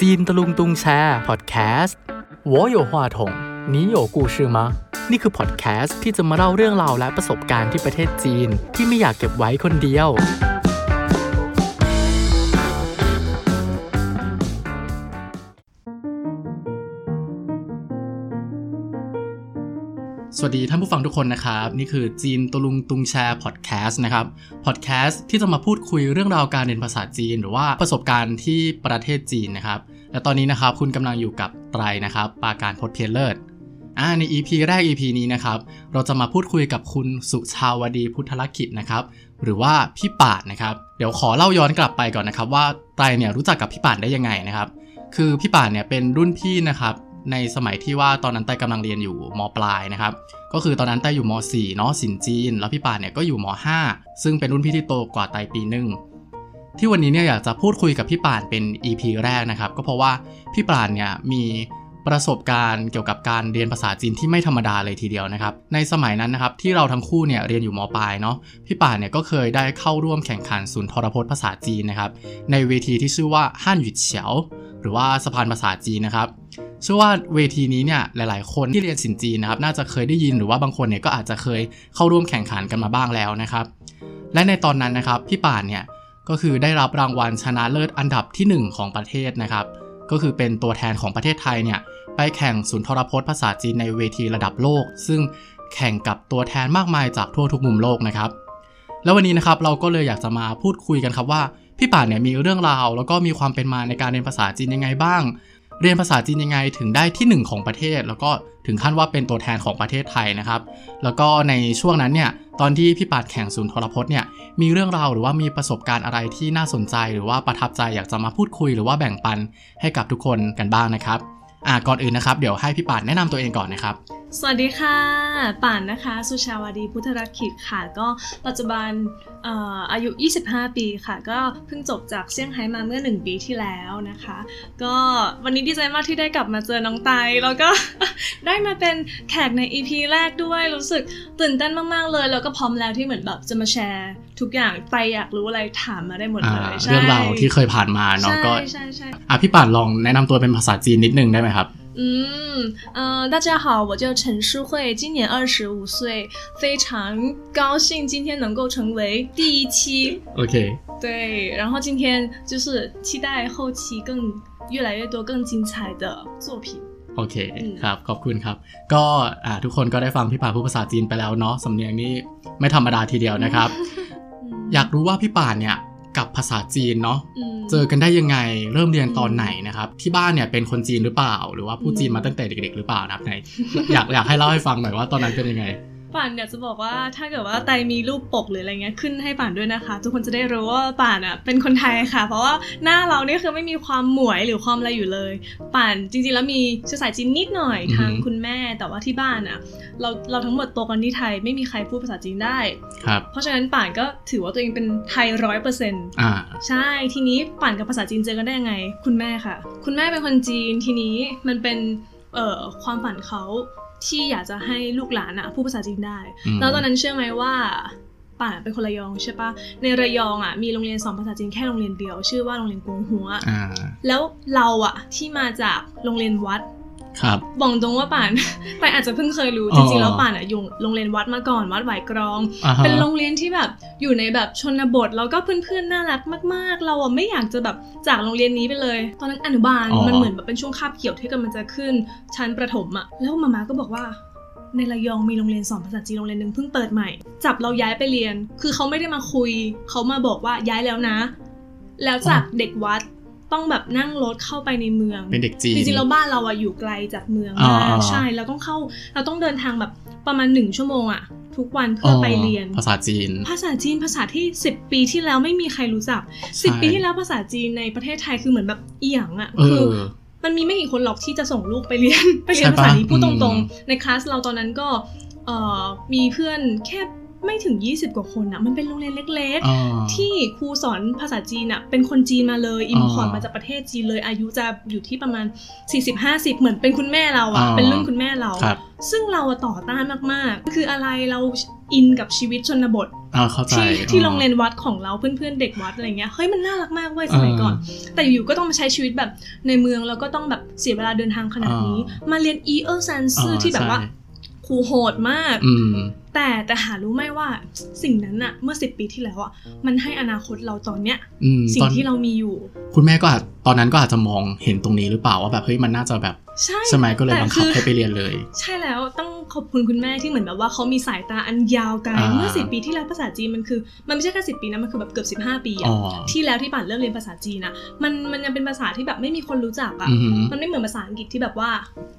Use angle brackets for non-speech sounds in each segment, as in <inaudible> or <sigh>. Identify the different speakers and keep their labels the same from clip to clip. Speaker 1: จีนตะลุงตุงแชร์พอดแคสต์我有话筒你有故事吗นี่คือพอดแคสต์ที่จะมาเล่าเรื่องราวและประสบการณ์ที่ประเทศจีน ที่ไม่อยากเก็บไว้คนเดียว สวัสดีท่านผู้ฟังทุกคนนะครับ นี่คือจีนตะลุงตุงแชร์พอดแคสต์นะครับพอดแคสต์ที่จะมาพูดคุยเรื่องราวการเรียนภาษาจีน หรือว่าประสบการณ์ที่ประเทศจีนนะครับ และตอนนี้นะครับคุณกำลังอยู่กับไตรนะครับ ปาการพดเพียรเลิศอ่าใน EP แรก EP นี้นะครับ เราจะมาพูดคุยกับคุณสุชาวดีพุทธลกิจนะครับ หรือว่าพี่ป่านนะครับ เดี๋ยวขอเล่าย้อนกลับไปก่อนนะครับ ว่าไตรเนี่ยรู้จักกับพี่ป่านได้ยังไงนะครับ คือพี่ป่านเนี่ยเป็นรุ่นพี่นะครับในสมัยที่ว่าตอนนั้นไต้กำลังเรียนอยู่มปลายนะครับ ก็คือตอนนั้นไต้อยู่ม .4 เนาะสินจีน แล้วพี่ป่านเนี่ยก็อยู่ม .5 ซึ่งเป็นรุ่นพี่ที่โตกว่าไต้ปีหนึ่งที่วันนี้เนี่ยอยากจะพูดคุยกับพี่ป่านเป็น EP แรกนะครับ ก็เพราะว่าพี่ป่านเนี่ยมีประสบการณ์เกี่ยวกับการเรียนภาษาจีนที่ไม่ธรรมดาเลยทีเดียวนะครับ ในสมัยนั้นนะครับที่เราทั้งคู่เนี่ยเรียนอยู่มปลายเนาะพี่ป่านเนี่ยก็เคยได้เข้าร่วมแข่งขันศูนย์ทรพจน์ภาษาจีนนะครับ ในเวทีที่ชื่อว่าฮั่นหยุดเฉียว หรือว่าสะพานภาษาจีนนะครับ เชื่อว่าเวทีนี้เนี่ยหลาย ๆ คนที่เรียนสินจีนนะครับ น่าจะเคยได้ยินหรือว่าบางคนเนี่ยก็อาจจะเคยเข้าร่วมแข่งขันกันมาบ้างแล้วนะครับ และในตอนนั้นนะครับพี่ป่านเนี่ยก็คือได้รับรางวัลชนะเลิศอันดับทีหนึ่งของประเทศนะครับ ก็คือเป็นตัวแทนของประเทศไทยเนี่ยไปแข่งศูนย์ทรพจน์ภาษาจีนในเวทีระดับโลก ซึ่งแข่งกับตัวแทนมากมายจากทั่วทุกมุมโลกนะครับ แล้ววันนี้นะครับเราก็เลยอยากจะมาพูดคุยกันครับว่าพี่ป่านเนี่ยมีเรื่องราว แล้วก็มีความเป็นมาในการเรียนภาษาจีนยังไงบ้าง เรียนภาษาจีนยังไงถึงได้ที่หนึ่งของประเทศ แล้วก็ถึงขั้นว่าเป็นตัวแทนของประเทศไทยนะครับ แล้วก็ในช่วงนั้นเนี่ยตอนที่พี่ปาดแข่งศูนย์ทรพจน์เนี่ยมีเรื่องราวหรือว่ามีประสบการณ์อะไรที่น่าสนใจหรือว่าประทับใจอยากจะมาพูดคุยหรือว่าแบ่งปันให้กับทุกคนกันบ้างนะครับอ่าก่อนอื่นนะครับเดี๋ยวให้พี่ปาดแนะนำตัวเองก่อนนะครับ
Speaker 2: สวัสดีค่ะ ป่านนะคะ สุชาวดีพุทธรักขิจค่ะ ก็ปัจจุบันเอ่ออายุ 25 ปีค่ะ ก็เพิ่งจบจากเซี่ยงไฮ้มาเมื่อ 1 ปีที่แล้วนะคะ ก็วันนี้ดีใจมากที่ได้กลับมาเจอน้องไตแล้วก็ <laughs> ได้มาเป็นแขกใน EP แรกด้วย รู้สึกตื่นเต้นมากๆเลย แล้วก็พร้อมแล้วที่เหมือนแบบจะมาแชร์ทุกอย่างไตอยากรู้อะไรถามมาได้หมดเล
Speaker 1: อ่าย เรื่องราวที่เคยผ่านมาเนาะก็
Speaker 2: ใช่ใช่ใช่
Speaker 1: อ่ะพี่ปาดลองแนะนำตัวเป็นภาษาจีนนิดนึงได้ไหมครับ
Speaker 2: 嗯，呃，大家好，我叫陈诗慧，今年二十五岁，非常高兴今天能够成为第一期，
Speaker 1: โอเค
Speaker 2: 对，然后今天就是期待后期更越来越多更精彩的作品。
Speaker 1: โอเค
Speaker 2: อืม
Speaker 1: ครับ ขอบคุณครับ ก็อ่าทุกคนก็ได้ฟังพี่ป่านพูดภาษาจีนไปแล้วเนาะสำเนียงนี่ไม่ธรรมดาทีเดียว
Speaker 2: <laughs>
Speaker 1: นะครับ
Speaker 2: 嗯
Speaker 1: อยากรู้ว่าพี่ป่านเนี่ยกับภาษาจีนเนาะ
Speaker 2: 嗯
Speaker 1: เจอกันได้ยังไงเริ่มเรียนตอนไหนนะครับ ที่บ้านเนี่ยเป็นคนจีนหรือเปล่า หรือว่าพูดจีนมาตั้งแต่เด็กๆหรือเปล่านะครับไหน <laughs> อยากอยากให้เล่าให้ฟังหน่อยว่าตอนนั้นเป็นยังไง
Speaker 2: ป่านอยากจะบอกว่าถ้าเกิดว่าไตมีรูปปกหรืออะไรเงี้ยขึ้นให้ป่านด้วยนะคะ ทุกคนจะได้รู้ว่าป่านอ่ะเป็นคนไทยค่ะ เพราะว่าหน้าเราเนี่ยคือไม่มีความหมวยหรือความอะไรอยู่เลย ป่านจริงๆแล้วมีเชื้อสายจีนนิดหน่อย
Speaker 1: อือฮึ
Speaker 2: ทางคุณแม่ แต่ว่าที่บ้านอ่ะเราเราทั้งหมดโตกันที่ไทยไม่มีใครพูดภาษาจีนได้
Speaker 1: ครับ
Speaker 2: เพราะฉะนั้นป่านก็ถือว่าตัวเองเป็นไทยร้อยเปอร์เซ็นต์
Speaker 1: อ่า
Speaker 2: ใช่ทีนี้ป่านกับภาษาจีนเจอกันได้ยังไง คุณแม่ค่ะ คุณแม่เป็นคนจีนทีนี้มันเป็นเอ่อความฝันเขาที่อยากจะให้ลูกหลานอะพูดภาษาจีนได้
Speaker 1: อืม
Speaker 2: แล้วตอนนั้นเชื่อไหมว่าป่านเป็นคนระยองใช่ปะในระยองอ่ะมีโรงเรียนสอนภาษาจีนแค่โรงเรียนเดียว ชื่อว่าโรงเรียนกวงหัว
Speaker 1: อ่า
Speaker 2: แล้วเราอ่ะที่มาจากโรงเรียนวัด
Speaker 1: ครับ
Speaker 2: บอกตรงว่าป่าน <laughs> ป่านอาจจะเพิ่งเคยรู้จริงๆแล้วป่านอ่ะอยู่โรงเรียนวัดมาก่อนวัดไหวายกรอง
Speaker 1: อ่าฮะ
Speaker 2: เป็นโรงเรียนที่แบบอยู่ในแบบชนบทแล้วก็เพื่อนๆน่ารักมาก ๆ เราอ่ะไม่อยากจะแบบจากโรงเรียนนี้ไปเลย ตอนนั้นอนุบาล
Speaker 1: อ๋อ
Speaker 2: มันเหมือนแบบเป็นช่วงคาบเกี่ยวที่กำลังจะขึ้นชั้นประถมอ่ะแล้วมาม่าก็บอกว่า ในระยองมีโรงเรียนสอนภาษาจีนโรงเรียนหนึ่งเพิ่งเปิดใหม่ จับเราย้ายไปเรียน คือเขาไม่ได้มาคุย เขามาบอกว่าย้ายแล้วนะ แล้วจากเด็กวัดต้องแบบนั่งรถเข้าไปในเมือง
Speaker 1: เป็นเด็กจีน
Speaker 2: จริงๆแล้วบ้านเราอะอยู่ไกลจากเมือง
Speaker 1: อ๋อ
Speaker 2: มาก
Speaker 1: อ๋อ
Speaker 2: ใช่เราต้องเข้าเราต้องเดินทางแบบประมาณหนึ่งชั่วโมงอะทุกวันเพื่อไปเรียน
Speaker 1: ภาษาจีน
Speaker 2: ภาษาจีนภาษาที่ 10 ปีที่แล้วไม่มีใครรู้จัก
Speaker 1: ใช่
Speaker 2: 10 ปีที่แล้วภาษาจีนในประเทศไทยคือเหมือนแบบเอียงอะ
Speaker 1: เอ
Speaker 2: คือ
Speaker 1: อ
Speaker 2: มันมีไม่กี่คนหรอกที่จะส่งลูกไปเรียน <laughs> ไปเรียน
Speaker 1: ใช่ปะ
Speaker 2: ภาษานี้พูดต
Speaker 1: อื
Speaker 2: รง
Speaker 1: ม
Speaker 2: ๆ ในคลาสเราตอนนั้นก็เอ่อมีเพื่อนแค่ไม่ถึง 20 กว่าคนอะมันเป็นโรงเรียนเล็ก ๆ
Speaker 1: อ่า
Speaker 2: ที่ครูสอนภาษาจีนอะเป็นคนจีนมาเลยอิมพอร์ต
Speaker 1: อ๋อ
Speaker 2: มาจากประเทศจีนเลยอายุจะอยู่ที่ประมาณ 40-50 เหมือนเป็นคุณแม่เราอะ
Speaker 1: อ๋อ
Speaker 2: เป็นรุ่นคุณแม่เรา
Speaker 1: ครับ
Speaker 2: ซึ่งเราอะต่อต้านมากๆ คืออะไรเรา อินกับชีวิตชนบท
Speaker 1: อ่าเข้าใจ
Speaker 2: ที่ที่โรงเรีย
Speaker 1: น
Speaker 2: นวัดของเราเพื่อนๆเด็กวัดอะไรเงี้ยเฮ้ยมันน่ารักมากเว้ยสมัยก่อน แต่อยู่ๆก็ต้องมาใช้ชีวิตแบบในเมืองแล้วก็ต้องแบบเสียเวลาเดินทางขนาดนี้
Speaker 1: อ่าม
Speaker 2: มาเรียน e เออร์เซนซ์ที่แบบว่าครูโหดมาก
Speaker 1: อืม
Speaker 2: แต่แต่หารู้ไหมว่าสิ่งนั้นอะเมื่อสิปีที่แล้วอะมันให้อนาคตเราตอนเนี้ย
Speaker 1: อืม
Speaker 2: สิ่
Speaker 1: ต
Speaker 2: ง
Speaker 1: อน
Speaker 2: ที่เรามีอยู่
Speaker 1: คุณแม่ก็อาจตอนนั้นก็อาจจะมองเห็นตรงนี้หรือเปล่าว่าแบบเฮ้ยมันน่าจะแบบ
Speaker 2: ใช่
Speaker 1: ใช่ไหมก็เลย
Speaker 2: แต่
Speaker 1: บังคับ
Speaker 2: คือ
Speaker 1: ให้ไปเรียนเลย
Speaker 2: ใช่แล้วต้องขอบคุณคุณแม่ที่เหมือนแบบว่าเขามีสายตาอันยาวไกล
Speaker 1: อ่า
Speaker 2: เมื่อสิปีที่แล้วภาษาจีนมันคือ มันไม่ใช่แค่สิปีนะมันคือแบบเกือบ15 ปีอะ
Speaker 1: อ๋อ
Speaker 2: ที่แล้วที่ป่านเริ่มเรียนภาษาจีนอะมันมันยังเป็นภาษาที่แบบไม่มีคนรู้จักอะ
Speaker 1: อือหือ
Speaker 2: มันไม่เหมือนภาษาอังกฤษที่แบบว่า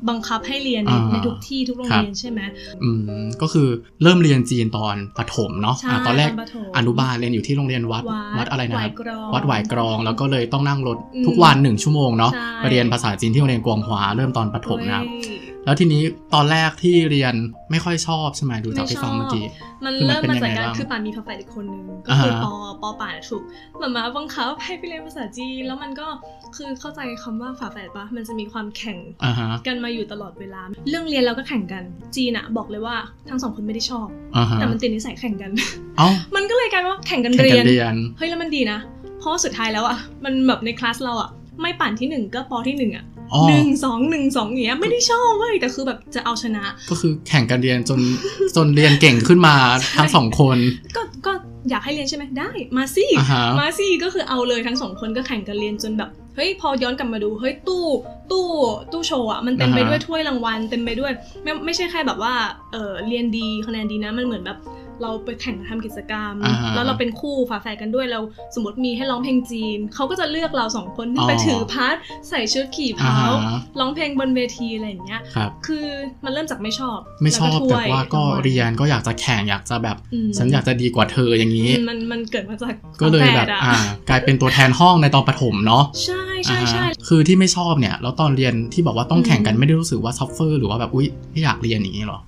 Speaker 2: บังคับให้เรียนใน
Speaker 1: อ่า
Speaker 2: ในทุกที่ทุกโรง
Speaker 1: ครับ
Speaker 2: เรียนใช่ไหม
Speaker 1: อืมก็คือเริ่มเรียนจีนตอนประถมเนาะ
Speaker 2: ใช่
Speaker 1: อ่ะตอนแรก
Speaker 2: ประถม
Speaker 1: อนุบาลเรียนอยู่ที่โรงเรียนวัดวัดอะไรนะ
Speaker 2: ห
Speaker 1: ค
Speaker 2: วาย
Speaker 1: รับ
Speaker 2: กรอง
Speaker 1: วัดหวายกรองแล้วก็เลยต้องนั่งรถ
Speaker 2: อืม
Speaker 1: ทุกวันหนึ่งชั่วโมงเนาะ
Speaker 2: ใช่
Speaker 1: ไปเรียนภาษาจีนที่โรงเรียนกวงหวาเริ่มตอนประถมนะครับ
Speaker 2: เว้ย
Speaker 1: แล้วทีนี้ตอนแรกที่เรียนไม่ค่อยชอบใช่ไหมดูจากที่ฟังเมื่อกี้
Speaker 2: มัน
Speaker 1: คือมัน
Speaker 2: เริ่ม
Speaker 1: เป็น
Speaker 2: มา
Speaker 1: ยัง
Speaker 2: จาก
Speaker 1: ไง
Speaker 2: การ
Speaker 1: บ้าง
Speaker 2: คือป่านมีพ่อแฝดอีกคนนึงก็คืออา ปอปอป่านถูกหมามาบังคับให้ไปเรียนภาษาจีนแล้วมันก็คือเข้าใจคำว่าฝาแฝดปะมันจะมีความแข่ง
Speaker 1: อ่าฮะ
Speaker 2: กันมาอยู่ตลอดเวลา เรื่องเรียนเราก็แข่งกันจีนอะบอกเลยว่าทั้งสองคนไม่ได้ชอบ
Speaker 1: อ่าฮะ
Speaker 2: แต่มันติดนิสัยแข่งกัน <laughs>
Speaker 1: เอ้า
Speaker 2: มันก็เลยกลายเป็นว่าแข่งกัน
Speaker 1: แข่ง
Speaker 2: เรี
Speaker 1: กั
Speaker 2: ยน
Speaker 1: นเรียน
Speaker 2: เฮ้ยแล้วมันดีนะ เพราะว่าสุดท้ายแล้วอะมันแบบในคลาสเราอะไม่ป่านที่หนึ่งก็ปอที่หนึ่งอะ
Speaker 1: อ๋อ
Speaker 2: หนึ่งสองหนึ่งสองอย่างเงี้ยไม่ได้ชอบเว้ยแต่คือแบบจะเอาชนะ
Speaker 1: ก็คือแข่งกันเรียนจน <laughs> จนเรียนเก่งขึ้นมาทั้งสองคน
Speaker 2: ก็ก็อยากให้เรียนใช่ไหมได้มาสิ
Speaker 1: อ่าฮะ
Speaker 2: มาสิก็คือเอาเลยทั้งสองคนก็แข่งกันเรียนจนแบบเฮ้ยพอย้อนกลับมาดูเฮ้ยตู้ตู้ตู้โชว์อะมันเต็มไป
Speaker 1: อ่าฮะ
Speaker 2: ด้วยถ้วยรางวัลเต็มไปด้วยไม่ไม่ใช่แค่แบบว่าเออเรียนดีคะแนนดีนะมันเหมือนแบบเราไปแข่งทำกิจกรรม
Speaker 1: อ่าฮะ
Speaker 2: แล้วเราเป็นคู่ฝาแฝดกันด้วยเราสมมติมีให้ร้องเพลงจีนเขาก็จะเลือกเราสองคนที่ไป
Speaker 1: อ๋อ
Speaker 2: ถือพาร์ทใส่ชุดขี่
Speaker 1: อ่า
Speaker 2: เผา
Speaker 1: ฮะ
Speaker 2: ร้องเพลงบนเวทีอะไรอย่างเงี้ย
Speaker 1: ครับ
Speaker 2: คือมันเริ่มจากไม่ชอบ
Speaker 1: ไม่ชอบ
Speaker 2: ล้
Speaker 1: แต่
Speaker 2: ถ้ย
Speaker 1: ว่าก็
Speaker 2: รางล
Speaker 1: เรียนก็อยากจะแข่งอยากจะแบบ
Speaker 2: อืม
Speaker 1: ฉันอยากจะดีกว่าเธออย่างนี้
Speaker 2: อืมมันมันเกิดมาจาก
Speaker 1: ก็เลย
Speaker 2: ฝา
Speaker 1: แบ
Speaker 2: ฝ
Speaker 1: บ
Speaker 2: ดอะ
Speaker 1: อ่ากลายเป็นตัวแทนห้องในตอนประถมเนาะ
Speaker 2: ใช่ใช่ใช่
Speaker 1: อ่าฮะคือที่ไม่ชอบเนี่ย แล้วตอนเรียนที่บอกว่าต้องแข่งกัน
Speaker 2: อืม
Speaker 1: ไม่ได้รู้สึกว่าซัฟเฟอร์หรือว่าแบบ อุ๊ย ไม่อยากเรียนอย่างนี้หรอ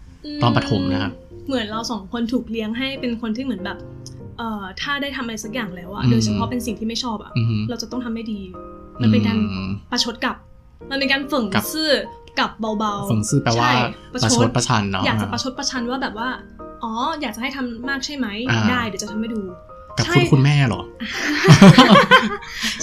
Speaker 1: ตอนประถมนะครับ
Speaker 2: เหมือนเราสองคนถูกเลี้ยงให้เป็นคนที่เหมือนแบบเอ่อถ้าได้ทำอะไรสักอย่างแล้วอะ
Speaker 1: อืม
Speaker 2: โดยเฉพาะเป็นสิ่งที่ไม่ชอบอะ
Speaker 1: อือฮึ
Speaker 2: เราจะต้องทำให้ดี มันเป็นการ
Speaker 1: อืม
Speaker 2: ประชดกลับ มันเป็นการฝืน
Speaker 1: กลับ
Speaker 2: ซื่อ กลับเบาๆ
Speaker 1: ฝังซื่อแปลว่า
Speaker 2: ใช่
Speaker 1: ประชดประชันเนาะ
Speaker 2: อยากจะประชดประชันว่าแบบว่า อ๋อ อยากจะให้ทำมากใช่ไหม
Speaker 1: อ่า
Speaker 2: ได้เดี๋ยวจะทำให้ดู
Speaker 1: กับ
Speaker 2: ใช่
Speaker 1: คุณคุณแม่เหรอ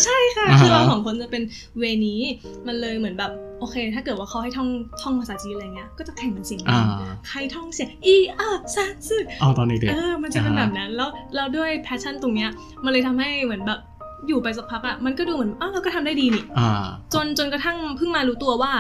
Speaker 2: ใช่ค่ะ
Speaker 1: อ่าฮะ
Speaker 2: คือเราสองคนจะเป็นเวนี้ มันเลยเหมือนแบบโอเค ถ้าเกิดว่าเขาให้ท่องท่องภาษาจีนอะไรเงี้ย ก็จะแข่งกันเสียงดั
Speaker 1: อ่า
Speaker 2: งใครท่องเสียงอีอาซาซึ
Speaker 1: เอาตอนเด็ก
Speaker 2: เออ มันจะเป็น
Speaker 1: อ่า
Speaker 2: แบ
Speaker 1: ฮะ
Speaker 2: บนั้น แล้วเราด้วยแพชชั่นตรงเนี้ย มันเลยทำให้เหมือนแบบอยู่ไปสักพักอะมันก็ดูเหมือนอ้าวเราก็ทำได้ดีนี่
Speaker 1: ๆอ่า
Speaker 2: จนจนกระทั่งเพิ่งมารู้ตัวว่า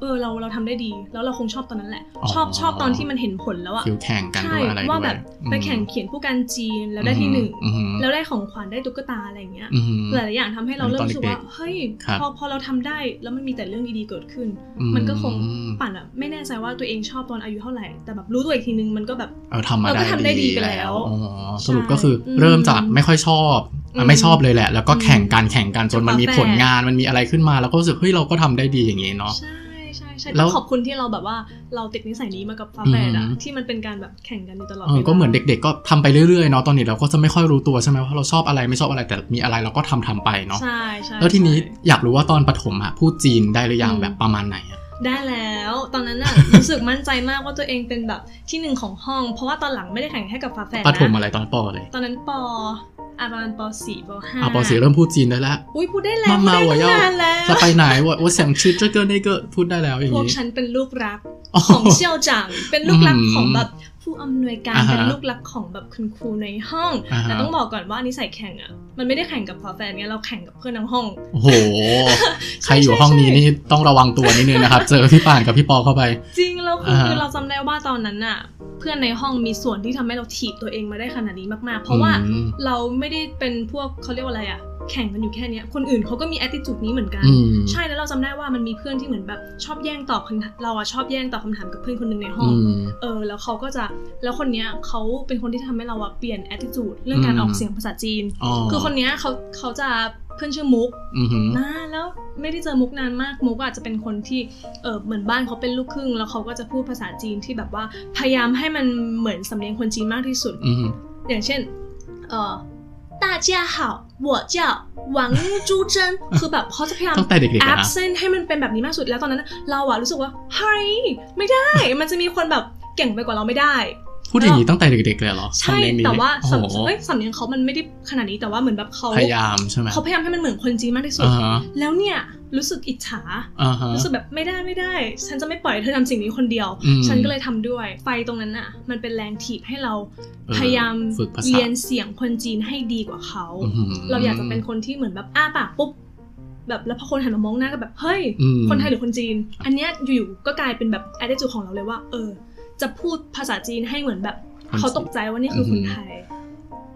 Speaker 2: เออเราเราทำได้ดี แล้วเราคงชอบตอนนั้นแหละ
Speaker 1: อ๋อ
Speaker 2: ชอบชอบตอนที่มันเห็นผลแล้วอะ
Speaker 1: คิวแข่งกัน
Speaker 2: ใช่
Speaker 1: ด้วยอะไรด้วย
Speaker 2: ว่าแบบ
Speaker 1: อืม
Speaker 2: ไปแข่งเขียนผู้การจีนแล้วได้ที่หนึ่ง
Speaker 1: อือฮึ
Speaker 2: แล้วได้ของขวัญได้ตุ๊กตาอะไรอย่างเงี้ย
Speaker 1: อือฮึ
Speaker 2: หลายๆอย่างทำให้เรา
Speaker 1: อันนี้
Speaker 2: เริ่มรู้สึก
Speaker 1: ต
Speaker 2: ว่า
Speaker 1: อนเด็กๆ
Speaker 2: เฮ้ย
Speaker 1: ครับ
Speaker 2: พอพอเราทำได้แล้วมันมีแต่เรื่องดีๆเกิดขึ้น
Speaker 1: อื
Speaker 2: มันก็คง ป่านอะไม่แน่ใจว่าตัวเองชอบตอนอายุเท่าไหร่ แต่แบบรู้ตัวอีกทีนึงมันก็แบบ
Speaker 1: เออทำมา
Speaker 2: เราก็ทำได้
Speaker 1: ได้
Speaker 2: ดีไปแล้ว
Speaker 1: อ๋อ
Speaker 2: ใช่
Speaker 1: สรุปก็คืออ
Speaker 2: ม
Speaker 1: เริ่มจากไม่ค่อยชอบอ่ะ
Speaker 2: อืม
Speaker 1: ไม่ชอบเลยแหละ แล้วก็
Speaker 2: อืม
Speaker 1: แข่งกันแข่งกันจนมันมี
Speaker 2: ฝาแฝด
Speaker 1: ผลงานมันมีอะไรขึ้นมาแล้วก็รู้สึกเฮ้ยเราก็ทำได้ดีอย่างนี้เนาะ
Speaker 2: ใช่ใช่ใช่
Speaker 1: แล้
Speaker 2: ต้อ
Speaker 1: ว
Speaker 2: งขอบคุณที่เราแบบว่าเราติดนิสัยนี้มากับฟ้าแฝดอะ
Speaker 1: อืม
Speaker 2: ที่มันเป็นการแบบแข่งกันอยู่ตลอด
Speaker 1: เออ
Speaker 2: วลา
Speaker 1: ก็เหมือนเด็กๆ ก็ทำไปเรื่อยๆ เนาะ ตอนนี้เราก็จะไม่ค่อยรู้ตัวใช่ไหมว่าเราชอบอะไรไม่ชอบอะไร แต่มีอะไรเราก็ทำทำไปเนาะ
Speaker 2: ใช่ใช่
Speaker 1: แล้วทีนี้
Speaker 2: ใช่
Speaker 1: อยากรู้ว่าตอนประถมอะพูดจีนได้หรือยัง
Speaker 2: อืม
Speaker 1: แบบประมาณไหนอะ
Speaker 2: ได้แล้วตอนนั้นอะ <laughs> รู้สึกมั่นใจมากว่าตัวเองเป็นแบบที่หนึ่งของห้อง เพราะว่าตอนหลังไม่ได้แข่งแค่กับฟ้าแฝด
Speaker 1: ประถม
Speaker 2: นะ
Speaker 1: อะไรตอนปอเลย
Speaker 2: ตอนนั้นปออาประมาณปสี่ปห้า
Speaker 1: อ่ะปอสีเริ่มพูดจีนได้แล้ว
Speaker 2: อุ้ยพูดได้แล้ว
Speaker 1: มา
Speaker 2: พูด
Speaker 1: มา
Speaker 2: ได้
Speaker 1: หัว
Speaker 2: ตั้ง
Speaker 1: เย่า
Speaker 2: นานแล้ว
Speaker 1: จะไปไหนวะว่าเสียงชื่อเจ้าเกินนี่ก็พูดได้แล้วอย่าง
Speaker 2: พวก
Speaker 1: นี้
Speaker 2: ฉันเป็นลูกรัก
Speaker 1: อ๋อ
Speaker 2: ของเชี่ยวจั
Speaker 1: <laughs>
Speaker 2: งเป็นลูกรักของแบบผู้อำนวยการ
Speaker 1: อ่าฮะ
Speaker 2: เป็นลูกรักของแบบคุณครูในห้อง
Speaker 1: อ่าฮะ
Speaker 2: แต่ต้องบอกก่อนว่านิสัยแข่งอะมันไม่ได้แข่งกับฟ้าแฝดไงเราแข่งกับเพื่อนทั้งห้อง
Speaker 1: โอ้
Speaker 2: <laughs>
Speaker 1: โห ใครอยู่ห้องนี้นี่ต้องระวังตัวนิดนึงนะครับ เจอพี่ป่านกับพี่ปอเข้าไป
Speaker 2: จริงแล้วคือ
Speaker 1: อ่าฮะ
Speaker 2: คือเราจำได้ว่าตอนนั้นน่ะ เพื่อนในห้องมีส่วนที่ทำให้เราถีบตัวเองมาได้ขนาดนี้มาก ๆ เพราะว่า
Speaker 1: อืม
Speaker 2: เราไม่ได้เป็นพวกเขาเรียกว่าอะไรอะแข่งกันอยู่แค่เนี้ยคนอื่นเขาก็มี attitude นี้เหมือนกัน
Speaker 1: อืม
Speaker 2: ใช่แล้วเราจำได้ว่ามันมีเพื่อนที่เหมือนแบบชอบแย่งตอบคำถามเราอะชอบแย่งตอบคำถามกับเพื่อนคนหนึ่งในห้อง
Speaker 1: อืม
Speaker 2: เออแล้วเขาก็จะแล้วคนเนี้ยเขาเป็นคนที่ทำให้เราอะเปลี่ยน attitude เรื่องการ
Speaker 1: อืม
Speaker 2: ออกเสียงภาษาจีน
Speaker 1: อ๋อ
Speaker 2: คือคนเนี้ยเขาเขาจะเพื่อนชื่อมุก
Speaker 1: อือหือ
Speaker 2: นะแล้วไม่ได้เจอมุกนานมากมุกอาจจะเป็นคนที่เออเหมือนบ้านเขาเป็นลูกครึ่ง แล้วเขาก็จะพูดภาษาจีนที่แบบว่าพยายามให้มันเหมือนสำเนียงคนจีนมากที่สุด
Speaker 1: อือหือ
Speaker 2: อย่างเช่นเออ大家好我叫王珠珍 คือแบบเขาจะพยายาม
Speaker 1: ตั้งแต่เด็กๆอะนะ
Speaker 2: absent ให้มันเป็นแบบนี้มากสุด <laughs> แล้วตอนนั้น เราอะรู้สึกว่าเฮ้ยไม่ได้ มันจะมีคนแบบเก่งไปกว่าเราไม่ได้
Speaker 1: พูดอย่างนี้ตั้งแต่เด็กๆเลยเหรอ
Speaker 2: ใช่
Speaker 1: สำเนียงนี้
Speaker 2: แต่ว่า
Speaker 1: โอ้
Speaker 2: สำ
Speaker 1: โห
Speaker 2: เอ้ยสำเนียงเขามันไม่ได้ขนาดนี้แต่ว่าเหมือนแบบเขา
Speaker 1: พยายามใช่ไหม
Speaker 2: เขาพยายามให้มันเหมือนคนจีนมากที่สุด
Speaker 1: อ่าฮะ
Speaker 2: แล้วเนี่ยรู้สึกอิจฉา
Speaker 1: อ่าฮะ
Speaker 2: รู้สึกแบบไม่ได้ไม่ได้ ฉันจะไม่ปล่อยให้เธอทำสิ่งนี้คนเดียว
Speaker 1: อืม
Speaker 2: ฉันก็เลยทำด้วยไฟตรงนั้นน่ะ มันเป็นแรงถีบให้เรา
Speaker 1: เออ
Speaker 2: พยายาม
Speaker 1: ฝึกภาษา
Speaker 2: เรียนเสียงคนจีนให้ดีกว่าเขา
Speaker 1: อื้อหื
Speaker 2: เราอยากจะเป็นคนที่เหมือนแบบอ้าปากปุ๊บแบบแล้วพอคนหันมามองหน้าก็แบบเฮ้ย
Speaker 1: อืม
Speaker 2: คนไทยหรือคนจีน อันเนี้ยอยู่ๆก็กลายเป็นแบบ attitude ของเราเลยว่า เออ จะพูดภาษาจีนให้เหมือนแบบ เขาตกใจว่านี่คือคนไทย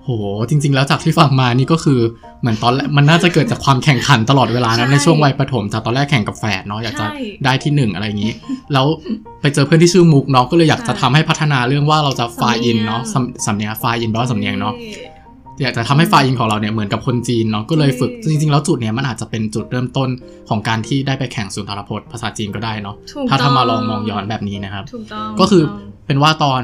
Speaker 1: โหจริง ๆ แล้วจากที่ฟังมานี่ก็คือเหมือนตอนแรกมันน่าจะเกิดจากความแข่งขันตลอดเวลานะ
Speaker 2: ใช่
Speaker 1: ในช่วงวัยประถมจากตอนแรกแข่งกับแฝดเนาะอยากจะ
Speaker 2: ใช่
Speaker 1: ได้ที่หนึ่งอะไรอย่างนี้ แล้วไปเจอเพื่อนที่ชื่อมุกเนาะก็เลยอยากจะทำให้พัฒนาเรื่องว่าเราจะฟาอินเนาะ
Speaker 2: สำเนียง
Speaker 1: สำสำเนียงฟาอินแปลว่าสำเนียงเนาะ อยากจะทำให้ไฟล์อินของเราเนี่ยเหมือนกับคนจีนเนาะก็เลยฝึก
Speaker 2: ใช่
Speaker 1: จริงๆ แล้วจุดเนี่ยมันอาจจะเป็นจุดเริ่มต้นของการที่ได้ไปแข่งสุนทรพจน์ภาษาจีนก็ได้เนาะ
Speaker 2: ถูก
Speaker 1: ถ้า
Speaker 2: ต้
Speaker 1: ทำมาลองมองย้อนแบบนี้นะครับ
Speaker 2: ถูกต้อง
Speaker 1: ก็คือ
Speaker 2: ถูต้ง
Speaker 1: เป็นว่าตอน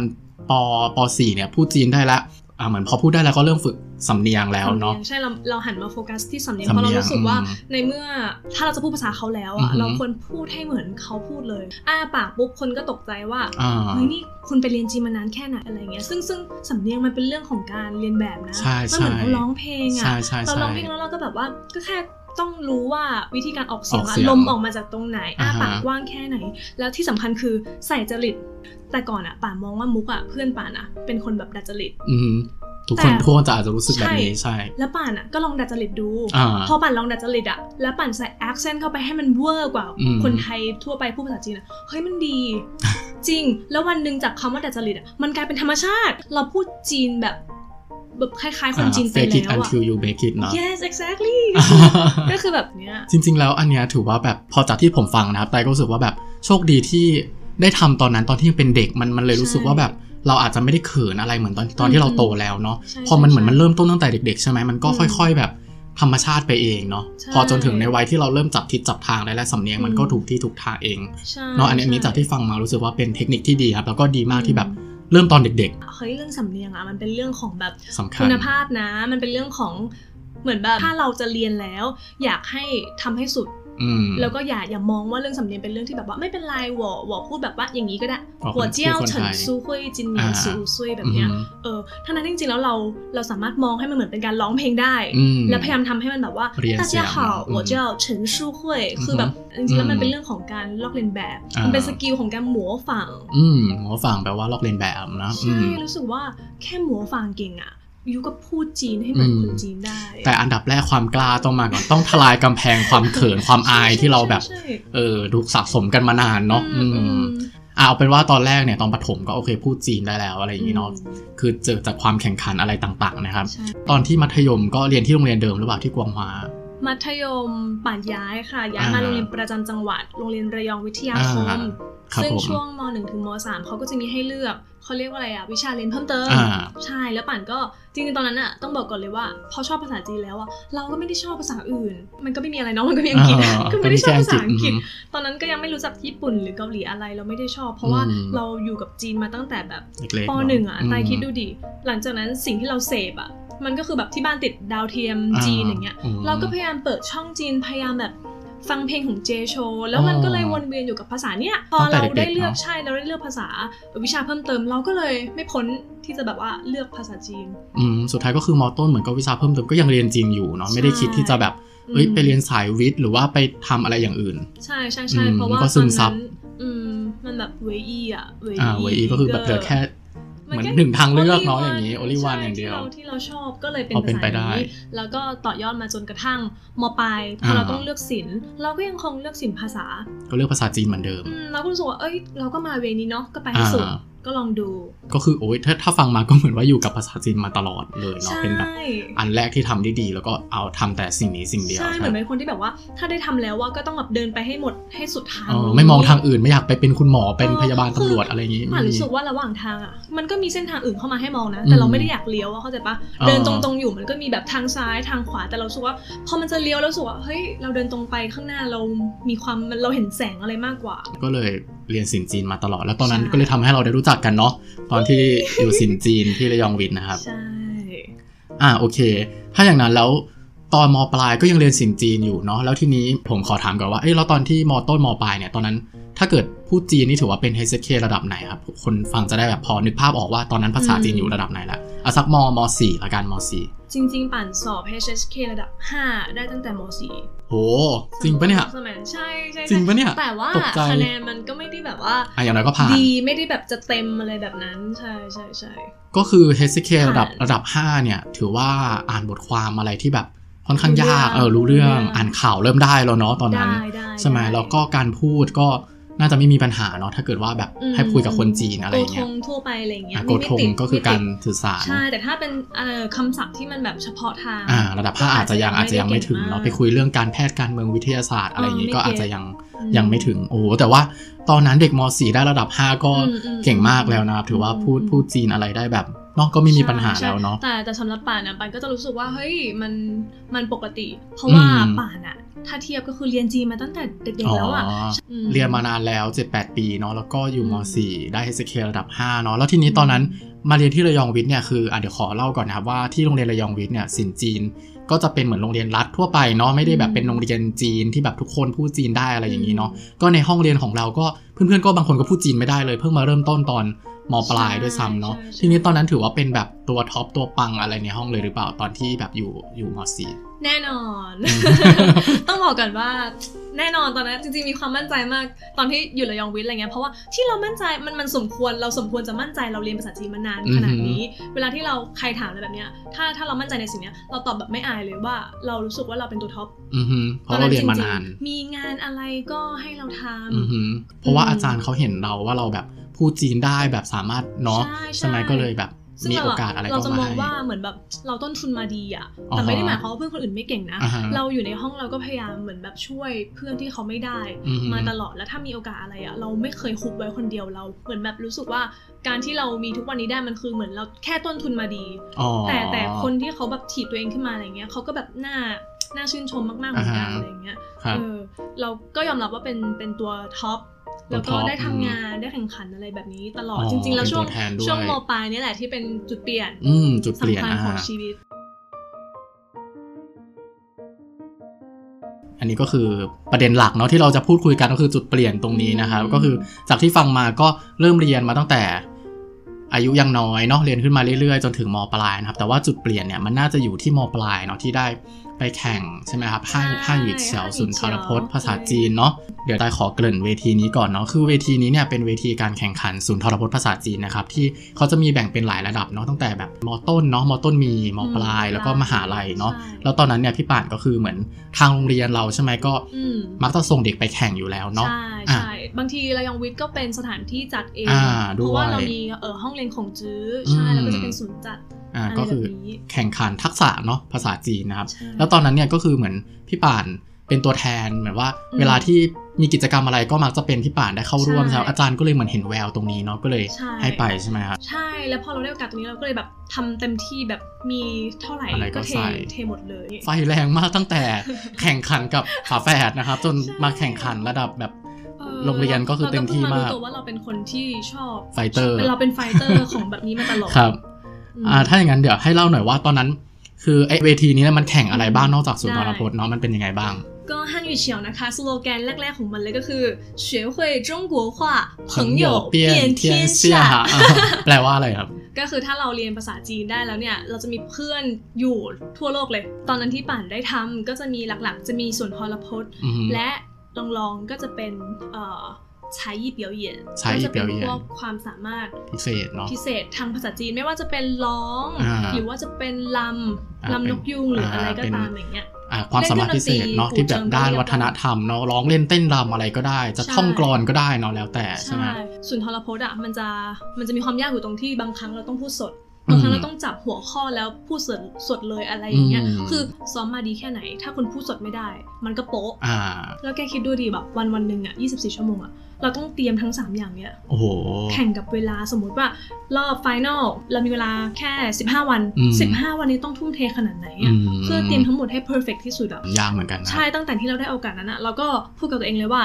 Speaker 1: ปปสี่เนี่ยพูดจีนได้ละอ่าเหมือนพอพูดได้แล้วก็เริ่มฝึกสำเนียงแล้วเนาะ
Speaker 2: สำเนียงใช่เราเราหันมาโฟกัสที่สำเนียง
Speaker 1: สำ
Speaker 2: เพ
Speaker 1: เนียง
Speaker 2: ราะเรารู้สึกว่า
Speaker 1: อืม
Speaker 2: ในเมื่อถ้าเราจะพูดภาษาเขาแล้ว
Speaker 1: อือ
Speaker 2: อ่ะ
Speaker 1: หือ
Speaker 2: เราควรพูดให้เหมือนเขาพูดเลยอ้าปากปุ๊บคนก็ตกใจว่า
Speaker 1: อ่า
Speaker 2: เฮ้ยนี่คุณไปเรียนจีนมานานแค่ไหนอะไรเงี้ยซึ่งซึ่งสำเนียงมันเป็นเรื่องของการเรียนแบบนะ
Speaker 1: ใช่
Speaker 2: มันเหมือน
Speaker 1: ใช่
Speaker 2: เราร้องเพลงอ่ะ
Speaker 1: ใช่ใช่
Speaker 2: เรา
Speaker 1: ใช่
Speaker 2: ร้องเพลงแล้วเราก็แบบว่าก็แค่ต้องรู้ว่าวิธีการออกเสีย
Speaker 1: อ
Speaker 2: ง
Speaker 1: อก
Speaker 2: อะ
Speaker 1: เสียง
Speaker 2: ลมออกมาจากตรงไหนอ้า
Speaker 1: อ่าฮะ
Speaker 2: ปากกว้างแค่ไหน แล้วที่สำคัญคือใส่จริตแต่ก่อนอ่ะป่านมองว่ามุกอ่ะเพื่อนป่านอ่ะเป็นคนแบบดัดจริต
Speaker 1: อืมทุกคน
Speaker 2: แต่
Speaker 1: ทั่วจะอาจจะรู้สึกแบบนี้
Speaker 2: ใช่
Speaker 1: ใช่
Speaker 2: แล้วป่านอ่ะก็ลองดัดจริตดู
Speaker 1: อ่า
Speaker 2: พอปั่นลองดัดจริตอะแล้วปั่นใส่ accent เข้าไปให้มันเวอร์กว่า
Speaker 1: อืม
Speaker 2: คนไทยทั่วไปพูดภาษาจีนอะเฮ้ยมันดี จริง แล้ววันหนึ่งจากคำว่าดัดจริตอะมันกลายเป็นธรรมชาติ เราพูดจีนแบบแบบคล้ายๆ คนจีนไป
Speaker 1: เฟกิต
Speaker 2: แล้
Speaker 1: อัน
Speaker 2: วอะ
Speaker 1: คิวยูเบกิตเนาะ
Speaker 2: yes exactly ก็คือแบบเนี้ย
Speaker 1: <laughs> จริงๆ แล้วอันเนี้ยถือว่าแบบพอจากที่ผมฟังนะครับไตก็รู้สึกว่าแบบโชคดีที่ได้ทำตอนนั้นตอนที่ยังเป็นเด็กมันมันเลยรู้สึกว่าแบบเราอาจจะไม่ได้เขินอะไรเหมือนตอนตอนที่เราโตแล้วเนาะ
Speaker 2: ใช่
Speaker 1: พอมันเหมือน
Speaker 2: ใช่
Speaker 1: มันเริ่มต้นตั้งแต่เด็กๆใช่ไหมมันก็ค่อย ๆ แบบธรรมชาติไปเองเนาะ
Speaker 2: ใช่
Speaker 1: พอจนถึงในวัยที่เราเริ่มจับทิศจับทางได้และสำเนียงมันก็
Speaker 2: อืม
Speaker 1: ถูกที่ถูกทางเอง
Speaker 2: ใช่
Speaker 1: เนาะอันเนี้ยอันนี้จากที่ฟังมารู้สึกว่าเป็นเทคนิคที่ดีครับแล้วก็ดีมากที่แบบเริ่มตอนเด็ก
Speaker 2: เฮ้ยเรื่องสำเนียงอะมันเป็นเรื่องของแบบ
Speaker 1: ๆสำคั
Speaker 2: คุ
Speaker 1: ญ
Speaker 2: ณภาพนะ มันเป็นเรื่องของเหมือนแบบถ้าเราจะเรียนแล้ว อยากให้ทำให้สุด
Speaker 1: อืม
Speaker 2: แล้วก็อย่าอย่ามองว่าเรื่องสำเนียงเป็นเรื่องที่แบบว่าไม่เป็นไรหวอหวอพูดแบบว่าอย่างนี้ก็ได้
Speaker 1: อ๋อคน
Speaker 2: หัวเจียว
Speaker 1: คนไทย
Speaker 2: เฉินซูเุยจินเหมียน
Speaker 1: อ่า
Speaker 2: ซูซุยแบบ
Speaker 1: อื
Speaker 2: เนี้ย
Speaker 1: ม
Speaker 2: เออทั้งนั้นจริงๆแล้วเราเราสามารถมองให้มันเหมือนเป็นการร้องเพลงได้
Speaker 1: อืม
Speaker 2: และพยายามทำให้มันแบบว่า
Speaker 1: เรียน
Speaker 2: 大
Speaker 1: เสี
Speaker 2: 家
Speaker 1: ยง
Speaker 2: 好
Speaker 1: อืม
Speaker 2: 我叫陈淑慧
Speaker 1: อือฮึ
Speaker 2: คือแบบจริงๆแล้วมัน
Speaker 1: อืม
Speaker 2: เป็นเรื่องของการลอกเลียนแบบ
Speaker 1: อ่ามั
Speaker 2: มันเป็นสกิลของการหมัวฝัง
Speaker 1: อืมหัวฝั่งแปลว่าลอกเลียนแบบนะอื
Speaker 2: ใช่
Speaker 1: ม
Speaker 2: รู้สึกว่าแค่หมัวฝังเก่งอ่ะยูก็พูดจีนให้เหมือน
Speaker 1: อืม
Speaker 2: คนจีนได้
Speaker 1: แต่อันดับแรกความกล้าต้องมาก่อน ต้องทลายกำแพงความเขินความอายที่เราแบบ
Speaker 2: ใช่
Speaker 1: เออถูกสะสมกันมานานเนาะ
Speaker 2: อืม
Speaker 1: อื
Speaker 2: อื
Speaker 1: ม
Speaker 2: ม
Speaker 1: อ่ะเอาเป็นว่าตอนแรกเนี่ยตอนปฐมก็โอเคพูดจีนได้แล้วอะไรอย่างงี้เนาะคือเจอจากความแข่งขันอะไรต่างๆนะครับ
Speaker 2: ใช่
Speaker 1: ตอนที่มัธยมก็เรียนที่โรงเรียนเดิมหรือเปล่าที่กวางฮวา
Speaker 2: มัธยมป่านย้ายค่ะ ย้ายมา
Speaker 1: อ่า
Speaker 2: โรงเรียนประจำจังหวัด โรงเรียนระยองวิทยาค
Speaker 1: อ่าม ครับ
Speaker 2: ซึ่ง
Speaker 1: ผม
Speaker 2: ช่วงม .1 ถึงม .3 เขาก็จะมีให้เลือกเขาเรียกว่าอะไรอะวิชาเรียนเพิ่มเติม
Speaker 1: อ่า
Speaker 2: ใช่แล้วป่านก็จริงๆตอนนั้นอะต้องบอกก่อนเลยว่าพอชอบภาษาจีนแล้วอะเราก็ไม่ได้ชอบภาษาอื่น มันก็ไม่มีอะไรเนาะมันก็มีอังกฤษ
Speaker 1: า
Speaker 2: ก็ไม่ได้ชอบภาษาอังกฤษ
Speaker 1: ม
Speaker 2: ตอนนั้นก็ยังไม่รู้จักญี่ปุ่นหรือเกาหลีอะไรเราไม่ได้ชอบ เพราะว่า
Speaker 1: อืม
Speaker 2: เราอยู่กับจีนมาตั้งแต่แบบ
Speaker 1: เล็กๆ
Speaker 2: ป
Speaker 1: เา
Speaker 2: หนึ่งอ่ะ
Speaker 1: ม
Speaker 2: ไตคิดดูดิ หลังจากนั้นสิ่งที่เราเสพอ่ะ มันก็คือแบบที่บ้านติดดาวเทียม
Speaker 1: อ่า
Speaker 2: จีนอย่างเงี้ย
Speaker 1: อืม
Speaker 2: เราก็พยายามเปิดช่องจีน พยายามแบบฟังเพลงของเจโชแล้วมันก็เลยวนเวียนอยู่กับภาษาเนี้ย พอ
Speaker 1: ตั้
Speaker 2: เรา
Speaker 1: งแต่เด็กๆ
Speaker 2: ได้เลือก
Speaker 1: เนอะ
Speaker 2: ใช่ เราได้เลือกภาษาวิชาเพิ่มเติม เราก็เลยไม่พ้นที่จะแบบว่าเลือกภาษาจีน
Speaker 1: อืมสุดท้ายก็คือมอต้นเหมือนก็วิชาเพิ่มเติมก็ยังเรียนจีนอยู่เนาะไม่ได้คิดที่จะแบบเอ้ย
Speaker 2: อืม
Speaker 1: ไปเรียนสายวิทย์หรือว่าไปทำอะไรอย่างอื่น
Speaker 2: ใช่ใช่ใช่
Speaker 1: อืม
Speaker 2: เพราะว่า
Speaker 1: ก็ซึ
Speaker 2: ตอน
Speaker 1: มซั
Speaker 2: นั้
Speaker 1: บ
Speaker 2: นอืมมันแบบเวอีอ่ะเว
Speaker 1: อ่าเวอีก็คือแบบเหลือแค่ เหมือนหนึ่งทางเลือกเนอะอย่างนี้ only one อย่างเดียว
Speaker 2: ที่เราชอบก็เลยเป็น
Speaker 1: เอาเป็น
Speaker 2: ภา
Speaker 1: ไป
Speaker 2: ษา
Speaker 1: ได้
Speaker 2: นี้แล้วก็ต่อยอดมาจนกระทั่งมปลายพอ
Speaker 1: อ่า
Speaker 2: เราต้องเลือกศิลป์เราก็ยังคงเลือกศิลป์ภาษา
Speaker 1: ก็เลือกภาษาจีนเหมือนเดิม
Speaker 2: อืมเราก็รู้สึกว่าเอ้ย เราก็มาเวนี้เนาะก็ไปให้สุด
Speaker 1: อ่า
Speaker 2: ก็ลองดู
Speaker 1: ก็คือโอ้ยถ้าถ้าฟังมาก็เหมือนว่าอยู่กับภาษาจีนมาตลอดเลยเนาะ
Speaker 2: ใช่
Speaker 1: เป็นแบบอันแรกที่ทำได้ดี แล้วก็เอาทำแต่สิ่งนี้สิ่งเดียว
Speaker 2: ใช่
Speaker 1: ค
Speaker 2: เหมื
Speaker 1: รั
Speaker 2: อบ นเป็นคนที่แบบว่า ถ้าได้ทำแล้วว่าก็ต้องแบบเดินไปให้หมดให้สุดทาง
Speaker 1: เออ
Speaker 2: เลย
Speaker 1: ไม่มองทางอื่นไม่อยากไปเป็นคุณหมอเป็น
Speaker 2: เออ
Speaker 1: พยาบาล
Speaker 2: คือ
Speaker 1: ตำรวจอะไรอย่างนี้
Speaker 2: ป่าน
Speaker 1: มี
Speaker 2: รู้สึกว่าระหว่างทางอ่ะมันก็มีเส้นทางอื่นเข้ามาให้มองนะ
Speaker 1: อืม
Speaker 2: แต่เราไม่ได้อยากเลี้ยวอะเข้าใจปะ
Speaker 1: อ่า
Speaker 2: เดินตรงๆอยู่มันก็มีแบบทางซ้ายทางขวาแต่เรารู้สึกว่า พอมันจะเลี้ยวแล้วรู้สึกว่าเฮ้ยเราเดินตรงไปข้างหน้าเรามีความเราเห็นแสงอะไรมากกว่า
Speaker 1: ก็เลยเรียนสินจีนมาตลอด แล้วตอนนั้น
Speaker 2: ใช่
Speaker 1: ก็เลยทำให้เราได้รู้จักกันเนาะตอนที่อยู่สินจีนที่ระยองวิทย์นะครับ
Speaker 2: ใช่
Speaker 1: อ่าโอเค ถ้าอย่างนั้นแล้วตอนมปลายก็ยังเรียนสินจีนอยู่เนาะแล้วทีนี้ผมขอถามก่อนว่าเอ้ยแล้วตอนที่มต้นมปลายเนี่ยตอนนั้น ถ้าเกิดพูดจีนนี่ถือว่าเป็น HSK ระดับไหนครับ คนฟังจะได้แบบพอนึกภาพออกว่าตอนนั้นภาษาจีนอยู่ระดับไหนละอ่ะสักมมสี่ละกันมสี่
Speaker 2: จริง ๆ ปั่นสอบ HSK ระดับ 5 ได้ตั้งแต่ม
Speaker 1: โอ้จริงปะเนี่ย
Speaker 2: .4 สมัยนั้นใช่ใช่
Speaker 1: จริงปะเนี่ย
Speaker 2: แต่ว่า
Speaker 1: ตกใจ
Speaker 2: คะแนนมันก็ไม่ได้แบบว่า
Speaker 1: อ่ะอย่างไรก็ผ่าน
Speaker 2: ดีไม่ได้แบบจะเต็มอะไรแบบนั้นใช่ใช่ใช่
Speaker 1: ก็คือ HSK
Speaker 2: ค่ะ
Speaker 1: ระดับระดับ 5 เนี่ย ถือว่าอ่านบทความอะไรที่แบบค่อนข้าง
Speaker 2: รู้เรื่อง
Speaker 1: ยากเออรู้เรื่อง
Speaker 2: รู้เรื่อง
Speaker 1: อ่านข่าวเริ่มได้แล้วเนาะตอนนั้น
Speaker 2: ได้ได้
Speaker 1: ใช่ไหม
Speaker 2: ด้
Speaker 1: แล้วก็การพูดก็น่าจะไม่มีปัญหาเนาะถ้าเกิดว่าแบบ
Speaker 2: อืม
Speaker 1: ให้คุยกับคนจีนอะไรอย่างเงี้ย
Speaker 2: โกทงทั่วไปอะไรอย่างเงี้ย
Speaker 1: อ่ะโกทง
Speaker 2: ไม่ติด
Speaker 1: ก็คือการ
Speaker 2: ไม่ติด
Speaker 1: สื่อสาร
Speaker 2: ใช่ แต่ถ้าเป็นเอ่อคำศัพท์ที่มันแบบเฉพาะทาง
Speaker 1: อ่าระดับ 5 อาจจะยังอาจจะยังไม่ถึง
Speaker 2: อาจจะยังไม่
Speaker 1: เนาะไปคุยเรื่องการแพทย์การเมืองวิทยาศาสตร์อะไรอย่างงี้
Speaker 2: เออ
Speaker 1: ก็
Speaker 2: ไม่เก็ต
Speaker 1: อาจจะยัง
Speaker 2: อื
Speaker 1: ยังไม่ถึงโอ้โหแต่ว่าตอนนั้นเด็กม .4 ได้ระดับ 5 ก็
Speaker 2: อือื
Speaker 1: เก่งมากแล้วนะครับถือว่าพูด
Speaker 2: อืม
Speaker 1: พูดจีนอะไรได้แบบเนอกก็ไม่มีปัญหา
Speaker 2: ใช่
Speaker 1: แล้วเนาะ
Speaker 2: แต่แต่สำหรับป่านนะป่านก็จะรู้สึกว่าเฮ้ยมันมันปกติ เพราะว่า
Speaker 1: อืม
Speaker 2: ป่านอะถ้าเทียบก็คือเรียนจีนมาตั้งแต่เด็กๆแล้วอะ
Speaker 1: อ
Speaker 2: ม
Speaker 1: เรียนมานานแล้ว 7-8 ปีเนาะแล้วก็อยู่ม
Speaker 2: อืม
Speaker 1: .4 ได้ HSK ระดับ 5 เนาะแล้วทีนี้ตอนนั้นมาเรียนที่ระยองวิทย์เนี่ยคืออ่ะเดี๋ยวขอเล่าก่อนนะครับว่าที่โรงเรียนระยองวิทย์เนี่ยสินจีน ก็จะเป็นเหมือนโรงเรียนรัฐทั่วไปเนาะไม่ได้แบบเป็นโรงเรียนจีนที่แบบทุกคนพูดจีนได้อะไรอย่างนี้เนาะก็ในห้องเรียนของเราก็เพื่อนๆก็บางคนก็พูดจีนไม่ได้เลย เพิ่งมาเริ่มต้นตอนมปลายด้วยซ้ำเนาะ
Speaker 2: ใช่ใช่
Speaker 1: ทีนี้ตอนนั้นถือว่าเป็นแบบตัวท็อปตัวปังอะไรในห้องเลยหรือเปล่าตอนที่แบบอยู่อยู่ม .4
Speaker 2: แน่นอน
Speaker 1: อืม
Speaker 2: ต้องบอกก่อนว่าแน่นอนตอนนั้นจริงๆมีความมั่นใจมากตอนที่อยู่ระยองวิทย์อะไรเงี้ยเพราะว่าที่เรามั่นใจมันมันสมควรเราสมควรจะมั่นใจเราเรียนภาษาจีนมานานขนาดนี้ เวลาที่เราใครถามอะไรแบบเนี้ยถ้าถ้าเรามั่นใจในสิ่งเนี้ยเราตอบแบบไม่อายเลยว่าเรารู้สึกว่าเราเป็นตัวท็อป
Speaker 1: อือฮึเพราะเราเรียนมา
Speaker 2: ตอจ
Speaker 1: นาน
Speaker 2: ๆมีงานอะไรก็ให้เราทำ
Speaker 1: อือหือเพราะว่า
Speaker 2: อืม
Speaker 1: อาจารย์เขาเห็นเราว่าเราแบบพูดจีนได้แบบสามารถเนาะ
Speaker 2: ใช่ใช่
Speaker 1: ใช่ไหมก็เลยแบบ
Speaker 2: ซึ่ง
Speaker 1: มี
Speaker 2: เร
Speaker 1: โอกาสอะไร
Speaker 2: เรา
Speaker 1: ก็
Speaker 2: จะม
Speaker 1: มา
Speaker 2: อง
Speaker 1: ให้
Speaker 2: ว่าเหมือนแบบเราต้นทุนมาดีอะ
Speaker 1: อ่า
Speaker 2: แต่
Speaker 1: ฮะ
Speaker 2: ไม่ได้หมายความว่าเพื่อนคนอื่นไม่เก่งนะ
Speaker 1: อ่าฮะ
Speaker 2: เราอยู่ในห้องเราก็พยายามเหมือนแบบช่วยเพื่อนที่เขาไม่ได้
Speaker 1: อือฮึ
Speaker 2: มาตลอดแล้วถ้ามีโอกาสอะไรอะเราไม่เคยคุบไว้คนเดียวเรา เหมือนแบบรู้สึกว่าการที่เรามีทุกวันนี้ได้มันคือเหมือนเราแค่ต้นทุนมาดี
Speaker 1: อ๋อ
Speaker 2: แต่แต่คนที่เขาแบบถีบตัวเองขึ้นมาอะไรเงี้ยเขาก็แบบน่าน่าชื่นชมมากๆเหมือนกัน
Speaker 1: อ่าฮะ
Speaker 2: อะไรเงี้ย
Speaker 1: ครับ
Speaker 2: เออเราก็ยอมรับว่าเป็นเป็นตัวท็อป
Speaker 1: ตัว
Speaker 2: แล้วก็
Speaker 1: ท็อป
Speaker 2: ได้ทำ
Speaker 1: อืม
Speaker 2: งานได้แข่งขันอะไรแบบนี้ตลอ
Speaker 1: อ๋
Speaker 2: ด
Speaker 1: อ
Speaker 2: จริง ๆ แล้ว
Speaker 1: เป็น
Speaker 2: ช่วง
Speaker 1: ตัแทนด้ย
Speaker 2: ช่วงมปลายนี่แหละที่เป็นจุดเปลี่ยน
Speaker 1: อืมจุดเปลี่ยน
Speaker 2: สำคัญ
Speaker 1: อ่า
Speaker 2: ของชีวิต
Speaker 1: อันนี้ก็คือประเด็นหลักเนาะที่เราจะพูดคุยกันก็คือจุดเปลี่ยนตรงนี้นะครับ
Speaker 2: อืม
Speaker 1: ก็คือจากที่ฟังมาก็เริ่มเรียนมาตั้งแต่ อายุยังน้อยเนาะเรียนขึ้นมาเรื่อยๆ จนถึงมปลายนะครับแต่ว่าจุดเปลี่ยนเนี่ยมันน่าจะอยู่ที่มปลายเนาะที่ได้ไปแข่งใช่ไหมครับห้าง
Speaker 2: ใช่
Speaker 1: ห้างหวิกเฉียว
Speaker 2: ห้างหวิก
Speaker 1: สุนทรพจน์
Speaker 2: เฉียว
Speaker 1: ภาษาจีนเนาะ เดี๋ยวได้ขอเกริ่นเวทีนี้ก่อนเนาะคือเวทีนี้เนี่ยเป็นเวทีการแข่งขันศูนย์ทรพจน์ภาษาจีนนะครับที่เขาจะมีแบ่งเป็นหลายระดับเนาะตั้งแต่แบบมต้นเนาะมต้นมีมปลายแล้วก็มหาลัยเนาะ
Speaker 2: ใช่
Speaker 1: แล้วตอนนั้นเนี่ยพี่ป่านก็คือเหมือนทางโรงเรียนเราใช่ไหมก็
Speaker 2: อืม
Speaker 1: มักจะส่งเด็กไปแข่งอยู่แล้วเนาะ
Speaker 2: ใช่
Speaker 1: อ่ะ
Speaker 2: ใช่บางทีระยองวิทย์ก็เป็นสถานที่จัดเอง
Speaker 1: อ่า
Speaker 2: เพราะว่า
Speaker 1: ด้วย
Speaker 2: เรามีเออห้องเรียนของจื้อ
Speaker 1: ม
Speaker 2: อใช่แล้วก็จะเป็นศูนย์จัด
Speaker 1: อ่า
Speaker 2: อะไร
Speaker 1: ก็
Speaker 2: แบ
Speaker 1: คือบ
Speaker 2: นี้
Speaker 1: แข่งขันทักษะเนาะภาษาจีนนะครับ
Speaker 2: ใช่
Speaker 1: แล้วตอนนั้นเนี่ยก็คือเหมือนพี่ป่านเป็นตัวแทนเหมือนว่า
Speaker 2: อืม
Speaker 1: เวลาที่มีกิจกรรมอะไรก็มักจะเป็นพี่ป่านได้เข้าร่วม
Speaker 2: ใช่
Speaker 1: ใช่ไหมอาจารย์ก็เลยเหมือนเห็นแววตรงนี้เนาะก็เลย
Speaker 2: ใช่
Speaker 1: ให้ไปใช่ไหมครับ
Speaker 2: ใช่แล้วพอเราได้โอกาสตรงนี้เราก็เลยแบบทำเต็มที่แบบมีเท่าไหร่
Speaker 1: อะไรก็
Speaker 2: ก็เท
Speaker 1: ใส่
Speaker 2: เทหมดเลย
Speaker 1: ไฟแรงมากตั้งแต่ แข่งขันกับฝาแฝดนะครับ จน
Speaker 2: ใช่
Speaker 1: มาแข่งขันระดับแบบ
Speaker 2: ออ
Speaker 1: โรงเรียนก็คือเต็มที่มาก
Speaker 2: เราก็เพิ่งรู้ตัวว่าเราเป็นคนที่ชอบ
Speaker 1: ไฟเตอร์
Speaker 2: เราเป็นไฟเตอร์ของแบบนี้มาตลอด
Speaker 1: ครับ
Speaker 2: ม
Speaker 1: อ่าถ้าอย่างนั้นเดี๋ยวให้เล่าหน่อยว่าตอนนั้น คือไอ้เวทีนี้เนี่ยมันแข่งอะไรบ้างนอกจากศูนย์
Speaker 2: ได้
Speaker 1: นรพจน์เนาะมันเป็นยังไงบ้าง
Speaker 2: ก็ฮั่นหยูเฉียวนะคะสโลแกนแรกๆของมันเลยก็คือ学会中国话朋
Speaker 1: 朋
Speaker 2: 友
Speaker 1: 友
Speaker 2: 变
Speaker 1: 变
Speaker 2: 天
Speaker 1: 天
Speaker 2: 下
Speaker 1: 下 อ่าแปลว่าอะไรครับ
Speaker 2: ก็คือถ้าเราเรียนภาษาจีนได้แล้วเนี่ย เราจะมีเพื่อนอยู่ทั่วโลกเลย ตอนนั้นที่ป่านได้ทำก็จะมีหลักๆ จะมีส่วนทรพจน์
Speaker 1: อือฮึ
Speaker 2: และลองๆก็จะเป็นเอ่อชายยี่เปียวเหยียน
Speaker 1: ชาย
Speaker 2: ก็
Speaker 1: ยี่
Speaker 2: จะ
Speaker 1: เปี
Speaker 2: เป็
Speaker 1: ย
Speaker 2: น
Speaker 1: วเหยียน
Speaker 2: พวกความสามารถ
Speaker 1: พิเศษเนาะ
Speaker 2: พิเศษทางภาษาจีนไม่ว่าจะเป็นร้อง
Speaker 1: อ่า
Speaker 2: หรือว่าจะเป็นล
Speaker 1: อ่า
Speaker 2: ำลำนกยุงหรืออะไรก็
Speaker 1: เป็น
Speaker 2: ตามอย่างเงี้ย
Speaker 1: อ่าความสามารถพิเศษเนาะ
Speaker 2: เล่
Speaker 1: ที่
Speaker 2: นเค
Speaker 1: แบ
Speaker 2: รื่อง
Speaker 1: บ
Speaker 2: ดนตรี
Speaker 1: ด้านวัฒนธรรมเนาะร้องเล่นเต้นรำอะไรก็ได้ จะ
Speaker 2: ใช่
Speaker 1: ท่องกลอนก็ได้เนาะแล้วแต่ใช่ไหม
Speaker 2: ส่วนทรพจน์อ่ะมันจะมันจะมีความยากอยู่ตรงที่บางครั้งเราต้องพูดสด
Speaker 1: อืม
Speaker 2: บางครั้งเราต้องจับหัวข้อแล้วพูดสดสดเลยอะไรอย่างเงี้ย
Speaker 1: อืม
Speaker 2: คือซ้อมมาดีแค่ไหน ถ้าคุณพูดสดไม่ได้ มันก็โป๊ะ
Speaker 1: อ่า
Speaker 2: แล้วแกคิดดูดิแบบวันวันหนึ่งอ่ะ24 ชั่วโมงอ่ะ เราต้องเตรียมทั้ง 3 อย่างเนี้ย
Speaker 1: โอ้โห
Speaker 2: แข่งกับเวลาสมมุติว่ารอบไฟแนลเรามีเวลาแค่ 15 วัน
Speaker 1: อืม
Speaker 2: 15 วันนี้ต้องทุ่มเทขนาดไหนอะ
Speaker 1: ม
Speaker 2: เพื่อเตรียมทั้งหมดให้เพอร์เฟกที่สุดอ่ะ
Speaker 1: ยากเหมือนกันนะ
Speaker 2: ใช่ตั้งแต่ที่เราได้โอกาสนั้นอะเราก็พูดกับตัวเองเลยว่า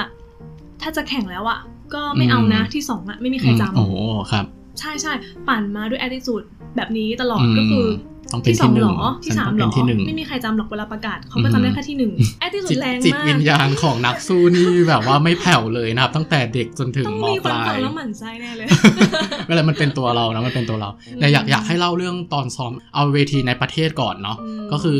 Speaker 2: ถ้าจะแข่งแล้วอะก็ไม่เอานะ
Speaker 1: อืม
Speaker 2: ที่สองอะไม่มีใคร
Speaker 1: อืม
Speaker 2: จำ
Speaker 1: โอ้โหครับ
Speaker 2: ใช่ใช่ปั่นมาด้วย attitude แบบนี้ตลอด
Speaker 1: อืม
Speaker 2: ก็คือ
Speaker 1: ต้องเป็น
Speaker 2: ที่สอ
Speaker 1: ที่ห
Speaker 2: งเห
Speaker 1: นึ่
Speaker 2: รง อที่
Speaker 1: ฉัน
Speaker 2: สาม
Speaker 1: ต้องเป็
Speaker 2: เหรอน
Speaker 1: ที่หนึ่ง
Speaker 2: ไม่มีใครจำหรอกเวลาประกาศเขา
Speaker 1: อื
Speaker 2: ก็
Speaker 1: อฮึ
Speaker 2: จำได้แค่ที่หนึ่งแอตติสุ
Speaker 1: จิ
Speaker 2: ด
Speaker 1: ต
Speaker 2: แรง
Speaker 1: จิต
Speaker 2: มา
Speaker 1: วิญ
Speaker 2: ก
Speaker 1: ญาณของนักสู้นี่แบบว่าไม่แผ่วเลยนะครับ ตั้งแต่เด็กจนถึง
Speaker 2: ต้อง
Speaker 1: มป
Speaker 2: มีคน
Speaker 1: ลา
Speaker 2: ฟัง
Speaker 1: ย
Speaker 2: แล้วหมั่นไส้แน่เลย
Speaker 1: ไม่เลยมันเป็นตัวเรานะมันเป็นตัวเรา
Speaker 2: อืม
Speaker 1: แต่อยากอยากให้เล่าเรื่องตอนซ้อมเอาเวทีในประเทศก่อนเนาะ
Speaker 2: ม
Speaker 1: <laughs> ก็คือ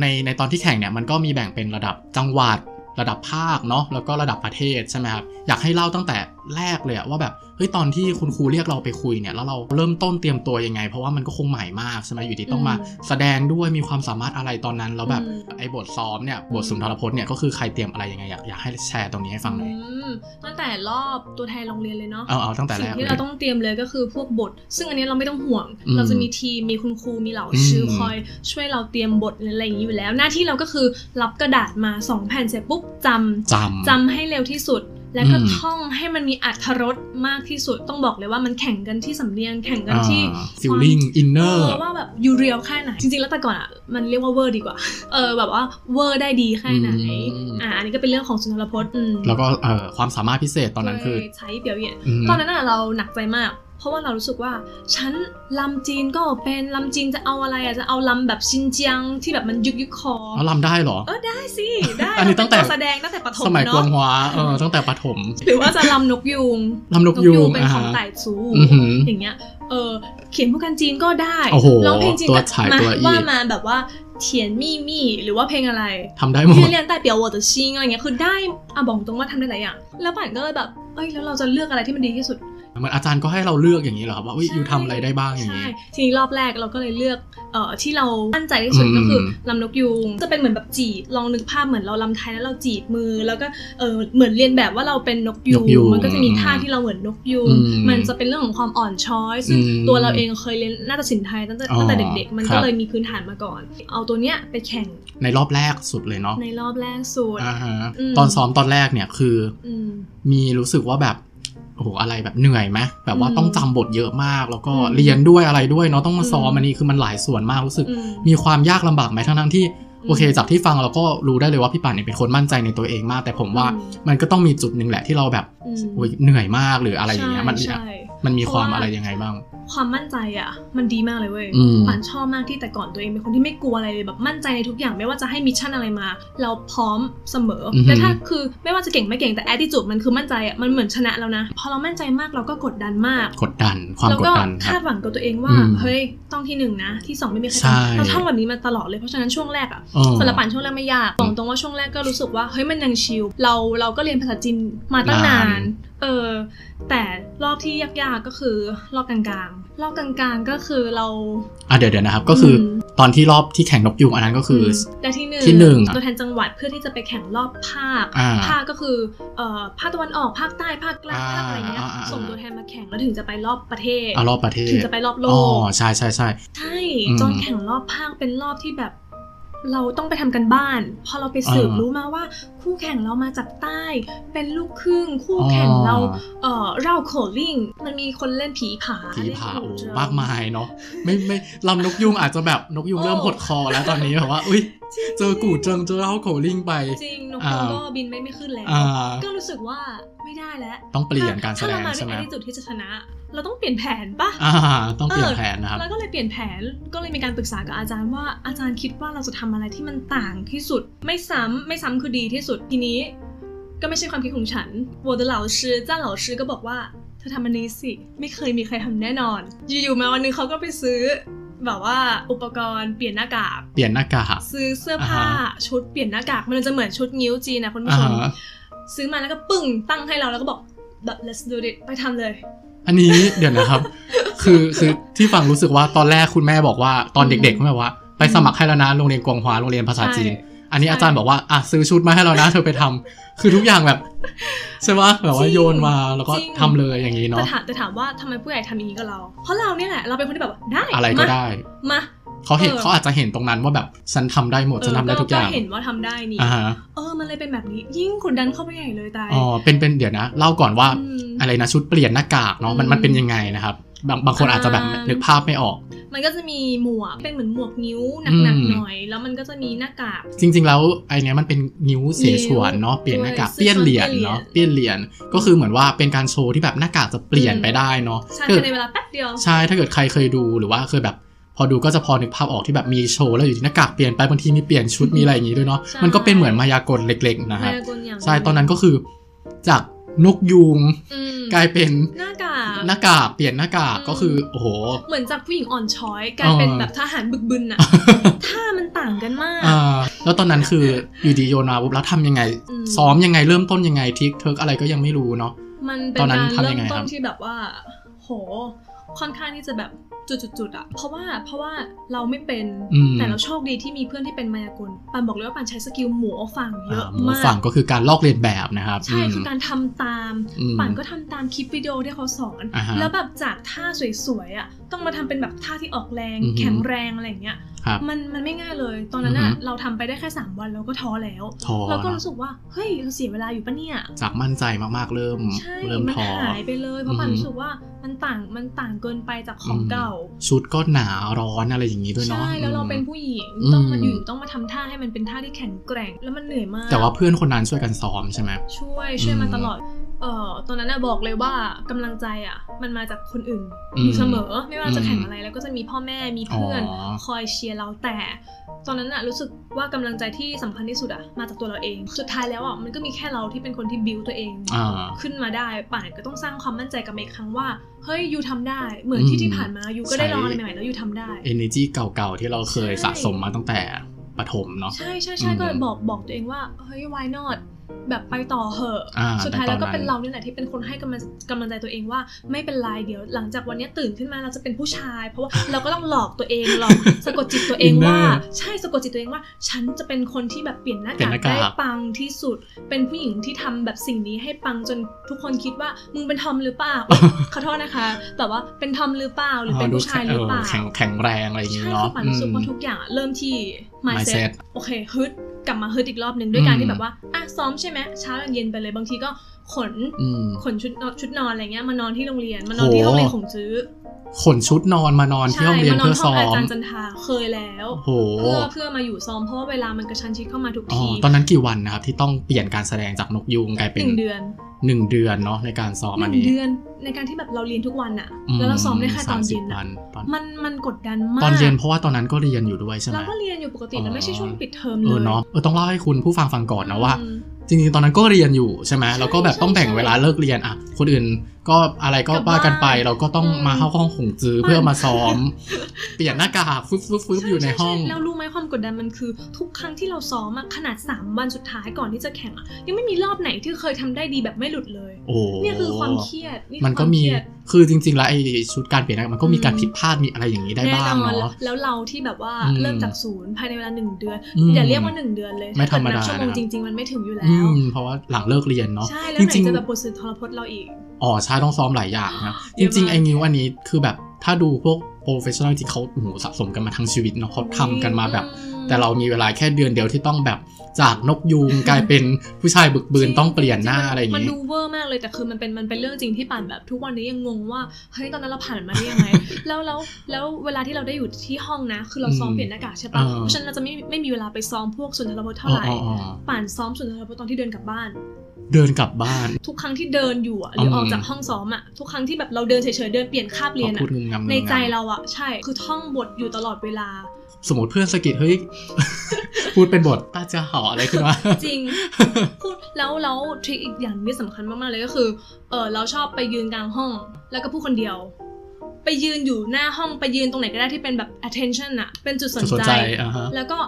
Speaker 1: ในในตอนที่แข่งเนี่ยมันก็มีแบ่งเป็นระดับจังหวัดระดับภาคเนาะแล้วก็ระดับประเทศใช่ไหมครับอยากให้เล่าตั้งแต่แรกเลยอะว่าแบบเฮ้ยตอนที่คุณครูเรียกเราไปคุยเนี่ยแล้วเราเริ่มต้นเตรียมตัวยังไง เพราะว่ามันก็คงใหม่มากใช่ไหมอยู่ดีต้องมา
Speaker 2: อืม
Speaker 1: แสดงด้วยมีความสามารถอะไรตอนนั้นแล้วแบบ
Speaker 2: อืม
Speaker 1: ไอ้บทซ้อมเนี่ยบทสุนทรพจน์เนี่ยก็คือใครเตรียมอะไรยังไงอยากอยากให้แชร์ตรงนี้ให้ฟังหน่อย
Speaker 2: มตั้งแต่รอบตัวแทนโรงเรียนเลยเนาะ
Speaker 1: เอาเอาตั้งแต่แร
Speaker 2: สิ่
Speaker 1: ก
Speaker 2: ง
Speaker 1: เล
Speaker 2: ที่
Speaker 1: ย
Speaker 2: เราต้องเตรียมเลยก็คือพวกบท ซึ่งอันนี้เราไม่ต้องห่วง
Speaker 1: อืม
Speaker 2: เราจะมีทีมมีคุณครูมีเหล่า
Speaker 1: อืม
Speaker 2: ชื่อคอยช่วยเราเตรียมบทอะไรอย่างนี้อยู่แล้ว หน้าที่เราก็คือรับกระดาษมาสองแผ่นเสร็จปุ๊บจำ
Speaker 1: จำ
Speaker 2: จำให้เร็วที่สุด แล้วก็
Speaker 1: อืม
Speaker 2: ท่องให้มันมีอัธรสมากที่สุด ต้องบอกเลยว่ามันแข่งกันที่สำเนียงแข่งกันที่
Speaker 1: ฟิลลิ่งอินเน
Speaker 2: เอ
Speaker 1: อ
Speaker 2: อ
Speaker 1: ร์
Speaker 2: ว่าแบบยูเรียลแค่ไหน จริงๆ แล้วแต่ก่อนอ่ะ มันเรียกว่าเวอร์ดีกว่า เออ แบบว่าเวอร์ได้ดีแค่ไหน
Speaker 1: อืม
Speaker 2: อ่าอันนี้ก็เป็นเรื่องของสุนทรพจน์อืม
Speaker 1: แล้วก็เอ่อความสามารถพิเศษตอนนั้นคือ
Speaker 2: เคยใช้เปียวเหยียน
Speaker 1: ม
Speaker 2: ตอนนั้นน่ะเราหนักใจมาก เพราะว่าเรารู้สึกว่า ฉันลำจีนก็เป็นลำจีนจะเอาอะไรอ่ะจะเอาลำแบบชินเจียงที่แบบมันยึกยึกคอ
Speaker 1: เอาลำได้เหรอ
Speaker 2: เออได้สิได้
Speaker 1: อันนี้ตั้งแต่
Speaker 2: เราเป็วแสดงตั้งแต่ปฐม
Speaker 1: สมัยกว
Speaker 2: เนาะ
Speaker 1: งฮวาเออตั้งแต่ปฐม
Speaker 2: หรือว่าจะลำนกยูง
Speaker 1: ลำนกยูง
Speaker 2: เป็น
Speaker 1: อ่า
Speaker 2: ของ
Speaker 1: ฮะ
Speaker 2: ไต่ซู
Speaker 1: อือหือ
Speaker 2: อย่างเงี้ยเออเขียนผู้กันจีนก็ได้
Speaker 1: โอ้โห
Speaker 2: ร้องเพลงจีน
Speaker 1: ตัว
Speaker 2: ก็
Speaker 1: ฉาย
Speaker 2: มา
Speaker 1: ตัวอี
Speaker 2: ว่ามาแบบว่าเทียนมี่มี่หรือว่าเพลงอะไร
Speaker 1: ทำได้หมด
Speaker 2: เรียนใต้เปียววัวเตอร์ชิงอะไรเงี้ยคือได้อะบอกตรงว่าทำได้หลายอย่างแล้วป่านก็เลยแบบเอ้ยแล้วเราจะเลือกอะไรที่มันดีที่สุด
Speaker 1: เหมือนอาจารย์ก็ให้เราเลือกอย่างนี้เหรอครับว่าอุ๊ย
Speaker 2: ใช่
Speaker 1: อยู่ทำอะไรได้บ้างอย่างนี้
Speaker 2: ใช่ ทีนี้รอบแรกเราก็เลยเลือกเอ่อที่เรามั่นใจที่สุด
Speaker 1: อืม
Speaker 2: ก็คือลำนกยูงจะเป็นเหมือนแบบจีบลองนึกภาพเหมือนเราลำไทยแล้วเราจีบมือ แล้วก็เออเหมือนเรียนแบบว่าเราเป็นนกยู
Speaker 1: นกยู
Speaker 2: ง
Speaker 1: ง
Speaker 2: มันก็จะมีท่าที่เราเหมือนนกยูง
Speaker 1: อืม
Speaker 2: มันจะเป็นเรื่องของความอ่อนช้อย ซึ่ง
Speaker 1: อืม
Speaker 2: ตัวเราเองเคยเรียนนาฏศิลป์ไทยตั้งแต่
Speaker 1: อ๋อ
Speaker 2: ตั้งแต่เด็กๆ มัน
Speaker 1: ครั
Speaker 2: ก็
Speaker 1: บ
Speaker 2: เลยมีพื้นฐานมาก่อน เอาตัวเนี้ยไปแข่ง
Speaker 1: ในรอบแรกสุดเลยเนาะ
Speaker 2: ในรอบแรกสุด
Speaker 1: อ่าฮะ
Speaker 2: อืม
Speaker 1: ตอนซ้อมตอนแรกเนี่ยคืออ
Speaker 2: อืม
Speaker 1: มีรู้สึกว่าแบบโอ้โหอะไรแบบเหนื่อยไหมแบบว่า
Speaker 2: อืม
Speaker 1: ต้องจำบทเยอะมาก แล้วก็
Speaker 2: อืม
Speaker 1: เรียนด้วยอะไรด้วยเนาะต้องมาซ้อม
Speaker 2: อืม
Speaker 1: อันนี้คือมันหลายส่วนมากรู้สึก
Speaker 2: อืม
Speaker 1: มีความยากลำบากไหมทั้งทั้งๆที่
Speaker 2: ม
Speaker 1: โอเค จากที่ฟังเราก็รู้ได้เลยว่าพี่ป่านเนี่ยเป็นคนมั่นใจในตัวเองมาก แต่ผมว่า
Speaker 2: อืม
Speaker 1: มันก็ต้องมีจุดหนึ่งแหละที่เราแบบ
Speaker 2: อืม
Speaker 1: โอ้ยเหนื่อยมากหรืออะไรอย่างเงี้ยมัน
Speaker 2: ใช่
Speaker 1: มันมีความ
Speaker 2: เพราะว่า
Speaker 1: อะไรยังไงบ้าง
Speaker 2: ความมั่นใจอ่ะ มันดีมากเลยเว้ย
Speaker 1: อืม
Speaker 2: ป่านชอบมากที่แต่ก่อนตัวเองเป็นคนที่ไม่กลัวอะไรเลยแบบมั่นใจในทุกอย่างไม่ว่าจะให้มิชชั่นอะไรมา เราพร้อมเสมอ
Speaker 1: อหือ
Speaker 2: แต่ถ้าคือไม่ว่าจะเก่งไม่เก่งแต่แอด i ิจูดมันคือมั่นใจอ่ะมันเหมือนชนะแล้วนะ พอเรามั่นใจมากเราก็กดดันมาก
Speaker 1: กดดันความ
Speaker 2: แล้ว
Speaker 1: กด
Speaker 2: ก็
Speaker 1: ดันค
Speaker 2: คา
Speaker 1: รั
Speaker 2: ด
Speaker 1: บ
Speaker 2: หวังกับตัวเองว่า
Speaker 1: อืม
Speaker 2: เฮ้ยต้องที่หนึ่งนะที่สองไม่มีใคร
Speaker 1: ใช่
Speaker 2: ทำเราท่องแบบนี้มาตลอดเลยเพราะฉะนั้นช่วงแรกอ่ะ
Speaker 1: เออ
Speaker 2: สำหรับป่านช่วงแรกไม่ยากบอกตรงว่าช่วงแรกก็รู้สึกว่าเฮ้ยมันยังชิลเราเราก็เรียนภาษาจีนมาตั้งนาน
Speaker 1: าน
Speaker 2: น เออแต่รอบที่ยากๆก็คือรอบกลางๆ รอบกลางๆก็คือเรา
Speaker 1: อ่ะเดี๋ยวเดี๋ยวนะครับ ก็คืออ
Speaker 2: ม
Speaker 1: ตอนที่รอบที่แข่งนกยูงอันนั้นก็คืออ
Speaker 2: มได้ที่หนึ่ง
Speaker 1: ที่หนึ่ง
Speaker 2: ตัวแทนจังหวัดเพื่อที่จะไปแข่งรอบภาค
Speaker 1: อ่า
Speaker 2: ภาคก็คือเอ่อภาคตะวันออกภาคใต้ภาคกลางภาคอะไรเงี้ย
Speaker 1: อ่าอ่าอ่า
Speaker 2: ส่งตัวแทนมาแข่งแล้วถึงจะไปรอบประเทศ
Speaker 1: อ่ะรอบประเทศ
Speaker 2: ถึงจะไปรอบโล
Speaker 1: อ๋อก ใช่ใช่ใช่
Speaker 2: ใช่
Speaker 1: อืม
Speaker 2: จนแข่งรอบภาคเป็นรอบที่แบบ เราต้องไปทำกันบ้าน พอเราไปสืบ
Speaker 1: อ่ารู้
Speaker 2: รู้มาว่า คู่แข่งเรามาจากใต้ เป็นลูกครึ่ง คู่แข่งเรา
Speaker 1: อ๋อ
Speaker 2: เอ่อเราโคลิงมันมีคนเล่นผีผา
Speaker 1: ผีผา
Speaker 2: เล่น
Speaker 1: โอ้
Speaker 2: เจ
Speaker 1: มากมายเนาะไม่ไม่ลำนกยุงอาจจะแบบนกยุงเริ่มหดคอแล้วตอนนี้แบบว่าอุ้ยเจอกูเจิงเจอเล่าโขลิงไป
Speaker 2: จริงนก
Speaker 1: อ่า
Speaker 2: ยูงก็บินไม่ไม่ขึ้นแล้ว
Speaker 1: อ่า
Speaker 2: ก็รู้สึกว่าไม่ได้แล้ว
Speaker 1: ต้องเปลี่ยนการแสดง
Speaker 2: ถ้าเรามา
Speaker 1: ใช่ไหม
Speaker 2: ในที่จุดที่จะชนะ เราต้องเปลี่ยนแผนปะ
Speaker 1: อ่า ต้องเปลี่ยนแผนนะครับ
Speaker 2: แล้วก็เลยเปลี่ยนแผนก็เลยมีการปรึกษากับอาจารย์ว่าอาจารย์คิดว่าเราจะทำอะไรที่มันต่างที่สุด ไม่ซ้ำไม่ซ้ำคือดีที่สุดทีนี้ ก็ไม่ใช่ความคิดของฉัน我的老师จ้า老师ก็บอกว่าเธอทำอันนี้สิ ไม่เคยมีใครทำแน่นอน อยู่ๆมาวันหนึงเขาก็ไปซื้อ แบบว่าอุปกรณ์เปลี่ยนหน้ากาก
Speaker 1: เปลี่ยนหน้ากาก
Speaker 2: ซื้อเสื้อผ้า
Speaker 1: อ่าฮะ
Speaker 2: ชุดเปลี่ยนหน้ากากมันจะเหมือนชุดงิ้วจีนนะคุณผู้
Speaker 1: อ่า
Speaker 2: ชม
Speaker 1: ฮะ
Speaker 2: ซื้อมาแล้วก็ปึ้งตั้งให้เราแล้วก็บอกแบบ let's do it ไปทำเลย
Speaker 1: อันนี้เดี๋ยวนะครับ คือคือที่ฟังรู้สึกว่าตอนแรกคุณแม่บอกว่าตอนเด็กๆ
Speaker 2: อืม
Speaker 1: คุณแม่บอกว่าไปสมัครให้แล้วนะโรงเรียนกวงฮวาโรงเรียนภาษาจีน
Speaker 2: ใช่
Speaker 1: อันนี้
Speaker 2: ใช่
Speaker 1: อาจารย์บอกว่าอ่ะซื้อชุดมาให้เรานะเธอไปทำคือทุกอย่างแบบใช่ไหมแบบว่า
Speaker 2: จริง
Speaker 1: โยนมาแล้วก็
Speaker 2: จริง
Speaker 1: ทำเลยอย่างนี้
Speaker 2: แต่
Speaker 1: เนาะ
Speaker 2: ถามแต่ถามว่าทำไมผู้ใหญ่ทำอย่างนี้กับเรา เพราะเราเนี่ยแหละ เราเป็นคนที่แบบว่าได้
Speaker 1: อะไรก็
Speaker 2: มา
Speaker 1: ได้
Speaker 2: มา
Speaker 1: เขาเห็นเขาอาจจะเห็นตรงนั้นว่าแบบฉันทำได้หมดฉันทำได้ทุกอย่าง
Speaker 2: เเห็นว่าทำได้นี่
Speaker 1: อ่าฮะ
Speaker 2: เออมันเลยเป็นแบบนี้ ยิ่งกดดันเข้าไปใหญ่เลยตาย
Speaker 1: อ๋อเป็นเป็นเดี๋ยวนะ เล่าก่อนว่า
Speaker 2: ม
Speaker 1: อะไรนะชุดเปลี่ยนหน้ากากเนาะมัน
Speaker 2: อืม
Speaker 1: มันเป็นยังไงนะครับบางบางคน
Speaker 2: อ่า
Speaker 1: อาจจะแบบนึกภาพไม่ออก
Speaker 2: มันก็จะมีหมวกเป็นเหมือนหมวกนิ้วหนัก
Speaker 1: อืม
Speaker 2: ๆหน่อย แล้วมันก็จะมีหน้ากาก
Speaker 1: จริง ๆ แล้วไอเนี้ยมันเป็นนิ้วเสฉวนเนาะเปลี่ยนหน้ากาก
Speaker 2: ด้วย
Speaker 1: เปลี่ยนเหรียญเนาะ
Speaker 2: เป
Speaker 1: เป
Speaker 2: ลี่
Speaker 1: ลี่
Speaker 2: ย
Speaker 1: ย
Speaker 2: น
Speaker 1: น
Speaker 2: เห
Speaker 1: เห
Speaker 2: รี
Speaker 1: รีย
Speaker 2: ยญ
Speaker 1: ญก็คือเหมือนว่าเป็นการโชว์ที่แบบหน้ากากจะเปลี่ยน
Speaker 2: อืม
Speaker 1: ไปได้เนาะ
Speaker 2: ใช่
Speaker 1: คือ
Speaker 2: ภายในเวลาแป๊บเดียว
Speaker 1: ใช่ถ้าเกิดใครเคยดูหรือว่าเคยแบบ พอดูก็จะพอนึกภาพออกที่แบบมีโชว์แล้วอยู่ที่หน้ากากเปลี่ยนไปบางทีมีเปลี่ยนชุด
Speaker 2: อืม
Speaker 1: มีอะไรอย่างงี้ด้วยเนาะ
Speaker 2: ใช่
Speaker 1: มันก็เป็นเหมือนมายากลเล็กๆนะค
Speaker 2: มา
Speaker 1: รับ
Speaker 2: ยากลอย่าง
Speaker 1: ใช่ตอนนั้นก็คือจากนกยูง
Speaker 2: อืม
Speaker 1: กลายเป็น
Speaker 2: หน้ากาก
Speaker 1: หน้ากากเปลี่ยนหน้ากาก
Speaker 2: อืม
Speaker 1: ก็คือโอ้โห
Speaker 2: เหมือนจากผู้หญิงอ่อนช้อยกลายเป็น
Speaker 1: เออ
Speaker 2: แบบทหารบึกบึนอะท่ามันต่างกันมาก
Speaker 1: อ่าแล้วตอนนั้นคืออยู่ดีโยนมาปุ๊บแล้วทำยังไง
Speaker 2: อืม
Speaker 1: ซ้อมยังไงเริ่มต้นยังไงทิกเทิกอะไรก็ยังไม่รู้เนาะ
Speaker 2: มันเป็
Speaker 1: ตอน นนั้น
Speaker 2: การ
Speaker 1: ทำยั
Speaker 2: เริ่
Speaker 1: ง
Speaker 2: ม
Speaker 1: ไงครับ
Speaker 2: ต้นที่แบบว่า โห ค่อนข้างที่จะแบบจุดๆๆอะเพราะว่าเพราะว่าเราไม่เป็น
Speaker 1: อืม
Speaker 2: แต่เราโชคดีที่มีเพื่อนที่เป็นมายากลปันบอกเลยว่าปันใช้สกิลหมูเอาฝั่งเย
Speaker 1: อ่า
Speaker 2: อะ
Speaker 1: หมู
Speaker 2: มาก
Speaker 1: ฝั่งก็คือการลอกเลียนแบบนะครับ
Speaker 2: ใช่
Speaker 1: ม
Speaker 2: คือการทำตาม
Speaker 1: อืม
Speaker 2: ปั่นก็ทำตามคลิปวิดีโอที่เขาสอน
Speaker 1: อ่าฮะ
Speaker 2: แล้วแบบจากท่าสวยๆอ่ะต้องมาทำเป็นแบบท่าที่ออกแรง
Speaker 1: อือหือ
Speaker 2: แข็งแรงอะไรอย่างเงี้ย
Speaker 1: ครับ
Speaker 2: มันมันไม่ง่ายเลย ตอนนั้น
Speaker 1: อื
Speaker 2: อ่ะ
Speaker 1: อหือ
Speaker 2: เราทำไปได้แค่สามวันเราก็ท้อแล้ว
Speaker 1: ท้อ
Speaker 2: เราก็
Speaker 1: เนอะ
Speaker 2: รู้สึกว่าเฮ้ยเราเสียเวลาอยู่ปะเนี่ย
Speaker 1: จากมั่นใจมากๆเริ่ม
Speaker 2: ใช่
Speaker 1: เริ่ม
Speaker 2: มัน
Speaker 1: ท้อ
Speaker 2: หายไปเลยเพราะ
Speaker 1: อือหือ
Speaker 2: ปั่นรู้สึกว่ามันต่างมันต่างเกินไปจากของ
Speaker 1: อืม
Speaker 2: เก่า
Speaker 1: ชุดก็หนาร้อนอะไรอย่างนี้ด้วยเนาะ
Speaker 2: ใช่แล้วเราเป็น
Speaker 1: อืม
Speaker 2: ผู้หญิง
Speaker 1: อืม
Speaker 2: ต้องมาอยู่ต้องมาทำท่าให้มันเป็นท่าที่แข็งแกร่งแล้วมันเหนื่อยมาก
Speaker 1: แต่ว่าเพื่อนคนนั้นช่วยกันซ้อมใช่ไหม
Speaker 2: ช่วยช่วยมา
Speaker 1: อืม
Speaker 2: ตลอด เอ่อตอนนั้นน่ะบอกเลยว่ากำลังใจอ่ะ มันมาจากคนอื่น
Speaker 1: อืม
Speaker 2: อยู่เสมอ ไม่ว่าเราจะ
Speaker 1: อืม
Speaker 2: แข่งอะไรแล้วก็จะมีพ่อแม่มีเพื่อน
Speaker 1: อ๋อ
Speaker 2: คอยเชียร์เราแต่ ตอนนั้นน่ะรู้สึกว่ากำลังใจที่สำคัญที่สุดอ่ะมาจากตัวเราเอง สุดท้ายแล้วอ่ะมันก็มีแค่เราที่เป็นคนที่บิวตัวเอง
Speaker 1: อ่า
Speaker 2: ขึ้นมาได้ป่านก็ต้องสร้างความมั่นใจกับมันอีกครั้งว่าเฮ้ยยูทำได้ เหมือน
Speaker 1: อื
Speaker 2: ที่
Speaker 1: ม
Speaker 2: ที่ผ่านมายูก็ได้
Speaker 1: ใช่
Speaker 2: ลองอะไรใหม่ๆแล้วยูทำได้
Speaker 1: energy เก่าๆ ที่เราเคย
Speaker 2: ใช่
Speaker 1: สะสมมาตั้งแต่ปฐมเนาะ
Speaker 2: ใช่ใช่ใช่
Speaker 1: อืม
Speaker 2: ก็บอกบอกตัวเองว่าเฮ้ย why not แบบไปต่อเหอะ
Speaker 1: อ่า
Speaker 2: สุดท้าย
Speaker 1: ใต
Speaker 2: แล้
Speaker 1: อ
Speaker 2: วก็เป็นเราเนี่ยแหละที่เป็นคนให้กำลังกำลังใจตัวเองว่าไม่เป็นไรเดี๋ยวหลังจากวันเนี้ยตื่นขึ้นมาเราจะเป็นผู้ชาย เพราะ
Speaker 1: <laughs>
Speaker 2: ว่า เราก็ต้องหลอกตัวเองหลอกสะกดจิตตัวเองว่า ใช่สะกดจิตตัวเองว่า ฉันจะเป็นคนที่แบบเปลี่ยนหน้า
Speaker 1: เปลี่ยนห
Speaker 2: กาก
Speaker 1: น้ากา
Speaker 2: ได้
Speaker 1: ก
Speaker 2: ปังที่สุด เป็นผู้หญิงที่ทำแบบสิ่งนี้ให้ปังจนทุกคนคิดว่ามึงเป็นทอมหรือ
Speaker 1: <laughs>
Speaker 2: เปล่าอุ๊ย ขอโทษนะคะ แต่ว่าเป็นทอมหรือเปล่าหรือเป็นผู้ชายหรือเปล่า
Speaker 1: แข็งแข็งแรงอะไรอย่างงี้
Speaker 2: ใช่
Speaker 1: เนาะ
Speaker 2: ค่ะปันรู้สึกว่า
Speaker 1: อืม
Speaker 2: ทุกอย่างอะเริ่มที่
Speaker 1: mindset
Speaker 2: mindset โอเคฮึดกลับมาฮึดอีกรอบหนึ่งด้วยการ
Speaker 1: อื
Speaker 2: ที่
Speaker 1: ม
Speaker 2: แบบว่าอ่ะซ้อมใช่ไหมเช้าเย็นไปเลยบางทีก็ขน
Speaker 1: อืม
Speaker 2: ขนชุดนอนชุดนอนอะไรเงี้ยมานอนที่โรงเรียนมานอนที่ห้องเรียนของจื้อ
Speaker 1: ขนชุดนอนมานอนที่ห้องเรียน
Speaker 2: มานอ
Speaker 1: เพื่อ
Speaker 2: นห้อ
Speaker 1: ซ้
Speaker 2: ง
Speaker 1: อ
Speaker 2: อาม จารย์จันทราเคยแล้ว
Speaker 1: โอ้โห
Speaker 2: เพื่อเพื่อมาอยู่ซ้อมเพราะว่าเวลามันกระชันชิดเข้ามาทุก
Speaker 1: อ๋อ
Speaker 2: ที
Speaker 1: ตอนนั้นกี่วันนะครับที่ต้องเปลี่ยนการแสดงจากนกยูงกลายเป็
Speaker 2: ห
Speaker 1: น
Speaker 2: นึ่งเดือน
Speaker 1: หนึ่งเดือนเนาะในการซ้อม
Speaker 2: ห
Speaker 1: อัน
Speaker 2: นึ่ง
Speaker 1: นี้
Speaker 2: เดือนในการที่แบบเราเรียนทุกวันอะ
Speaker 1: อื
Speaker 2: แล้วเราซ้อมได้แค่ตอน
Speaker 1: สามสิ
Speaker 2: เย็
Speaker 1: บ
Speaker 2: น
Speaker 1: วั
Speaker 2: อะ
Speaker 1: นตอน
Speaker 2: มันมันกดดันมาก
Speaker 1: ตอนเย็นเพราะว่าตอนนั้นก็เรียนอยู่ด้วยใช่ไหม
Speaker 2: เราก็เรียนอยู่ปกติ
Speaker 1: อ๋อ
Speaker 2: แล้วไม่ใช่ช่วงปิดเทอม
Speaker 1: เอ
Speaker 2: เล
Speaker 1: อย เนาะเออต้องเล่าให้คุณผู้ฟังฟังก่อนนะว่า
Speaker 2: อืม
Speaker 1: จริงๆ ตอนนั้นก็เรียนอยู่ใช่ไหม
Speaker 2: ใช่
Speaker 1: แล้วก็แบบต้องแบ่งเวลาเลิกเรียนอ่ะ คนอื่นก็อะไรก็
Speaker 2: กลับ
Speaker 1: ว่ากันไป
Speaker 2: บ้าน
Speaker 1: เราก็ต้อง
Speaker 2: อืม
Speaker 1: มาเข้าห้องขงจื้อเพื่อ
Speaker 2: บ้าน
Speaker 1: มาซ้อม เปลี่ยนหน้ากากฟึบฟึบฟึบอยู่ในห้อง
Speaker 2: ช่ช่แล้วรู้ไหมความกดดันมันคือ ทุกครั้งที่เราซ้อมอะขนาด 3 วันสุดท้ายก่อนที่จะแข่งอะยังไม่มีรอบไหนที่เคยทำได้ดีแบบไม่หลุดเลย
Speaker 1: โอ้
Speaker 2: เนี่ยคือความเครียดนี่คือ
Speaker 1: มันก็มี
Speaker 2: ควาเครียด
Speaker 1: คือจริง ๆ แล้วไอ้ชุดการเปลี่ยนหน้ากากมันก็มี
Speaker 2: อืม
Speaker 1: การผิดพลาดมีอะไรอย่างนี้ได้
Speaker 2: แน่
Speaker 1: บ้าง
Speaker 2: นอนแล้ว
Speaker 1: เนาะ
Speaker 2: แล้วเราที่แบบว่า
Speaker 1: อืม
Speaker 2: เริ่มจากศูนย์ภายในเวลาหนึ่งเดือน
Speaker 1: อืม
Speaker 2: อย่าเรียกว่าหนึ่งเดือนเลย
Speaker 1: ไม่ธรรมดา
Speaker 2: ถ้เกินับชั่วโมง
Speaker 1: นะ
Speaker 2: จริง ๆ มันไม่ถึงอยู่แล้
Speaker 1: อื
Speaker 2: ว
Speaker 1: มเพราะว่าหลังเลิกเรียนเนาะ
Speaker 2: ใช่แล้ว
Speaker 1: จ
Speaker 2: ไหน
Speaker 1: ริง
Speaker 2: จะ
Speaker 1: ๆ
Speaker 2: แบบบทสุดทรพจน์เราอีก
Speaker 1: อ๋อใช่ต้องซ้อมหลายอย่างนะจ
Speaker 2: เยอะมาก
Speaker 1: ริงๆไอ้นิ้วอันนี้คือแบบถ้าดูพวกโปรเฟชชั่นอลจริงๆเขาโอ้โหสะสมกันมาทั้งชีวิตเนาะเขาทำกันมาแบบ
Speaker 2: อืม
Speaker 1: แต่เรามีเวลาแค่เดือนเดียวที่ต้องแบบจากนกยูง กลายเป็นผู้ชายบึกบืน
Speaker 2: จริง
Speaker 1: ต้องเปลี่ยนหน้าอะไรอย่าง
Speaker 2: มัน
Speaker 1: งี้
Speaker 2: ดูเวอร์มากเลยแต่คือมันเป็นมันเป็นเรื่องจริงที่ปั่นแบบทุกวันนี้ยังงงว่าเฮ้ยตอนนั้นเราผ่านมาได้ยังไง แล้วแล้วแล้วเวลาที่เราได้อยู่ที่ห้องนะ คือเราซ้อม
Speaker 1: อืม
Speaker 2: เปลี่ยนหน้ากากใช่ปะ
Speaker 1: อ่า
Speaker 2: เพราะฉะนั้นเราจะไม่ไม่มีเวลาไปซ้อมพวกสุนทรพจน์เท่า
Speaker 1: อ๋อ
Speaker 2: ไหร่
Speaker 1: อ๋ออ๋อ
Speaker 2: ปั่นซ้อมสุนทรพจน์ตอนที่เดินกลับบ้าน
Speaker 1: เดินกลับบ้าน
Speaker 2: ทุกครั้งที่เดินอยู่อะหรือออกจากห้องซ้อมอะทุกครั้งที่แบบเราเดินเฉยๆเดินเปลี่ยนคาบเรีย
Speaker 1: เขา
Speaker 2: น
Speaker 1: พู
Speaker 2: อะ
Speaker 1: ดงุมงำงุมงำ
Speaker 2: ในใจเราอะใช่คือท่องบทอยู่ตลอดเวลา
Speaker 1: สมมติเพื่อนสะกิดเฮ้ย <laughs> พูดเป็นบทป้าจะห่ออะไรขึ้นมา
Speaker 2: จริง พูดแล้วแล้วทริคอีกอย่างที่สำคัญมากๆเลยก็คือ เออเราชอบไปยืนกลางห้อง แล้วก็พูดคนเดียว ไปยืนอยู่หน้าห้องไปยืนตรงไหนก็ได้ที่เป็นแบบ attention อะเป็นจุดสน
Speaker 1: สน
Speaker 2: ใจ
Speaker 1: ใจอ่าฮะ
Speaker 2: แล้วก็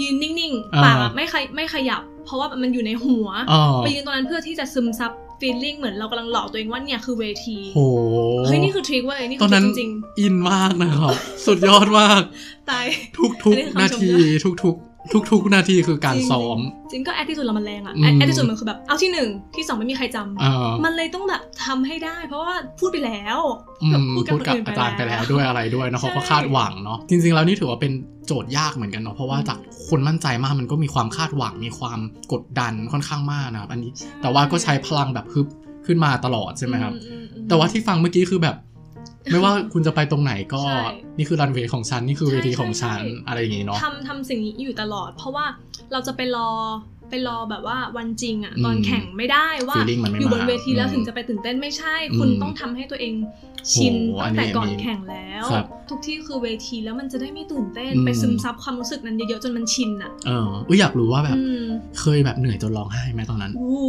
Speaker 2: ยืนนิ่ง
Speaker 1: อ่า
Speaker 2: ๆปากอะไม่ขยไม่ขยับ เพราะว่ามันอยู่ในหัว
Speaker 1: อ๋อ
Speaker 2: ไปยืนตรงนั้นเพื่อที่จะซึมซับ feeling เหมือนเรากำลังหลอกตัวเองว่าเนี่ยคือเวที
Speaker 1: โห
Speaker 2: เฮ้ยนี่คือทริคเว้ยนี่
Speaker 1: ต
Speaker 2: คือ อน ท
Speaker 1: นั้
Speaker 2: ริ
Speaker 1: น
Speaker 2: คจริง
Speaker 1: อินมากนะครับ สุดยอดมาก
Speaker 2: ๆตาย
Speaker 1: ทุก
Speaker 2: อั
Speaker 1: ทุ
Speaker 2: น
Speaker 1: ก
Speaker 2: นี้คือคำ
Speaker 1: นา
Speaker 2: ชม
Speaker 1: ที
Speaker 2: ด้ว
Speaker 1: ทุกทุกทุกทุกๆนาทีคือการ
Speaker 2: จริง
Speaker 1: ซ้อม
Speaker 2: จริงก็ attitude เรามันแรงอะ
Speaker 1: อืม
Speaker 2: attitude มันคือแบบเอาที่หนึ่งที่สองไม่มีใครจำ
Speaker 1: เออ
Speaker 2: มันเลยต้องแบบทำให้ได้ เพราะว่าพูดไปแล้ว
Speaker 1: อืม
Speaker 2: พูดกั
Speaker 1: พู
Speaker 2: บ
Speaker 1: ด
Speaker 2: คน
Speaker 1: กับ
Speaker 2: อื่น
Speaker 1: อา
Speaker 2: ไป
Speaker 1: จารย์ไป
Speaker 2: แล้
Speaker 1: แล้ว วด้วยอะไรด้วยเนาะเขาก็
Speaker 2: ใช่
Speaker 1: คาดหวังเนาะจริงๆแล้วนี่ถือว่าเป็นโจทย์ยากเหมือนกันเนาะเพราะว่าจากคนมั่นใจมากมันก็มีความคาดหวังมีความกดดันค่อนข้างมากนะครับอันนี้
Speaker 2: ช่
Speaker 1: แต่ว่าก็ใช้พลังแบบฮึบขึ้นมาตลอดใช่ไหมครับ
Speaker 2: อือือืม
Speaker 1: แต่ว่าที่ฟังเมื่อกี้คือแบบ ไม่ว่าคุณจะไปตรงไหนก็
Speaker 2: ใช่
Speaker 1: นี่คือรันเวย์ของฉันนี่คือเวทีของฉัน
Speaker 2: ใช่ใช่
Speaker 1: อะไรอย่างงี้เนาะ
Speaker 2: ทำทำสิ่งนี้อยู่ตลอด เพราะว่าเราจะไปรอ ไปรอแบบว่าวันจริงอะ
Speaker 1: อืม
Speaker 2: ตอนแข่งไม่ได้ว่า
Speaker 1: feeling มันไม่
Speaker 2: อยู่บน
Speaker 1: มา
Speaker 2: เวทีแล้ว
Speaker 1: อืม
Speaker 2: ถึงจะไปตื่นเต้นไม่ใช่ คุณ
Speaker 1: อืม
Speaker 2: ต้องทำให้ตัวเองชิน
Speaker 1: โหอั
Speaker 2: ตั้
Speaker 1: นนี้
Speaker 2: งแต่ก่อ
Speaker 1: อั
Speaker 2: น
Speaker 1: นนี้
Speaker 2: แข่งแล้ว
Speaker 1: ครับ
Speaker 2: ทุกที่คือเวทีแล้วมันจะได้ไม่ตื่นเต้น
Speaker 1: อืม
Speaker 2: ไปซึมซับความรู้สึกนั้นเยอะๆจนมันชินอะ
Speaker 1: เอออุ๊ยอยากรู้ว่าแบบ
Speaker 2: อืม
Speaker 1: เคยแบบเหนื่อยจนร้องไห้ไหมตอนนั้น
Speaker 2: โอ้โห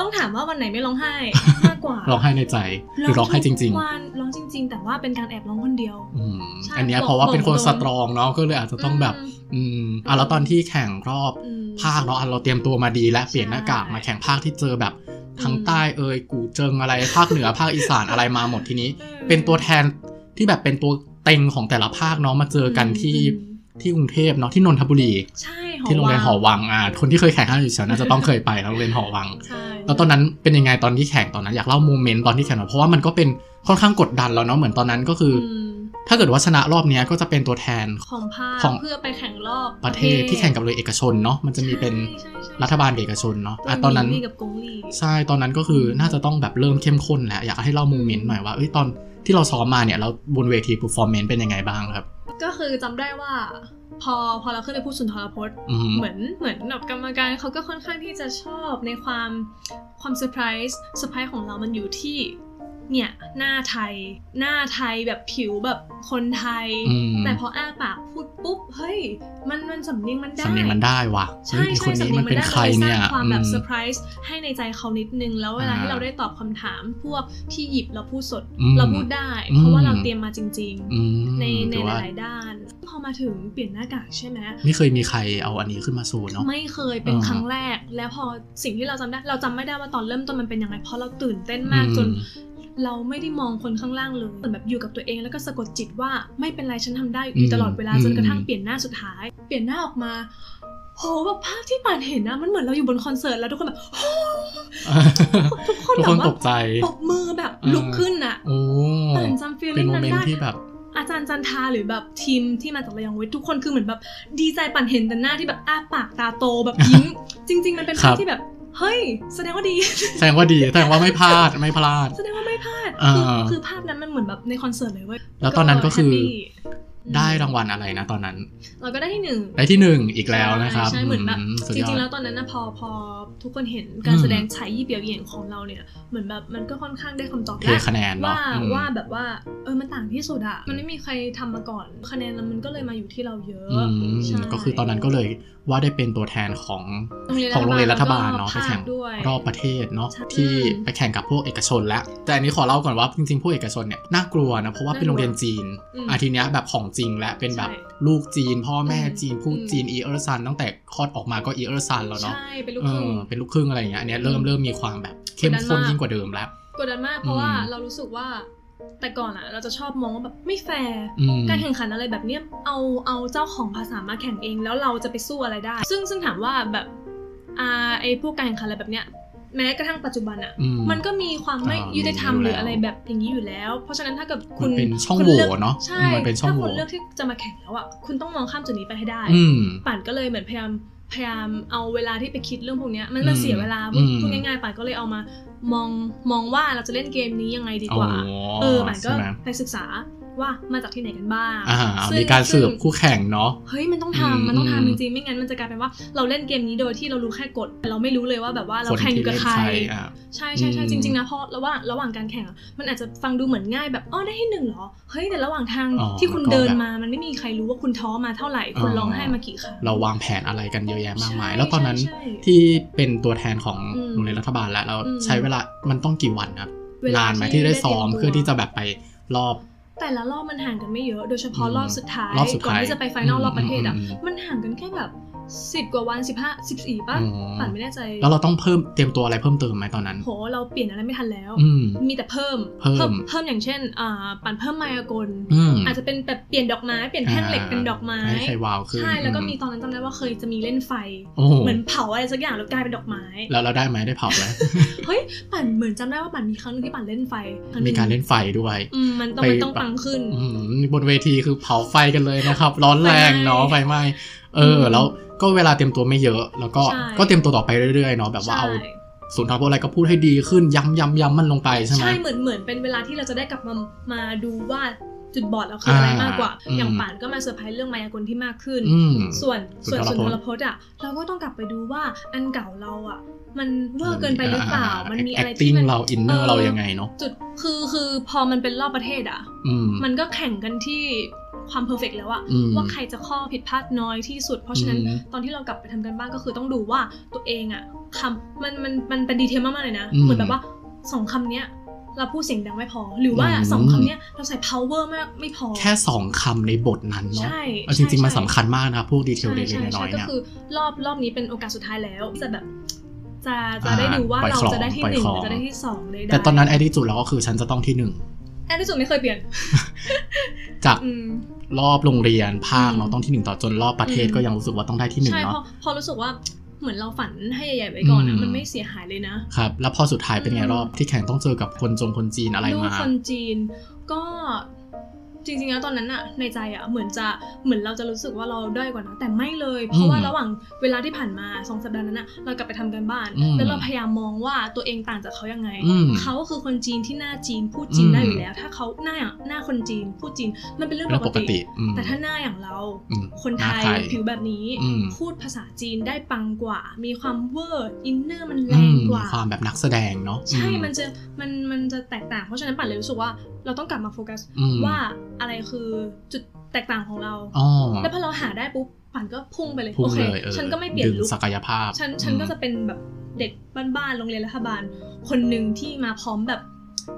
Speaker 2: ต้องถามว่าวันไหนไม่ร้อง
Speaker 1: <laughs>
Speaker 2: ไห้ มากกว่า
Speaker 1: ร้องไห้ในใจหรือร้องไห้จริง
Speaker 2: ๆวันร้องจริง ๆ แต่ว่าเป็นการแอบร้องคนเดียว
Speaker 1: ๆ อืม
Speaker 2: ใช่
Speaker 1: อันเนี้ย
Speaker 2: บอก
Speaker 1: เพราะว่าเป็นคน
Speaker 2: บอกตรง
Speaker 1: สตรองเนาะก็เลยอาจจะต้องแบบ อืมอ่ะแล้วตอนที่แข่งรอบ
Speaker 2: อืม
Speaker 1: ภาคเนาะอ่ะเราเตรียมตัวมาดีและ
Speaker 2: ใช่
Speaker 1: เปลี่ยนหน้ากากมาแข่งภาคที่เจอแบบทั้ง
Speaker 2: อืม
Speaker 1: ใต้เอ่ยกูเจิงอะไรภาคเหนือภาคอีสานอะไรมาหมดทีนี้
Speaker 2: อืม
Speaker 1: เป็นตัวแทนที่แบบเป็นตัวเต็งของแต่ละภาคเนาะมาเจอกันที่
Speaker 2: อืม
Speaker 1: ที่กรุงเทพเนาะที่นนทบุรี
Speaker 2: ใช่
Speaker 1: ที่โรงเรียนหอวังอ่าคนที่เคยแข่งข้าวอยู่แถวน่าจะต้องเคยไปนะโรงเรียนหอวัง
Speaker 2: ใช่
Speaker 1: แล้วตอนนั้นเป็นยังไงตอนที่แข่งตอนนั้นอยากเล่าโมเมนต์ตอนที่แข่งหน่อยเพราะว่ามันก็เป็นค่อนข้างกดดันแล้วเนาะเหมือนตอนนั้นก็คืออ
Speaker 2: ม
Speaker 1: ถ้าเกิดว่าชนะรอบเนี้ยก็จะเป็นตัวแทน
Speaker 2: ของภาค
Speaker 1: ของ
Speaker 2: เพื่อไปแข่งรอบ
Speaker 1: ประเทศที่แข่งกับโรงเรียนเอกชนเนาะมันจะมีเป็น
Speaker 2: ใช่ใช่ใช่
Speaker 1: รัฐบาลกับเอกชนเนาะอ่ะ
Speaker 2: ว
Speaker 1: ตอนนั้น
Speaker 2: หมีกับกงลี
Speaker 1: ใช่ตอนนั้นก็คือน่าจะต้องแบบเริ่มเข้มข้นแหละอยากให้เล่าโมเมนต์หน่อยว่าเอ้ยตอนที่เราซ้อมมาเนี่ยเราบนเวที performance เป็นยังไงบ้างครับ
Speaker 2: ก็คือจำได้ว่า พอพอเราขึ้นไปพูดสุนทรพจน์
Speaker 1: อืม
Speaker 2: เหมือนเหมือนแบบกรรมการเขาก็ค่อนข้างที่จะชอบในความความเซอร์ไพรส์เซอร์ไพรส์ของเรามันอยู่ที่เนี่ยหน้าไทย หน้าไทยแบบผิวแบบคนไทย
Speaker 1: อืม
Speaker 2: แต่พออ้าปากพูดปุ๊บ เฮ้ย มันมันสำเนียงมันได้
Speaker 1: สำเนียงมันได้ว่ะ
Speaker 2: ใช่
Speaker 1: เฮ้ย
Speaker 2: ใช่
Speaker 1: คน
Speaker 2: สำ
Speaker 1: นี้
Speaker 2: เนีย
Speaker 1: มั
Speaker 2: ง
Speaker 1: น
Speaker 2: มัน
Speaker 1: เป็น
Speaker 2: ได้
Speaker 1: ใคร
Speaker 2: มัน
Speaker 1: เนี่
Speaker 2: สร้าย งความแบบ
Speaker 1: อืม
Speaker 2: เซอร์ไพรส์ให้ในใจเขานิดนึง แล้วเวลา
Speaker 1: อ่า
Speaker 2: ที่เราได้ตอบคำถาม พวกที่หยิบเราพูดสด
Speaker 1: อืม
Speaker 2: เราพูดได้ เพราะว่าเรา
Speaker 1: อืม
Speaker 2: เตรียมมาจริง
Speaker 1: อืม
Speaker 2: ๆ ในใน
Speaker 1: ถือ
Speaker 2: ห
Speaker 1: ว่า
Speaker 2: ลายๆด้าน พอมาถึงเปลี่ยนหน้ากากใช่ไหม
Speaker 1: ไม่เคยมีใครเอาอันนี้ขึ้นมาสู้เนาะ
Speaker 2: ไม่เคยเป็น
Speaker 1: อ่า
Speaker 2: ครั้งแรก แล้วพอสิ่งที่เราจำได้เราจำไม่ได้ว่าตอนเริ่มต้นมันเป็นยังไงเพราะเราตื่นเต้นมากจน
Speaker 1: อืม
Speaker 2: เราไม่ได้มองคนข้างล่างเลยเหมือนแบบอยู่กับตัวเองแล้วก็สะกดจิตว่าไม่เป็นไรฉันทำได้อยู่
Speaker 1: อืม
Speaker 2: ตลอดเวลา
Speaker 1: อืม
Speaker 2: จนกระทั่งเปลี่ยนหน้าสุดท้าย เปลี่ยนหน้าออกมา โหแบบภาพที่ป่านเห็นนะมันเหมือนเราอยู่บนคอนเสิร์ตแล้วทุกคนแบบโหทุกคน
Speaker 1: ทุกคนตก
Speaker 2: แบบว่า
Speaker 1: ใจ
Speaker 2: ปรบมือแบบ
Speaker 1: อ่า
Speaker 2: ลุกขึ้นอ่ะ
Speaker 1: โอ้
Speaker 2: ป่านจำฟีล
Speaker 1: เป็น
Speaker 2: ลิ่ง
Speaker 1: โม
Speaker 2: นั้
Speaker 1: เม
Speaker 2: น
Speaker 1: นต์
Speaker 2: ได้
Speaker 1: ที่แบบ
Speaker 2: อาจารย์จันทาหรือแบบทีมที่มาจากระยองเวททุกคนคือเหมือนแบบดีใจป่านเห็นแต่หน้าที่แบบอ้าปากตาโตแบบยิ้ม จริง ๆ มันเป็น
Speaker 1: <laughs> ครั
Speaker 2: ภาพ
Speaker 1: บ
Speaker 2: ที่แบบเฮ้ย แสดงว่าดี <laughs>
Speaker 1: แสดงว่าดีแสดงว่าไม่พลาดไม่พลาด
Speaker 2: แสดงว่าไม่พลาด
Speaker 1: อ่า
Speaker 2: คือคือภาพนั้นมันเหมือนแบบในคอนเสิร์ตเลยเว้ย
Speaker 1: แล้วตอนนั้นก็คือ
Speaker 2: happy
Speaker 1: ได้รางวัลอะไรนะตอนนั้น
Speaker 2: เราก็ได้ที่หนึ่ง
Speaker 1: ได้ที่หนึ่งอีกแล้วนะครับ
Speaker 2: ใช่ใช่เหมือนแบบ
Speaker 1: อืสุด
Speaker 2: จ
Speaker 1: ยอด
Speaker 2: ริงๆแล้วตอนนั้นนะพอพอทุกคนเห็นการ
Speaker 1: อืม
Speaker 2: แสดงฉายยี่เปียวเหยียงของเราเนี่ยเหมือนแบบมันก็ค่อนข้างได้คำตอบ
Speaker 1: เท
Speaker 2: แล้ว
Speaker 1: คะแนนเนาะ
Speaker 2: ว่า
Speaker 1: อืม
Speaker 2: ว่าแบบว่าเออมันต่างที่สุดอะมันไม่มีใครทำมาก่อน คะแนนมันก็เลยมาอยู่ที่เราเยอะ
Speaker 1: อืม
Speaker 2: ใช่
Speaker 1: ก็คือตอนนั้นก็เลยว่าได้เป็นตัวแทนของของโรงเรียนรัฐบาลเนาะไป
Speaker 2: แล้วก็
Speaker 1: แข่ง
Speaker 2: ภคด้วย
Speaker 1: รอบประเทศเนาะ
Speaker 2: ใช่
Speaker 1: ที่ไปแข่งกับพวกเอกชนแล้วแต่อันนี้ขอเล่าก่อนว่าจริงๆพวกเอกชนเนี่ยน่ากลัวนะเพราะว่าเป็นโรงเรียนจีน
Speaker 2: อืม
Speaker 1: อาทีเนี้ยแบบของจริงและเป็นแบบ
Speaker 2: ใช่
Speaker 1: ลูกจีน พ่อแม่
Speaker 2: อืม
Speaker 1: จีนพูด
Speaker 2: อืม
Speaker 1: จีนอีเออร์ซันตั้งแต่คลอดออกมาก็อีเออร์ซันแล้วเนาะ
Speaker 2: ใช่เป็นลูก
Speaker 1: เอ
Speaker 2: ครึ่ง
Speaker 1: อเป็นลูกครึ่งอะไรอย่างเงี้ยอันเนี้ยเริ่ม
Speaker 2: อืม
Speaker 1: เริ่มมีความแบบเข้มข้น
Speaker 2: กดดันมาก
Speaker 1: ยิ่งกว่าเดิมแล้ว
Speaker 2: กดดันมากเพราะว่า
Speaker 1: อืม
Speaker 2: เรารู้สึกว่าแต่ก่อนอะเราจะชอบมองว่าแบบไม่แฟร์
Speaker 1: อืม
Speaker 2: การแข่งขันอะไรแบบเนี้ยเอาเอาเจ้าของภาษามาแข่งเองแล้วเราจะไปสู้อะไรได้ ซึ่งซึ่งถามว่าแบบอ่าไอพวกการแข่งขันอะไรแบบเนี้ยแม้กระทั่งปัจจุบันอะ
Speaker 1: อื
Speaker 2: มันก็มีความไม่
Speaker 1: อ่ามี
Speaker 2: ยุติธรรม
Speaker 1: อยู่
Speaker 2: ห
Speaker 1: แล้ว
Speaker 2: รืออะไรแบบอย่างนี้อยู่แล้ว เพราะฉะนั้นถ้าเกิดคุ
Speaker 1: มั
Speaker 2: ณ
Speaker 1: นเป็นช่อง
Speaker 2: คุณ
Speaker 1: โหว่
Speaker 2: ลือก
Speaker 1: เนอะ
Speaker 2: ใช่
Speaker 1: มันเป็นช่อง
Speaker 2: ถ้า
Speaker 1: โหว่
Speaker 2: คุณเลือกที่จะมาแข่งแล้วอะคุณต้องมองข้ามจุดนี้ไปให้ได้
Speaker 1: อืม
Speaker 2: ป่านก็เลยเหมือนพยายามพยายามเอาเวลาที่ไปคิดเรื่องพวกเนี้ยมันมัน
Speaker 1: อืม
Speaker 2: เสียเวลา
Speaker 1: อืม
Speaker 2: พูดง่ายๆป่านก็เลยเอามามองมองว่าเราจะเล่นเกมนี้ยังไงดี
Speaker 1: โอ้
Speaker 2: กว่า เออมันก็
Speaker 1: ใช่ไหม
Speaker 2: ไปศึกษาว่ามาจากที่ไหนกันบ้าง
Speaker 1: อ่า
Speaker 2: ซึ่ง
Speaker 1: มีการสืบ
Speaker 2: ซึ่ง
Speaker 1: คู่แข่งเนาะ
Speaker 2: เฮ้ยมันต้อง
Speaker 1: อืม
Speaker 2: ทำมันต้อง
Speaker 1: อืม
Speaker 2: ทำจริงๆ ไม่งั้นมันจะกลายเป็นว่าเราเล่นเกมนี้โดยที่เรารู้แค่กฎแต่เราไม่รู้เลยว่าแบบว่าเรา
Speaker 1: คน
Speaker 2: แข่งอ
Speaker 1: ที่
Speaker 2: ยู่กับ
Speaker 1: เล่น
Speaker 2: ใคร
Speaker 1: ใครอ่ะ
Speaker 2: ใช่ใช่ใช่
Speaker 1: อืม
Speaker 2: จริงๆนะเพราะระหว่างระหว่างการแข่งอะมันอาจจะฟังดูเหมือนง่ายแบบอ๋อได้ที่หนึ่งเหรอเฮ้ยแต่ระหว่างทาง
Speaker 1: อ๋อ
Speaker 2: ที่คุณ
Speaker 1: มันก็
Speaker 2: เดิน
Speaker 1: แบบ
Speaker 2: มามันไม่มีใครรู้ว่าคุณท้อมาเท่าไหร่คุณ
Speaker 1: อ๋อ
Speaker 2: ร้องไห้มากี่ครั้ง
Speaker 1: เราวางแผนอะไรกันเยอะแยะมากมาย
Speaker 2: ใช่
Speaker 1: แล้วตอนนั้น
Speaker 2: ใช่ใช่
Speaker 1: ที่เป็นตัวแทนของ
Speaker 2: อืม
Speaker 1: โรงเรียนรัฐบาลแล้วเรา
Speaker 2: อืม
Speaker 1: ใช้เวลามันต้องกี่วันครับ
Speaker 2: เวล
Speaker 1: นานไหมที่ได้ซ้อม
Speaker 2: ตรียตัว
Speaker 1: เพื่อที่จะแบบไปรอบ
Speaker 2: แต่ละรอบมันห่างกันไม่เยอะ โดยเฉพาะ
Speaker 1: อืม
Speaker 2: รอบสุดท้าย
Speaker 1: รอบสุด
Speaker 2: ก่อน
Speaker 1: ท้าย
Speaker 2: ที่จะไปไฟนอล
Speaker 1: อืม
Speaker 2: รอบประเทศอ่ะ
Speaker 1: อืมอืม
Speaker 2: มันห่างกันแค่แบบสิบกว่าวันสิบห้าสิบสี่ป่ะ
Speaker 1: อ๋อ
Speaker 2: ป่านไม่แน่ใจ
Speaker 1: แล้วเราต้องเพิ่มเตรียมตัวอะไรเพิ่มเติมไหมตอนนั้น
Speaker 2: โห เราเปลี่ยนอะไรไม่ทันแล้ว
Speaker 1: อืม
Speaker 2: มีแต่เพิ่ม
Speaker 1: เพิ่ม
Speaker 2: เพิ่มอย่างเช่นอ่าป่านเพิ่มไมอากล
Speaker 1: อืม
Speaker 2: อาจจะเป็นแบบเปลี่ยนดอกไม้ เปลี่ยนแท่งเหล็กเป็นดอกไม้
Speaker 1: ให้ใครวาวขึ้น
Speaker 2: ใช่ แล้วก็มี
Speaker 1: อื
Speaker 2: ตอนนั้นจำได้ว่าเคยจะมีเล่นไฟ
Speaker 1: โอ้โห
Speaker 2: เหมือนเผาอะไรสักอย่างแล้วกลายเป็นดอกไม้
Speaker 1: แล้วเราได้ไหมได้เผาไหม
Speaker 2: เฮ้ย ป่านเหมือนจำได้ว่าป่านมีครั้งหนึงที่ป่านเล่นไฟคงหนึ่
Speaker 1: <laughs>
Speaker 2: ง
Speaker 1: มีการเล่นไฟด้วย
Speaker 2: อืมมันต้อง
Speaker 1: ไป
Speaker 2: มันต้องปังขึ้น
Speaker 1: อืมบนเวทีคือเผาไฟกันเลยนะครับ ร้อนแรงเนาะไฟไหม้เออ
Speaker 2: อืม
Speaker 1: แล้วก็เวลาเตรียมตัวไม่เยอะ แล้วก็
Speaker 2: ใช่
Speaker 1: ก็เตรียมตัวต่อไปเรื่อยๆเนาะแบบว่าเอา
Speaker 2: ใช่
Speaker 1: ศูนย์ทางพวกอะไรก็พูดให้ดีขึ้นย้ำย้ำย้ำมันลงไปใช่ไหม
Speaker 2: ใช่เหมือนเหมือนเป็นเวลาที่เราจะได้กลับมามาดูว่า จุดบอดเราคืออะไร
Speaker 1: อ่าม
Speaker 2: มากกว่า
Speaker 1: อืม
Speaker 2: อย่างป่านก็มาเซอร์ไพรส์เรื่องมายากลที่มากขึ้น
Speaker 1: อืม
Speaker 2: ส่วน
Speaker 1: สุ
Speaker 2: ส่วน
Speaker 1: นทรพจน์
Speaker 2: สุนทรพจน์อ่ะ เราก็ต้องกลับไปดูว่าอันเก่าเราอ่ะ มันเวอร์เกินไปหรือเปล่า มันมีอะไรที่
Speaker 1: acting
Speaker 2: มัน
Speaker 1: เราอินเนอร์เรายังไงเนาะ
Speaker 2: จุดคือคือพอมันเป็นรอบประเทศอ่ะ
Speaker 1: อืม
Speaker 2: มันก็แข่งกันที่ความเพอร์เฟกแล้วอะ
Speaker 1: อืม
Speaker 2: ว่าใครจะข้อผิดพลาดน้อยที่สุด เพราะฉะนั้น
Speaker 1: อืม
Speaker 2: ตอนที่เรากลับไปทำกันบ้านก็คือต้องดูว่าตัวเองอะคำมันมันมันเป็นดีเทลมากๆเลยนะ
Speaker 1: อืม
Speaker 2: เหมือนแบบว่าสองคำเนี้ย เราพูดเสียงดังไม่พอ หรือว่า
Speaker 1: อืม
Speaker 2: สองคำเนี้ยเราใส่ power มากไม่พอ
Speaker 1: แค่สองคำในบทนั้นเนาะ
Speaker 2: ใช่
Speaker 1: เอาจริงๆ มัน
Speaker 2: ใช่
Speaker 1: สำคัญมากนะครับพวกดีเทล
Speaker 2: ใช่
Speaker 1: เล็ก
Speaker 2: ใช่
Speaker 1: ๆน้อยๆ
Speaker 2: ใช่ก็
Speaker 1: เนี่ย
Speaker 2: คือรอบรอบนี้เป็นโอกาสสุดท้ายแล้วจะแบบ จะจะ
Speaker 1: อ่า
Speaker 2: ได้ดูว่า
Speaker 1: ปล่อย
Speaker 2: เรา
Speaker 1: ของ
Speaker 2: จะได้ที่
Speaker 1: ปล่อย
Speaker 2: หนึ่ง
Speaker 1: ข
Speaker 2: ห
Speaker 1: อง
Speaker 2: รือจะได้ที่สองได้
Speaker 1: แต่ตอนนั้นไอดีจุดเราก็คือฉันจะต้องที่หนึ่ง
Speaker 2: แอนที่สุดไม่เคยเปลี่ยน
Speaker 1: จาก
Speaker 2: อืม
Speaker 1: รอบโรงเรียนภาค
Speaker 2: อืม
Speaker 1: เราต้องที่หนึ่งต่อจนรอบประเทศ
Speaker 2: อืม
Speaker 1: ก็ยังรู้สึกว่าต้องได้ที่หนึ่ง
Speaker 2: ใช่พ
Speaker 1: เนาะ
Speaker 2: อพอรู้สึกว่าเหมือนเราฝันให้ใหญ่ๆไว้ก่อน
Speaker 1: อื
Speaker 2: อะ
Speaker 1: ม
Speaker 2: มันไม่เสียหายเลยนะครับ
Speaker 1: แล้วพอสุดท้ายเป็นไงรอบที่แข่งต้องเจอกับคนจงคนจีนอะไร
Speaker 2: ลูก
Speaker 1: มา
Speaker 2: คนจีนก็จริงๆแล้วตอนนั้นอะในใจอะเหมือนจะเหมือนเราจะรู้สึกว่าเราด้อยกว่านะแต่ไม่เลย เพราะว่า
Speaker 1: อืม
Speaker 2: ระหว่างเวลาที่ผ่านมาสองสัปดาห์นั้นอะเรากลับไปทำกันบ้าน
Speaker 1: อืม
Speaker 2: แล้วเราพยายามมองว่าตัวเองต่างจากเขายังไง
Speaker 1: อืม
Speaker 2: เขาก็คือคนจีนที่หน้าจีนพูดจีนได้
Speaker 1: อืม
Speaker 2: อยู่แล้ว ถ้าเขาหน้าอย่างหน้าคนจีนพูดจีนมันเป็นเรื่อง
Speaker 1: เรื่อง
Speaker 2: ป
Speaker 1: ป
Speaker 2: ก
Speaker 1: ก
Speaker 2: ติ
Speaker 1: ติอืม
Speaker 2: แต่ถ้าหน้าอย่างเรา
Speaker 1: อืม
Speaker 2: คน
Speaker 1: ห
Speaker 2: ไทย
Speaker 1: น้าใคร
Speaker 2: ผิวแบบนี้
Speaker 1: อืม
Speaker 2: พูดภาษาจีนได้ปังกว่า มีความเวอร์ อินเนอร์มันแร
Speaker 1: อื
Speaker 2: ง
Speaker 1: ม
Speaker 2: กว่า
Speaker 1: ความแบบนักแสดงเนาะ
Speaker 2: ใช่
Speaker 1: อื
Speaker 2: มันจะ มัน มันจะแตกต่าง เพราะฉะนั้นปั่นเลยรู้สึกว่าเราต้องกลับมาโฟกัส
Speaker 1: อืม
Speaker 2: ว่าอะไรคือจุดแตกต่างของเรา
Speaker 1: อ๋อ
Speaker 2: แล้วพอเราหาได้ปุ๊บ ปั่นก็พุ่งไปเลย
Speaker 1: พุ่
Speaker 2: โอง เค
Speaker 1: เลยเออ
Speaker 2: ฉันก็ไม่เปลี่ยน
Speaker 1: ดึง
Speaker 2: ลุค
Speaker 1: ศักยภาพ
Speaker 2: ฉัน ฉัน
Speaker 1: อืม
Speaker 2: ก็จะเป็นแบบเด็กบ้านๆ โรงเรียนรัฐบาล คนหนึ่งที่มาพร้อมแบบ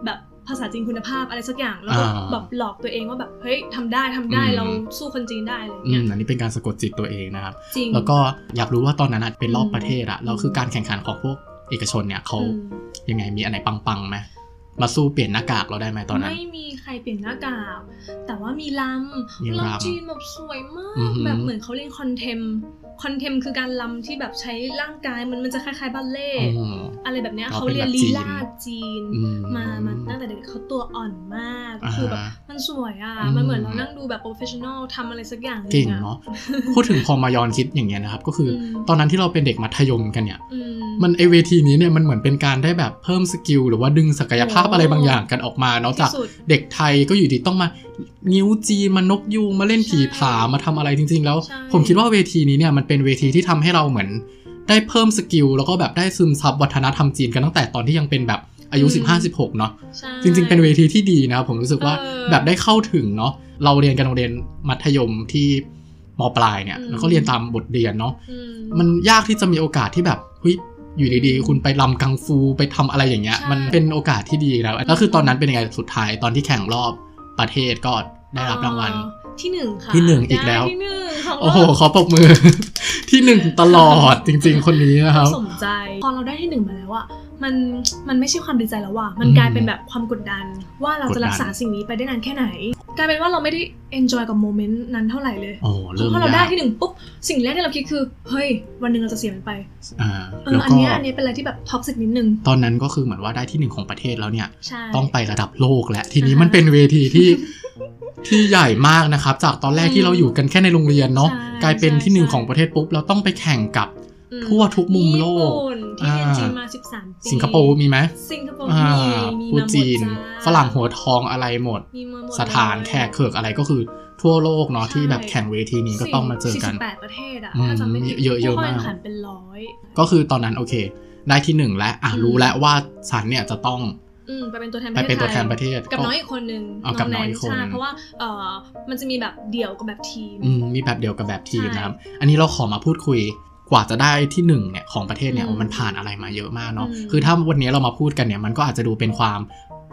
Speaker 2: แบบภาษาจีนคุณภาพอะไรสักอย่าง แล้วก็
Speaker 1: อ่า
Speaker 2: แบบหลอกตัวเองว่าแบบ เฮ้ยทำได้ทำได้
Speaker 1: อืม
Speaker 2: เราสู้คนจีนได้อะไรอย่าง
Speaker 1: อื
Speaker 2: เงี้
Speaker 1: ม
Speaker 2: ย
Speaker 1: อันนี้เป็นการสะกดจิตตัวเองนะครับ
Speaker 2: จริง
Speaker 1: แล้วก็อยากรู้ว่าตอนนั้นอะเป็นรอบ
Speaker 2: อืม
Speaker 1: ประเทศอะเราคือการแข่งขันของพวกเอกชนเนี่ยเขา
Speaker 2: อืม
Speaker 1: ยังไงมีอันไหนปังๆไหมมาสู้เปลี่ยนหน้ากากเราได้ไหมตอนนั้น
Speaker 2: ไม่มีใครเปลี่ยนหน้ากากแต่ว่ามีล
Speaker 1: มี
Speaker 2: ำ
Speaker 1: ลำ
Speaker 2: ลำจีนแบบสวยมา
Speaker 1: อือก หือ
Speaker 2: แบบเหมือนเขาเรียนคอนเทมคอนเทมคือการลำที่แบบใช้ร่างกายมันมันจะคล้ายๆบัลเล่ต์อะไรแบบเนี้ย
Speaker 1: เรา
Speaker 2: เขา
Speaker 1: เป็น
Speaker 2: เรียน
Speaker 1: แบบ
Speaker 2: ลี
Speaker 1: จีน
Speaker 2: ลาดจีน
Speaker 1: อื
Speaker 2: มามาตั้งแต่เด็กเขาตัวอ่อนมาก
Speaker 1: อ่า
Speaker 2: คือแบบ
Speaker 1: ฮะ
Speaker 2: มันสวยอ่ะ
Speaker 1: อืม
Speaker 2: มันเหมือนเรานั่งดูแบบโปรเฟชชั่นอลทำอะไรสักอย่างหนึ่อ
Speaker 1: เก่งเนาะ <laughs> พูดถึงพอมาย้อนคิดอย่างเงี้ยนะครับก็คืออ
Speaker 2: ม
Speaker 1: ตอนนั้นที่เราเป็นเด็กมัธยมกันเนี่ย
Speaker 2: อืม
Speaker 1: มันไอเวทีนี้เนี่ยมันเหมือนเป็นการได้แบบเพิ่มสกิลหรือว่าดึงศักยภาพ
Speaker 2: โอ้
Speaker 1: อะไรบางอย่างกันออกมาเนาะจาก
Speaker 2: ที่สุด
Speaker 1: เด็กไทยก็อยู่ดีต้องมานิ้วจีนมานกยูงมาเล่นผีผา
Speaker 2: ใช่
Speaker 1: มาทำอะไรจริง ๆ แล้ว
Speaker 2: ใช่
Speaker 1: ผมคิดว่าเวทีนี้เนี่ยมันเป็นเวทีที่ทำให้เราเหมือน ได้เพิ่มสกิลแล้วก็แบบได้ซึมซับวัฒนธรรมจีนกันตั้งแต่ตอนที่ยังเป็นแบบอายุ 15-16 เนาะ
Speaker 2: ใช่
Speaker 1: จริง ๆ เป็นเวทีที่ดีนะครับผมรู้สึกว่า
Speaker 2: เออ
Speaker 1: แบบได้เข้าถึงเนาะเราเรียนกันโรงเรียนมัธยมที่มปลายเนี่ย
Speaker 2: อืม
Speaker 1: แล้วก็เรียนตามบทเรียนเนาะ
Speaker 2: อื
Speaker 1: มันยากที่จะมีโอกาสที่แบบเฮ้ยอยู่ดีๆ คุณไปลำกังฟูไปทำอะไรอย่างเงี้ย
Speaker 2: ใช่
Speaker 1: มันเป็นโอกาสที่ดีแล้วแล้วคือตอนนั้นเป็นยังไงสุดท้ายตอนที่แข่งรอบประเทศก็ได้รับรางวัล
Speaker 2: เอ่อที่หนึ่งค่ะ
Speaker 1: ที่หนึ่งอีก
Speaker 2: ได้
Speaker 1: แล้ว
Speaker 2: ที่หนึ่งของ
Speaker 1: โอ้โห
Speaker 2: รบ
Speaker 1: ขอปรบมือ <laughs> ที่หนึ่งตลอดจริงๆ คนนี้นะครับ
Speaker 2: สมใจ พอเราได้ที่หนึ่งมาแล้วอะมันมันไม่ใช่ความดีใจแล้วว่ะมันกลายเป็นแบบความกดดัน ว่าเรา
Speaker 1: กดดัน
Speaker 2: จะรักษาสิ่งนี้ไปได้นานแค่ไหน กลายเป็นว่าเราไม่ได้ enjoy กับโมเมนต์นั้นเท่าไหร่เลย
Speaker 1: โอ้
Speaker 2: เพ
Speaker 1: เริ่ม
Speaker 2: ราะเราได้
Speaker 1: ยาก
Speaker 2: ที่หนึ่งปุ๊บสิ่งแรกที่เราคิดคือเฮ้ย วันหนึ่งเราจะเสียมันไป
Speaker 1: อ่า
Speaker 2: เอ
Speaker 1: แล้
Speaker 2: อ
Speaker 1: ว
Speaker 2: อัน
Speaker 1: ก็
Speaker 2: เนี้ยอันเนี้ยเป็นอะไรที่แบบท็อกซิกนิดนึง
Speaker 1: ตอนนั้นก็คือเหมือนว่าได้ที่หนึ่งของประเทศแล้วเนี่ย
Speaker 2: ใช่
Speaker 1: ต้องไประดับโลกและทีนี้
Speaker 2: อ่าฮะ
Speaker 1: มันเป็นเวทีที่
Speaker 2: <laughs>
Speaker 1: ที่ใหญ่มากนะครับ จากตอนแรกที่เราอยู่กันแค่ในโรงเรียนเนาะ
Speaker 2: ใช่
Speaker 1: กลายเป็นที่หนึ่ง
Speaker 2: ใช่
Speaker 1: ของประเทศปุ๊บเราต้องไปแข่งกับ
Speaker 2: อืม
Speaker 1: ทั่วทุกมุมโล
Speaker 2: ญี่
Speaker 1: ก
Speaker 2: ปุ่นที่เรียนจีน
Speaker 1: อ่าม
Speaker 2: มา 13 ปี
Speaker 1: สิงคโปร์มีไหม
Speaker 2: สิงคโปร์
Speaker 1: อ่า
Speaker 2: มีมี
Speaker 1: ปู
Speaker 2: มาหมด
Speaker 1: จีน
Speaker 2: จ้า
Speaker 1: ฝรั่งหัวทองอะไรหมด
Speaker 2: มีมาหมด
Speaker 1: สถาน
Speaker 2: เลย
Speaker 1: แขกเขือกอะไรก็คือทั่วโลกเนาะ
Speaker 2: ใช่
Speaker 1: ที่แบบแข่งเวทีนี้ก็ต้องมาเจอกัน
Speaker 2: สี่สิบแปดประเทศอะ
Speaker 1: อืม
Speaker 2: ถ้าจำไม่ผิด
Speaker 1: เยอะเยอะ
Speaker 2: ผู้
Speaker 1: มาก
Speaker 2: เข้แข่งขันเป็นร้อย
Speaker 1: ก็คือตอนนั้นโอเค ได้ที่หนึ่งแล้วอ่ะ
Speaker 2: อืม
Speaker 1: รู้แล้วว่าฉันเนี่ยจะต้อง
Speaker 2: อืมไปเป็นตัวแทนป
Speaker 1: ไประ
Speaker 2: เทศ
Speaker 1: เป็นตัวแทนป
Speaker 2: ไย
Speaker 1: ระเทศ
Speaker 2: กับน้องอีกคนนึง
Speaker 1: เอากับน้องอีกคน
Speaker 2: ใช่เพราะว่าเออมันจะมีแบบเดี่ยวกับแบบทีม
Speaker 1: อืมมีแบบเดียวกับแบบทีม
Speaker 2: ใช่
Speaker 1: นะครับ อันนี้เราขอมาพูดคุยกว่าจะได้ที่หนึ่งเนี่ยของประเทศเนี่ย
Speaker 2: อืม
Speaker 1: มันผ่านอะไรมาเยอะมากเนาะ
Speaker 2: อืม
Speaker 1: คือถ้าวันนี้เรามาพูดกันเนี่ยมันก็อาจจะดูเป็นความ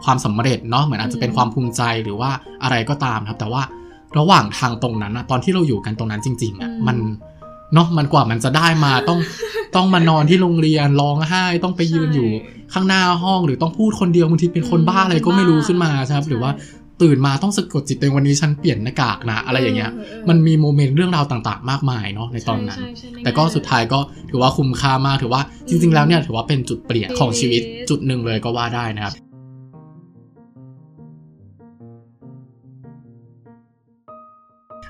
Speaker 1: ความสำเร็จเนาะเหมือนอาจจะเป็น
Speaker 2: อืม
Speaker 1: ความภูมิใจหรือว่าอะไรก็ตามครับแต่ว่าระหว่างทางตรงนั้นนะตอนที่เราอยู่กันตรงนั้นจริงๆอ่ะ
Speaker 2: อืม
Speaker 1: มันเนาะมันกว่ามันจะได้มาต้อง
Speaker 2: <laughs>
Speaker 1: ต้องมานอนที่โรงเรียนร้องไห้ต้องไปยืนอยู่
Speaker 2: ใช่
Speaker 1: ข้างหน้าห้องหรือต้องพูดคนเดียวบางทีเป็นคน
Speaker 2: อืม
Speaker 1: บ้าอะไร
Speaker 2: เป็น
Speaker 1: ก็ไม่รู้
Speaker 2: บ้า
Speaker 1: ขึ้นมาใช่ครับ
Speaker 2: ใช่
Speaker 1: หรือว่าตื่นมาต้องสะกดจิตตัวเองวันนี้ฉันเปลี่ยนหน้ากากนะอะไรอย่างเงี้ย
Speaker 2: ออ
Speaker 1: มันมีโมเมนต์เรื่องราวต่างๆ มากมายเนาะในตอนนั้น
Speaker 2: ใช่ใช่ใช่ไม่
Speaker 1: แต่ก็
Speaker 2: ง่
Speaker 1: สุดท้ายก็ถือว่าคุ้มค่ามากถือว่าจริง ๆ แล้วเนี่ยถือว่าเป็นจุดเปลี่ยนของชีวิต
Speaker 2: ชีวิต
Speaker 1: จุดหนึ่งเลยก็ว่าได้นะครับ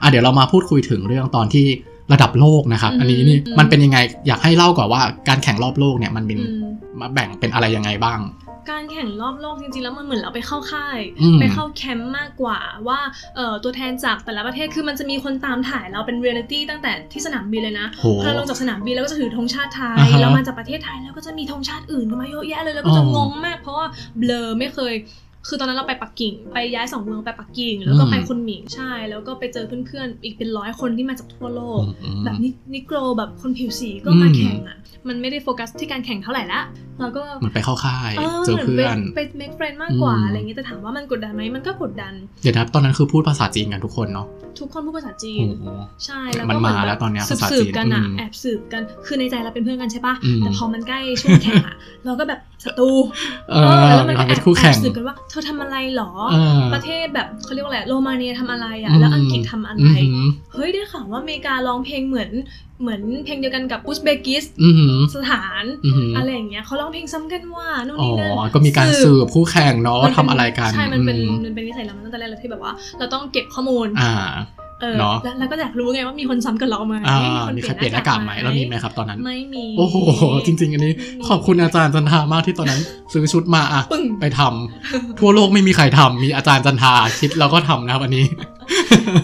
Speaker 1: อ่ะเดี๋ยวเรามาพูดคุยถึงเรื่องตอนที่ระดับโลกนะครับ อันนี้นี่มันเป็นยังไงอยากให้เล่าก่อนว่าการแข่งรอบโลกเนี่ยมันเป็น
Speaker 2: อืม
Speaker 1: มาแบ่งเป็นอะไรยังไงบ้าง
Speaker 2: การแข่งรอบโลกจริงๆ แล้วมันเหมือนเราไปเข้าค่าย
Speaker 1: อืม
Speaker 2: ไปเข้าแคมป์มากกว่าว่าเอ่อตัวแทนจากแต่ละประเทศคือมันจะมีคนตามถ่ายเราเป็นเรียลิตี้ตั้งแต่ที่สนามบินเลยนะ
Speaker 1: โห
Speaker 2: พอลงจากสนามบินแล้วก็จะถือธงชาติไทย
Speaker 1: อ่าฮะ
Speaker 2: แล้วมาจากประเทศไทยแล้วก็จะมีธงชาติอื่นมาเยอะแยะเลยแล้วก็จะ
Speaker 1: อ๋อง
Speaker 2: งมาก เพราะว่าเบลอไม่เคย คือตอนนั้นเราไปปักกิ่ง ไปย้ายสองเมืองไปปักกิ่ง แล้วก็
Speaker 1: อืม
Speaker 2: ไปคนหมิงใช่ แล้วก็ไปเจอเพื่อนๆอีกเป็นร้อยคนที่มาจากทั่วโลก
Speaker 1: อืมอืม
Speaker 2: แบบนินิโกรแบบคนผิวสีก็มา
Speaker 1: อืม
Speaker 2: แข่งอ่ะ มันไม่ได้โฟกัสที่การแข่งเท่าไหร่ละเราก็
Speaker 1: เหมือนไปเข้าค่าย
Speaker 2: เออ
Speaker 1: เจอ
Speaker 2: เหมือน
Speaker 1: เพื่
Speaker 2: ไป
Speaker 1: อน
Speaker 2: ไป make friend มากกว่า
Speaker 1: อืม
Speaker 2: อะไรอย่างเงี้ยแต่ถามว่ามันกดดันไหมมันก็กดดัน
Speaker 1: เดี๋ยวนะครับตอนนั้นคือพูดภาษาจีนกันทุกคนเนาะ
Speaker 2: ทุกคนพูดภาษาจีน
Speaker 1: โอ้โห
Speaker 2: ใช่แล้ว
Speaker 1: มั
Speaker 2: ก็
Speaker 1: น
Speaker 2: เห
Speaker 1: มา
Speaker 2: มือน
Speaker 1: แล้
Speaker 2: แบ
Speaker 1: ว
Speaker 2: บ
Speaker 1: ตอนเนี้ย
Speaker 2: สืบ
Speaker 1: ภาษา
Speaker 2: สืบ
Speaker 1: จีน
Speaker 2: กันอ่ะ
Speaker 1: อืม
Speaker 2: แอบสืบกันคือในใจเราเป็นเพื่อนกันใช่ปะ
Speaker 1: อืม
Speaker 2: แต่พอมันใกล้ช่วงแข่งอ่ะ เราก็แบบศัตรู
Speaker 1: เอ
Speaker 2: เออ
Speaker 1: อ
Speaker 2: แล้วมัน
Speaker 1: ค
Speaker 2: ก็
Speaker 1: วาม
Speaker 2: แอ
Speaker 1: เป็น
Speaker 2: บ
Speaker 1: คู่
Speaker 2: แอ
Speaker 1: แข่
Speaker 2: บ
Speaker 1: ง
Speaker 2: สืบกันว่าเธอทำอะไรหรอ
Speaker 1: เออ
Speaker 2: ประเทศแบบเขาเรียกว่าอะไรโรมาเนียทำอะไร
Speaker 1: อืม
Speaker 2: อ่ะแล้วอังกฤษทำอะไร
Speaker 1: อือหือ
Speaker 2: เฮ้ยได้ข่าวว่าอเมริการ้องเพลงเหมือนเหมือนเพลงเดียวกันกับอุซเบกิส
Speaker 1: อือหือ
Speaker 2: สถาน
Speaker 1: อือหือ
Speaker 2: อะไรอย่างเงี้ยเขาร้องเพลงซ้ำกันว่านู่น
Speaker 1: อ๋อ
Speaker 2: นี่นั่น
Speaker 1: ก็มีการ
Speaker 2: สืบ
Speaker 1: สืบคู่แข่งเนาะ
Speaker 2: มั
Speaker 1: ว่า
Speaker 2: นเป็น
Speaker 1: ทำอะไรกัน
Speaker 2: ใช่ มันเป็น
Speaker 1: อืม
Speaker 2: มันเป็นนิสัยเรามาตั้งแต่แรกเลยที่แบบว่า เราต้องเก็บข้อมูล
Speaker 1: อ่า
Speaker 2: เออ
Speaker 1: เนาะ
Speaker 2: แล้วแล้วก็อยากรู้ไงว่ามีคนซ้ำกับเราไหม
Speaker 1: อ่ามี
Speaker 2: มี
Speaker 1: ใครเปลี่ยนหน้ากากไหมแล้วมีไหมครับตอนนั้น
Speaker 2: ไม่มี
Speaker 1: โอ้โห จริง ๆ อันนี้
Speaker 2: ไม่มี
Speaker 1: ขอบคุณอาจารย์จันทามากที่ตอนนั้น ซื้อชุดมาอะ
Speaker 2: ปึ้ง
Speaker 1: ไปทำทั่วโลกไม่มีใครทำมีอาจารย์จันทาคิดแล้วก็ทำนะครับอันนี้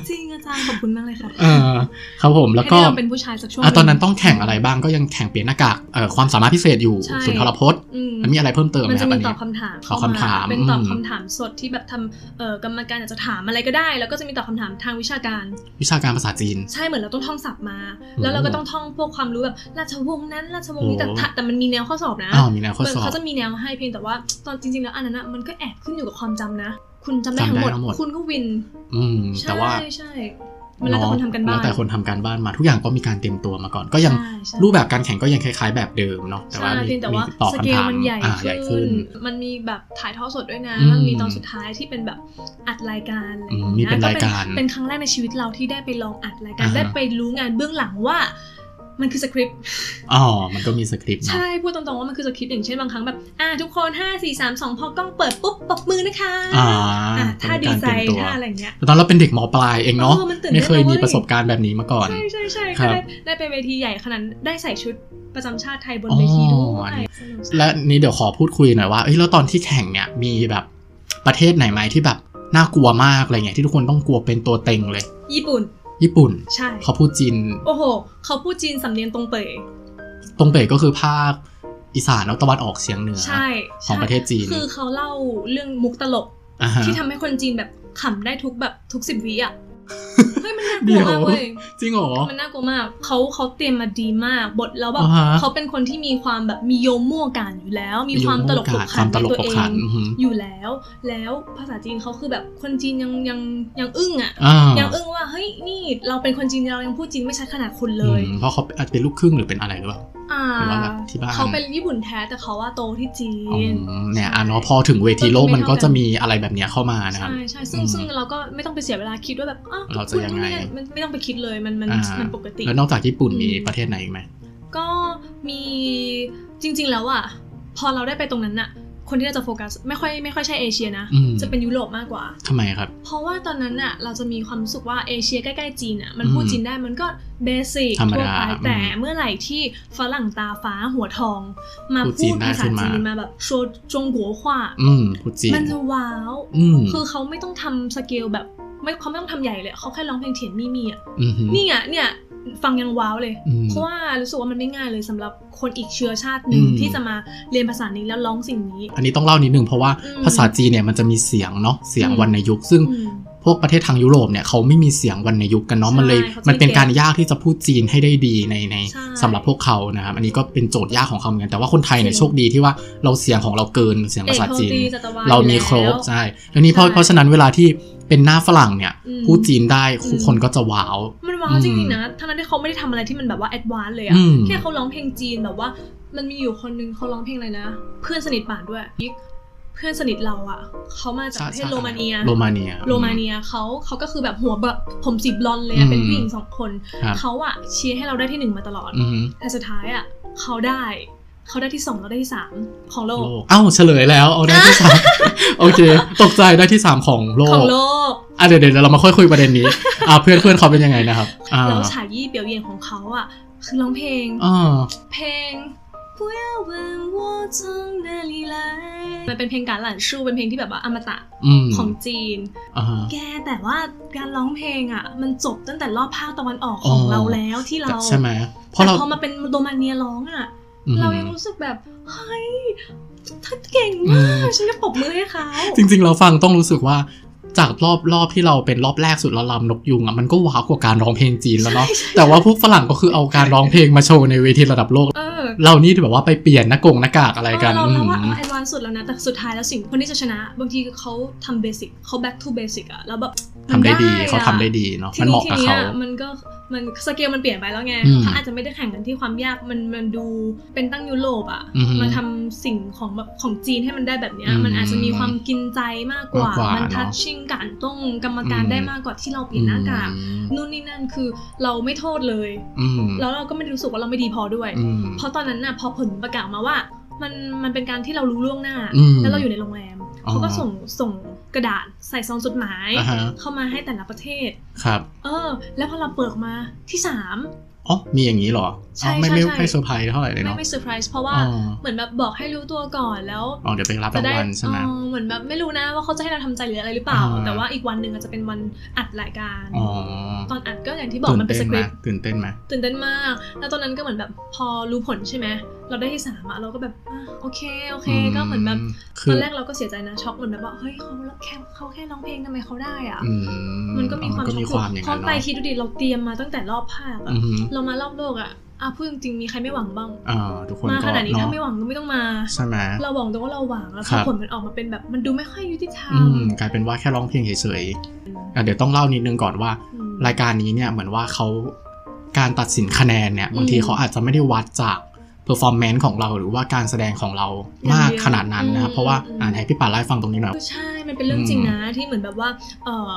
Speaker 2: จริงอาจารย์ขอบคุณมากเลยค่ะ
Speaker 1: เออครับผมแล้วก็
Speaker 2: ให้ได้เราเป็นผู้ชายสักช่วง
Speaker 1: อ่ะตอนนั้น
Speaker 2: ห
Speaker 1: ต้องแข่งอะไรบ้างก็ยังแข่งเปลี่ยนหน้ากากเอ่อความสามารถพิเศษอยู่
Speaker 2: ใช่
Speaker 1: สุนทรพจน์
Speaker 2: อืม
Speaker 1: มันมีอะไรเพิ่มเติมไหม
Speaker 2: มัน
Speaker 1: ครั
Speaker 2: จะ
Speaker 1: บอัน
Speaker 2: มีต
Speaker 1: นี้
Speaker 2: อบคำถาม
Speaker 1: ขอคำถาม
Speaker 2: เป็นตอบ
Speaker 1: อืม
Speaker 2: คำถามสดที่แบบทำเอ่อกรรมการอาจจะถามอะไรก็ได้ แล้วก็จะมีตอบคำถามทางวิชาการ
Speaker 1: วิชาการภาษาจีน
Speaker 2: ใช่เหมือนเราต้องท่องศัพท์มา
Speaker 1: ม
Speaker 2: แล้วเราก็ต้องท่องพวกความรู้แบบราชวงศ์นั้นราชวงศ์นี้แต่
Speaker 1: โอ้
Speaker 2: ถ้าแต่มันมีแนวข้อสอบนะ
Speaker 1: อ้าวมีแนวข้อสอบ
Speaker 2: เขาจะมีแนวให้เพียงแต่ว่าตอนจริงๆแล้วอันนั้นอะมันก็แอบขึ้นอยู่กับความจำนะ คุณจำได้
Speaker 1: จำได้
Speaker 2: ทั้งหมด
Speaker 1: ทั้งหมด
Speaker 2: คุณก็วิน
Speaker 1: อืม
Speaker 2: ใช่
Speaker 1: แต่ว่า
Speaker 2: ใช่มันแล้วแต่คนทำกันบ้าน
Speaker 1: แล้วแต่คนทำการบ้านมาทุกอย่างก็มีการเตรียมตัวมาก่อน ก็ยัง
Speaker 2: ใช่ใช่
Speaker 1: รูปแบบการแข่งก็ยังคล้ายๆแบบเดิมเนาะแต่
Speaker 2: ใช่
Speaker 1: ว่า
Speaker 2: เพี
Speaker 1: มี
Speaker 2: ยงแต่ว่า
Speaker 1: ตอบ
Speaker 2: สเก
Speaker 1: คำ
Speaker 2: ล
Speaker 1: ถาม
Speaker 2: มันใหญ่
Speaker 1: อ่าใหญ่
Speaker 2: ขึ้
Speaker 1: ขึ้
Speaker 2: น
Speaker 1: น
Speaker 2: มันมีแบบถ่ายทอดสดด้วยนะ
Speaker 1: อืม
Speaker 2: มีตอนสุดท้ายที่เป็นแบบอัดรายการอะไร
Speaker 1: อืม
Speaker 2: อย่างเงี้
Speaker 1: มีเป็น
Speaker 2: ก็
Speaker 1: รายการ
Speaker 2: เป็นครั้งแรกในชีวิตเราที่ได้ไปลองอัดรายการ
Speaker 1: อ่าฮะ
Speaker 2: ได้ไปรู้งานเบื้องหลังว่า มันคือสคริปต์
Speaker 1: อ๋อมันก็มีสคริปต์เนาะ
Speaker 2: ใช่พูดตรงๆว่ามันคือสคริปต์อย่างเช่นบางครั้งแบบอ่าทุกคนห้าสี่สามสองพอกล้องเปิดปุ๊บปรบมือนะคะ
Speaker 1: อ่า
Speaker 2: อ่าถ้าดีใจ
Speaker 1: เป็นการเตรียมตัว
Speaker 2: ถ้าอะไรอย่างเงี้ย
Speaker 1: แต่ตอนเราเป็นเด็กมปลายเองเนาะ
Speaker 2: เออมันตื่นเต้น
Speaker 1: ไม่เคยมี
Speaker 2: นะเว้ย
Speaker 1: ประสบการณ์แบบนี้มาก่อน
Speaker 2: ใช่ใช่ใช่
Speaker 1: ครั
Speaker 2: ก็
Speaker 1: บ
Speaker 2: ได้ได้ไปเวทีใหญ่ขนาดนั้นได้ใส่ชุดประจำชาติไทยบน
Speaker 1: อ๋อ
Speaker 2: เวทีด้ว
Speaker 1: อัน
Speaker 2: ย
Speaker 1: นี้
Speaker 2: สนุก
Speaker 1: และนี้เดี๋ยวขอพูดคุยหน่อยว่าเอ้ยแล้วตอนที่แข่งเนี่ยมีแบบประเทศไหนไหมที่แบบน่ากลัวมากอะไรเงี้ยที่ทุกคนต้องกลัวเป็นตัวเต็งเลย
Speaker 2: ญี่ปุ่น
Speaker 1: ญี่ปุ่น
Speaker 2: ใช่
Speaker 1: เขาพูดจีน
Speaker 2: โอ้โห เขาพูดจีนสำเนียงตรงเป๋ย
Speaker 1: ตรงเปกก็คือภาคอีสานแล้วตะวันออกเฉียงเหนือ
Speaker 2: ใช่
Speaker 1: ข
Speaker 2: ใช่
Speaker 1: องประเทศจีน
Speaker 2: คือเขาเล่าเรื่องมุกตลก
Speaker 1: อ่าฮะ
Speaker 2: ที่ทำให้คนจีนแบบขำได้ทุกแบบทุกสิบวิอ่ะเฮ้ยมันน่าก
Speaker 1: เดี๋
Speaker 2: ลั
Speaker 1: ยว ว
Speaker 2: มากเว้ย
Speaker 1: จริงเหรอ
Speaker 2: มันน่ากลัวมากเขาเขาเตรียมมาดีมากบทแล้วแบ
Speaker 1: อ่า
Speaker 2: บ
Speaker 1: ฮะ
Speaker 2: เขาเป็นคนที่มีความแบบมีโยโม่กันอยู่แล้ว มีความตลกขบ
Speaker 1: ค
Speaker 2: ขั
Speaker 1: วาน มต
Speaker 2: ใน
Speaker 1: ลกข
Speaker 2: ตัว
Speaker 1: บ
Speaker 2: เอ
Speaker 1: ขั
Speaker 2: ง
Speaker 1: นอือฮึ
Speaker 2: อยู่แล้วแล้วภาษาจีนเขาคือแบบคนจีนยังยังยังอึ้งอ่ะ
Speaker 1: อ่า
Speaker 2: ยังอึ้งว่าเฮ้ยนี่เราเป็นคนจีนเรายังพูดจีนไม่ชัดขนาดคุณเล
Speaker 1: อื
Speaker 2: ย
Speaker 1: มเพราะเขาอาจเป็นลูกครึ่งหรือเป็นอะไรหรือเปล่า
Speaker 2: อ่า
Speaker 1: หรือว่าแบบที่บ้าน
Speaker 2: เขาเป็นญี่ปุ่นแท้แต่เขาว่าโตที่จี
Speaker 1: อื
Speaker 2: น
Speaker 1: มเนี่ยอ่ะเนาะพอถึงเวทีโลกมันก็จะมีอะไรแบบเนี้ยเข้ามานะครับ
Speaker 2: ใช่ใช่ซึ่ง
Speaker 1: อืม
Speaker 2: ซึ่งเราก็ไม่ต้องไปเสียเวลาคิดว่าแบบอ้าว
Speaker 1: เราจะ
Speaker 2: คุณ
Speaker 1: ยังไง
Speaker 2: ม่ด้มันไม่ต้องไปคิดเลยมันมัน
Speaker 1: อ่ามั
Speaker 2: มันปกติ
Speaker 1: แล้วนอกจากญี่ปุ่นมี
Speaker 2: อืม
Speaker 1: ประเทศไหนอีกไหม
Speaker 2: ก็มีจริง ๆ แล้วอ่ะพอเราได้ไปตรงนั้นน่ะ คนที่เราจะโฟกัสไม่ค่อยไม่ค่อยใช่เอเชียนะ
Speaker 1: อืม
Speaker 2: จะเป็นยุโรปมากกว่า
Speaker 1: ทำไมครับ
Speaker 2: เพราะว่าตอนนั้นน่ะเราจะมีความรู้สึกว่าเอเชียใกล้ๆจีนอ่ะมันพูด
Speaker 1: อืม
Speaker 2: จีนได้มันก็เบสิก
Speaker 1: ธรรมดาอื
Speaker 2: ทั่วไป
Speaker 1: ม
Speaker 2: แต่เมื่อไหร่ที่ฝรั่งตาฟ้าหัวทอง มา
Speaker 1: พูดจีน
Speaker 2: พูด
Speaker 1: ได้
Speaker 2: ภาษา
Speaker 1: ขึ้นมา
Speaker 2: จีนมาแบบโชว์จงกัวขวา
Speaker 1: อืมพูดจีน
Speaker 2: มันจะว้าว
Speaker 1: อืม
Speaker 2: คือเขาไม่ต้องทำสเกลแบบไม่เขาไม่ต้องทำใหญ่เลยเขาแค่ร้องเพลงเถียนมีมีอ่ะ
Speaker 1: อืมฮึ
Speaker 2: นี่อ่ะเนี่ยฟังยังว้าวเลย
Speaker 1: อืม
Speaker 2: เพราะว่ารู้สึกว่ามันไม่ง่ายเลยสำหรับคนอีกเชื้อชาติหนึ่ง
Speaker 1: อืม
Speaker 2: ที่จะมาเรียนภาษานี้แล้วร้องสิ่งนี้
Speaker 1: อันนี้ต้องเล่านิดนึงเพราะว่า
Speaker 2: อืม
Speaker 1: ภาษาจีนเนี่ยมันจะมีเสียงเนาะเสียง
Speaker 2: อืม
Speaker 1: วรรณยุกต์ซึ่ง
Speaker 2: อืม
Speaker 1: พวกประเทศทางยุโรปเนี่ยเขาไม่มีเสียงวรรณยุกต์กันเนาะ
Speaker 2: ใช่
Speaker 1: มันเลย
Speaker 2: เขาจะ
Speaker 1: มันเป็น
Speaker 2: เก็บ
Speaker 1: การยากที่จะพูดจีนให้ได้ดีในใน
Speaker 2: ใช่
Speaker 1: สำหรับพวกเขานะครับอันนี้ก็เป็นโจทย์ยากของเขาเหมือนกันแต่ว่าคนไทยเนี่ย
Speaker 2: จริง
Speaker 1: โชคดีที่ว่าเราเสียงของเราเกินเสียง
Speaker 2: เอก
Speaker 1: ภาษา
Speaker 2: โท
Speaker 1: จีน
Speaker 2: ตีจัตวาล
Speaker 1: เรามี
Speaker 2: อยู่
Speaker 1: ครบ
Speaker 2: แล้ว
Speaker 1: ใช่แล้วนี่เพราะ
Speaker 2: ใช่
Speaker 1: เพราะฉะนั้นเวลาที่เป็นหน้าฝรั่งเนี่ย
Speaker 2: อืม
Speaker 1: พูดจีนได้
Speaker 2: อืม
Speaker 1: คนก็จะว้าว
Speaker 2: มันว้า
Speaker 1: อื
Speaker 2: ว
Speaker 1: ม
Speaker 2: จริงๆนะทั้งนั้นที่เขาไม่ได้ทำอะไรที่มันแบบว่าแอดวานซ์เลยอะ
Speaker 1: อืม
Speaker 2: แค่เขาร้องเพลงจีนแบบว่า มันมีอยู่คนนึงเขาร้องเพลงอะไรนะ เพื่อนสนิทป่านด้วย เพื่อนสนิทเราอะเขามาจากประเทศโรมาเนีย
Speaker 1: โรมาเนีย
Speaker 2: โรมาเนียเขาเขาก็คือแบบหัวแบบผมสีบลอนด์เลยอะ
Speaker 1: อืม
Speaker 2: เป็นผู้หญิงสองคน
Speaker 1: ครับ
Speaker 2: เขาอะเชียร์ให้เราได้ที่หนึ่งมาตลอด
Speaker 1: อืม
Speaker 2: แต่สุดท้ายอะเขาได้ เขาได้ที่สองเราได้ที่สามของโล
Speaker 1: โล
Speaker 2: ก
Speaker 1: กเอ้าเฉลยแล้วเอาได้ที่
Speaker 2: <laughs>
Speaker 1: สามโอเค ตกใจได้ที่สามของโล
Speaker 2: ข
Speaker 1: ก
Speaker 2: องโลก
Speaker 1: อ่ะเดี๋ยวเดี๋ยวเรามาค่อยคุยประเด็น
Speaker 2: <laughs>
Speaker 1: นี้อ่ะเพื่อนเพื่อนเขาเป็นยังไงนะครับอ่า
Speaker 2: แล้วฉายี่เปียวเยียนของเขาอะคือร้องเพลง
Speaker 1: อ่า
Speaker 2: เพลง 不要问我从哪里来มันเป็นเพลงการหลั่นชูเป็นเพลงที่แบบว่าอมตะ
Speaker 1: อืม
Speaker 2: ของจีน
Speaker 1: อ่าฮะ
Speaker 2: แกแต่ว่าการร้องเพลงอ่ะ มันจบตั้งแต่รอบภาคตะวันออกของ
Speaker 1: อ๋อ
Speaker 2: เราแล้วที่เรา
Speaker 1: ใช่ไหมเพราะ
Speaker 2: แต่
Speaker 1: เรา
Speaker 2: พอมาเป็นโรมาเนียร้องอ่ะ
Speaker 1: อืม
Speaker 2: เรายังรู้สึกแบบเฮ้ยเธอเก่ง
Speaker 1: อื
Speaker 2: มาม ก ฉันจะปรบมือให้เขา
Speaker 1: จริงๆ เราฟังต้องรู้สึกว่าจากรอบรอบที่เราเป็นรอบแรกสุดเราลำนกยุงอ่ะมันก็ว้าวกว่าการร้องเพลงจีนแล้วเนาะ
Speaker 2: ใช่
Speaker 1: แต่ว่าพวกฝรั่งก็คือเอาการร้องเพลงมาโชว์ในเวทีระดับโลก
Speaker 2: เออ
Speaker 1: เรานี่แบบว่าไปเปลี่ยนหน้ากงหน้ากากอะไรกัน
Speaker 2: เออเราเราว่า
Speaker 1: อืม
Speaker 2: แอดวานซ์สุดแล้วนะ แต่สุดท้ายแล้วสิ่งคนที่จะชนะ บางทีเขาทำเบสิกเขา back to basic อ่ะ แล้วแบบ
Speaker 1: ทำได้ดี
Speaker 2: อะ
Speaker 1: เขาทำได้ดีเนาะ
Speaker 2: ที
Speaker 1: มันเห
Speaker 2: นี้
Speaker 1: มาะกับ
Speaker 2: ทีนี้
Speaker 1: เขา
Speaker 2: อะมันก็มันสเกลมันเปลี่ยนไปแล้วไง
Speaker 1: อืม
Speaker 2: เขาอาจจะไม่ได้แข่งกันที่ความยากมันมันดูเป็นตั้งยุโรปอ่ะ
Speaker 1: อือฮึ
Speaker 2: มาทำสิ่งของแบบของจีนให้มันได้แบบเนี้ย
Speaker 1: อืม
Speaker 2: มันอาจจะมีความกินใจมากกว่า
Speaker 1: มากกว่ามั
Speaker 2: มั
Speaker 1: เน
Speaker 2: น
Speaker 1: อะ
Speaker 2: ทัชชิ่งกันต้องกรรมการ
Speaker 1: อืม
Speaker 2: ได้มากกว่าที่เราเปลี่ยนหน้ากาก นู่นนี่นั่นคือเราไม่โทษเลย
Speaker 1: อืม
Speaker 2: แล้วเราก็ไม่ได้รู้สึกว่าเราไม่ดีพอด้วย
Speaker 1: อืม
Speaker 2: เพราะตอนนั้นน่ะพอผลประกาศมาว่า มันมันเป็นการที่เรารู้ล่วงหน้า
Speaker 1: อืม
Speaker 2: แล้วเราอยู่ในโรงแรม
Speaker 1: อ๋อ
Speaker 2: เขาก็ส่งส่งกระดาษใส่ซองจดหมาย
Speaker 1: อ่าฮะ
Speaker 2: เข้ามาให้แต่ละประเทศ
Speaker 1: ครับ
Speaker 2: เออ แล้วพอเราเปิดออกมาที่สาม
Speaker 1: อ๋อมีอย่างนี้เหรอ
Speaker 2: ใช่
Speaker 1: อ๋อไม่ไม่
Speaker 2: ใช่ใช่
Speaker 1: ไม่เซอร์ไพรส์เท่าไหร่เลย
Speaker 2: ไม่
Speaker 1: เนาะ
Speaker 2: ไม่เซอร์ไพรส์เพราะว่า
Speaker 1: อ๋อ
Speaker 2: เหมือนแบบบอกให้รู้ตัวก่อนแล้ว
Speaker 1: อ๋อเดี๋ยวไปรับ
Speaker 2: จะ
Speaker 1: ราง
Speaker 2: ได้
Speaker 1: วัลใช่ไหม
Speaker 2: เออเหมือนแบบไม่รู้นะว่าเขาจะให้เราทำใจหรืออะไรหรือเปล่า
Speaker 1: อ่า
Speaker 2: แต่ว่าอีกวันหนึ่งอาจจะเป็นวันอัดรายการ
Speaker 1: อ๋อ
Speaker 2: ตอนอัดก็อย่างที่บอกมันเป็น
Speaker 1: ตื่
Speaker 2: ส
Speaker 1: น
Speaker 2: คริ
Speaker 1: เต้นไหมตื่นเต้น
Speaker 2: ปต์
Speaker 1: ไหม
Speaker 2: ตื่นเต้นมาก แล้วตอนนั้นก็เหมือนแบบพอรู้ผลใช่ไหม เราได้ที่สามอะเราก็แบบอ่ะโอเค โอเค ก็เหมือนแบบ
Speaker 1: คือ
Speaker 2: ตอนแรกเราก็เสียใจนะช็อกเหมือนแบบว่าเฮ้ยเขาแค่เขาแค่ร้องเพลงทำไมเขาได้อะ
Speaker 1: อื
Speaker 2: มันก็มีความ
Speaker 1: นก็
Speaker 2: ช็อก
Speaker 1: มีความอย่าง
Speaker 2: พอ
Speaker 1: นั้น
Speaker 2: ไป
Speaker 1: เนาะ
Speaker 2: คิดดูดิเราเตรียมมาตั้งแต่รอบภาคอะ
Speaker 1: อือหือ
Speaker 2: เรามารอบโลกอะอ่ะพูดจริงๆมีใครไม่หวังบ้าง
Speaker 1: อ่าทุกคน
Speaker 2: มา
Speaker 1: ก็
Speaker 2: ขนาดนี้
Speaker 1: เนาะ
Speaker 2: ถ้าไม่หวังก็ไม่ต้องมา
Speaker 1: ใช่ไหม
Speaker 2: เราบอกตรงว่าเราหวังแล้วพ
Speaker 1: ครั
Speaker 2: อบ ผลมันออกมาเป็นแบบมันดูไม่ค่อยยุติธรร
Speaker 1: อื
Speaker 2: ม
Speaker 1: มกลายเป็นว่าแค่ร้องเพลงเฉยๆอ่ะเดี๋ยวต้องเล่านิดนึงก่อนว่า
Speaker 2: อืม
Speaker 1: รายการนี้เนี่ยเหมือนว่าเขาการตัดสินคะแนนเนี่ยบางที
Speaker 2: อืม
Speaker 1: เขาอาจจะไม่ได้วัดจากเพอร์ฟอร์แมนซ์ของเราหรือว่าการแสดงของเรามาก
Speaker 2: อย่างเดียว
Speaker 1: ขนาดนั้นนะครับ
Speaker 2: อืม
Speaker 1: เพราะว่า
Speaker 2: อืม
Speaker 1: อ่านให้พี่ป่าไล่าให้ฟังตรงนี้หน่อย
Speaker 2: ใช่ มันเป็นเรื่อง
Speaker 1: อืม
Speaker 2: จริงนะที่เหมือนแบบว่า เออ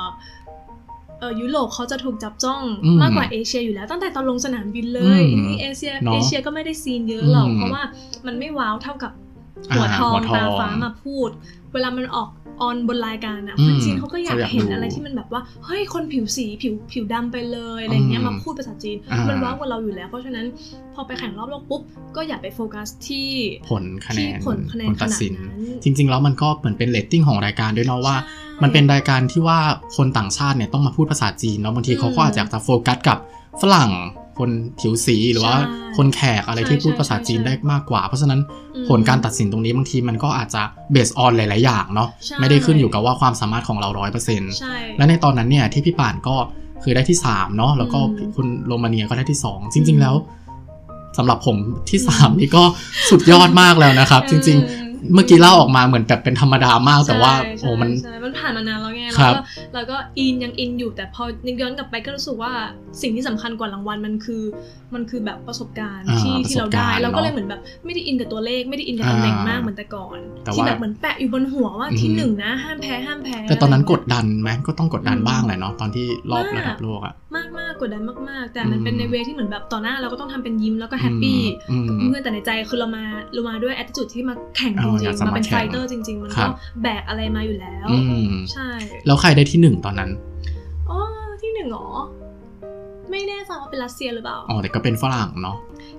Speaker 2: เออยุโรปเขาจะถูกจับจ้อง
Speaker 1: อืม
Speaker 2: มากกว่าเอเชียอยู่แล้วตั้งแต่ตอนลงสนามบินเล
Speaker 1: อื
Speaker 2: ย
Speaker 1: ม
Speaker 2: นี่เอเชีย
Speaker 1: เนอะ
Speaker 2: เอเชียก็ไม่ได้ซีนเยอะหรอก
Speaker 1: อืม
Speaker 2: เพราะว่ามันไม่ว้าวเท่ากับหัว
Speaker 1: อ่า
Speaker 2: ทอง
Speaker 1: หัวทอง
Speaker 2: ตาฟ้ามาพูด เวลามันออกออนบนรายการอะ
Speaker 1: อืม
Speaker 2: คนจีนเขาก็อยาก
Speaker 1: เขาอยาก
Speaker 2: เห็น
Speaker 1: ดู
Speaker 2: อะไรที่มันแบบว่าเฮ้ยคนผิวสีผิวผิวดำไปเลยอะไรเงี้ย
Speaker 1: อืม
Speaker 2: มาพูดภาษาจีน
Speaker 1: อ่ามั
Speaker 2: มันว้าวกว่าเราอยู่แล้ว เพราะฉะนั้นพอไปแข่งรอบโลกปุ๊บก็อย่าไปโฟกัสที่
Speaker 1: ผลคะแน
Speaker 2: ที่
Speaker 1: น
Speaker 2: ผลคะแนนข
Speaker 1: ตัด
Speaker 2: นาด
Speaker 1: สิน
Speaker 2: นั้น
Speaker 1: จริง ๆ แล้วมันก็เหมือนเป็นเลตติ้งของรายการด้วยเนาะว่า
Speaker 2: ใช่
Speaker 1: มันเป็นรายการที่ว่าคนต่างชาติเนี่ยต้องมาพูดภาษาจีนเนาะบางทีเขาก็
Speaker 2: อืม
Speaker 1: อาจจะอยากจะโฟกัสกับฝรั่ง คนผิวสีหรือว่า
Speaker 2: ใช่
Speaker 1: คนแขกอะไรที่
Speaker 2: ใช่
Speaker 1: พูดภาษา
Speaker 2: ใช่
Speaker 1: จีน
Speaker 2: ใช่
Speaker 1: ได้มากกว่า เพราะฉะนั้น
Speaker 2: อืม
Speaker 1: ผลการตัดสินตรงนี้บางทีมันก็อาจจะเบสออนหลาย ๆ อย่างเนาะ
Speaker 2: ใช่
Speaker 1: ไม่ได้ขึ้นอยู่กับว่าความสามารถของเราร้อยเปอร์เซ็นต์
Speaker 2: ใช่
Speaker 1: และในตอนนั้นเนี่ยที่พี่ป่านก็คือได้ที่3เนาะแล้วก็
Speaker 2: อืม
Speaker 1: คุณโรมาเนียก็ได้ที่ 2 จริง ๆ แล้วสำหรับผมที่สาม <laughs>
Speaker 2: อืม
Speaker 1: นี่ก็สุดยอดมากแล้วนะครับ จริง
Speaker 2: อ
Speaker 1: ๆ เมื่อกี้เล่าออกมาเหมือนแบบเป็นธรรมดามากแต่ว่า
Speaker 2: ใช่
Speaker 1: โอ้มัน
Speaker 2: ใช่ใช่มันผ่านมานานแล้วไง
Speaker 1: ครับ
Speaker 2: แล้วก็แล้วก็อินยังอินอยู่แต่พอนึกย้อนกลับไปก็รู้สึกว่าสิ่งที่สำคัญกว่ารางวัลมันคือมันคือแบบประสบการณ์
Speaker 1: อ่า
Speaker 2: ที่
Speaker 1: ประสบการณ์
Speaker 2: ที่เราได้เราก็เล
Speaker 1: เน
Speaker 2: ย
Speaker 1: อะ
Speaker 2: เหมือนแบบไม่ได้อินกับตัวเลขไม่ได้อินกับตำแหน่งมาก
Speaker 1: อ่า
Speaker 2: เหมือนแต่ก่อน
Speaker 1: แต่
Speaker 2: ที่
Speaker 1: ว่า
Speaker 2: แบบเหมือนแปะอยู่บนหัวว่า
Speaker 1: อือหือ
Speaker 2: ที่หนึ่งนะห้ามแพ้ห้ามแพ้
Speaker 1: แต่ตอนนั้น
Speaker 2: ะไร
Speaker 1: ก
Speaker 2: ย่าง
Speaker 1: ด
Speaker 2: เงี้ย
Speaker 1: ดันไหมก็ต้องกดดัน
Speaker 2: อืม
Speaker 1: บ้างแหละเนาะตอนที่รอบ
Speaker 2: มาก
Speaker 1: ระดับโลกอะ
Speaker 2: มากมากกดดันมากๆ แต่มัน
Speaker 1: อืม
Speaker 2: เป็นในเวที่เหมือนแบบต่อหน้าเราก็ต้องทำเป็นยิ้มแล้วก็แฮปปี้
Speaker 1: อืม
Speaker 2: เมื่อแต่ในใจคือเรามาเรามาด้วยแอดจูดที่มาแข่งจ
Speaker 1: เอาอ
Speaker 2: ริ
Speaker 1: ยาง กจะ
Speaker 2: ๆมาเป็น
Speaker 1: มาแข่
Speaker 2: ไฟ
Speaker 1: ง
Speaker 2: เตอร์จริง ๆ มัน
Speaker 1: ครับ
Speaker 2: ก็แบกอะไรมาอยู่แล้ว
Speaker 1: อืม
Speaker 2: ใช่
Speaker 1: แล้วใครได้ที่หนึ่งตอนนั้น
Speaker 2: อ๋อที่หนึ่งเหรอ ไม่แน่ใจว่าเป็นรัสเซียหรือเปล่า
Speaker 1: อ๋อแต่ก็เป็นฝรั่งเนาะ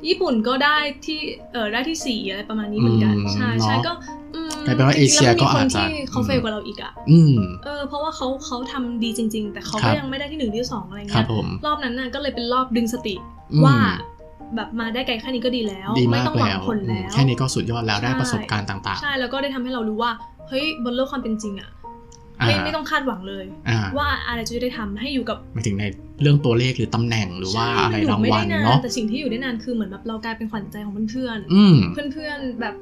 Speaker 2: ญี่ปุ่นก็ได้ที่เออได้ที่สี่อะไรประมาณนี้เหมือนกัน
Speaker 1: อืม
Speaker 2: ใช่ใช่
Speaker 1: เนอะ
Speaker 2: ก็อืม
Speaker 1: กลายเป็นว่าเอเชียก็อาจจะ
Speaker 2: จริงๆแล้วมีคนที่เขาเฟลกว่าเราอีกอะ
Speaker 1: อืม
Speaker 2: เออเพราะว่าเขาเขาทำดีจริง ๆ แต่เขา
Speaker 1: ครั
Speaker 2: ก็
Speaker 1: บ
Speaker 2: ยังไม่ได้ที่หนึ่งที่สองอะไร
Speaker 1: ครับ
Speaker 2: เงี้ย
Speaker 1: ผม
Speaker 2: รอบนั้นน่ะก็เลยเป็นรอบดึงสติ
Speaker 1: อืม
Speaker 2: ว่า แบบมาได้ไกลแค่นี้ก็ดีแล้ว
Speaker 1: ดี
Speaker 2: ไม่
Speaker 1: มาก
Speaker 2: ต้องหวั
Speaker 1: แล้
Speaker 2: ง
Speaker 1: ว
Speaker 2: ผล
Speaker 1: อืม
Speaker 2: แล้ว
Speaker 1: แค่นี้ก็สุดยอดแล้ว
Speaker 2: ใช่
Speaker 1: ได้ประสบการณ์ต่าง
Speaker 2: ใช่แล้วก็ได้ทำให้เรารู้ว่าเฮ้ยบนโลกความเป็นจริงอะ
Speaker 1: ๆ
Speaker 2: ไม่
Speaker 1: อ่า
Speaker 2: ไม่ต้องคาดหวังเลย
Speaker 1: อ่า
Speaker 2: ว่าอะไรจะได้ทำให้อยู่กับ
Speaker 1: หมายถึงในเรื่องตัวเลขหรือตำแหน่งหรือว่า
Speaker 2: ใช่
Speaker 1: อะไรรางวัล
Speaker 2: อยู่ไม่ได้
Speaker 1: เนาะ
Speaker 2: แต่สิ่งที่อยู่ได้นานคือเหมือนแบบเรากลายเป็นขวัญใจของเพื่อน
Speaker 1: อืม
Speaker 2: ๆเพื่อนๆแบบ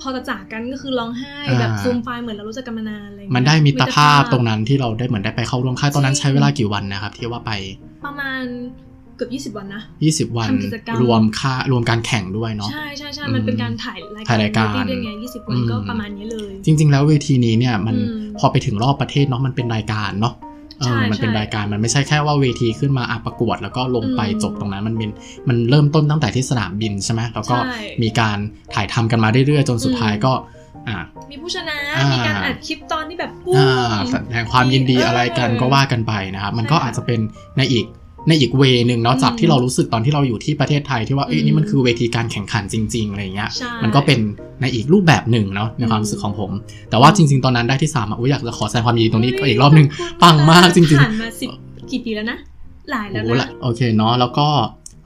Speaker 2: พอจะจากกันก็คือร้องไห้
Speaker 1: อ่า
Speaker 2: แบบฟูมไฟายเหมือนเรารู้จักกันมานานอะไรอย่าง
Speaker 1: มั
Speaker 2: เงี้ย
Speaker 1: นได้มิตรภาพ
Speaker 2: มิ
Speaker 1: ตรงนั้นที่เราได้เหมือนได้ไปเข้าร่วมค่ายตอนนั้นใช้เวลากี่วันนะครับที่ว่าไป
Speaker 2: ประมาณเกือบ20 วันนะ
Speaker 1: 20 วัน
Speaker 2: ทำกิจกรรม
Speaker 1: รวมค่ารวมการแข่งด้วยเนาะ
Speaker 2: ใช่ใช่ใช่มันเป็นการถ่ายรายการ
Speaker 1: ถ่ายรายการ
Speaker 2: เวทีเรื่องไง20 วัน
Speaker 1: อืม
Speaker 2: ก็ประมาณนี้เลย
Speaker 1: จริง ๆ แล้วเวทีนี้เนี่ยมัน
Speaker 2: อืม
Speaker 1: พอไปถึงรอบประเทศเนาะมันเป็นรายการเนาะเอ
Speaker 2: ใช่
Speaker 1: อมันเป็น
Speaker 2: ใช่
Speaker 1: รายการมันไม่ใช่แค่ว่าเวทีขึ้นมาอ่ะประกวด แล้วก็ลงไป
Speaker 2: อืม
Speaker 1: จบตรงนั้นมันเป็นมันเริ่มต้นตั้งแต่ที่สนามบินใช่ไหมแล้วก็
Speaker 2: ใช่
Speaker 1: มีการถ่ายทำกันมาเรื่อยๆ จนสุด
Speaker 2: อืม
Speaker 1: ท้ายก็อ่า
Speaker 2: มีผู้ชนะ
Speaker 1: อ่ามี
Speaker 2: มีการอัดคลิปตอนที่แบบปุ้ม
Speaker 1: อ่าแสดงความยินดีอะไรกัน
Speaker 2: เออ
Speaker 1: ก็ว่ากันไปนะครับ มันก็อาจจะเป็นในอีก ในอีกเวนึงเนาะ
Speaker 2: อืม
Speaker 1: จากที่เรารู้สึกตอนที่เราอยู่ที่ประเทศไทยที่ว่าเอ้ย
Speaker 2: อืม
Speaker 1: นี่มันคือเวทีการแข่งขันจริง ๆอะไรเงี้ย
Speaker 2: ใช่
Speaker 1: มันก็เป็นในอีกรูปแบบหนึ่งเนาะในความรู้สึกของผม แต่ว่าจริง ๆ ตอนนั้นได้ที่สามอ่ะอุ๊ยอยากจะขอแสดงความยินดีตรงนี้ก็อีกรอบหนึ่ง ปังมากจริงๆ
Speaker 2: ผ่านมาสิบกี่ปีแล้วนะ หลาย
Speaker 1: โอ้
Speaker 2: แล้ว
Speaker 1: โห
Speaker 2: นะ
Speaker 1: ละโอเคเนาะแล้วก็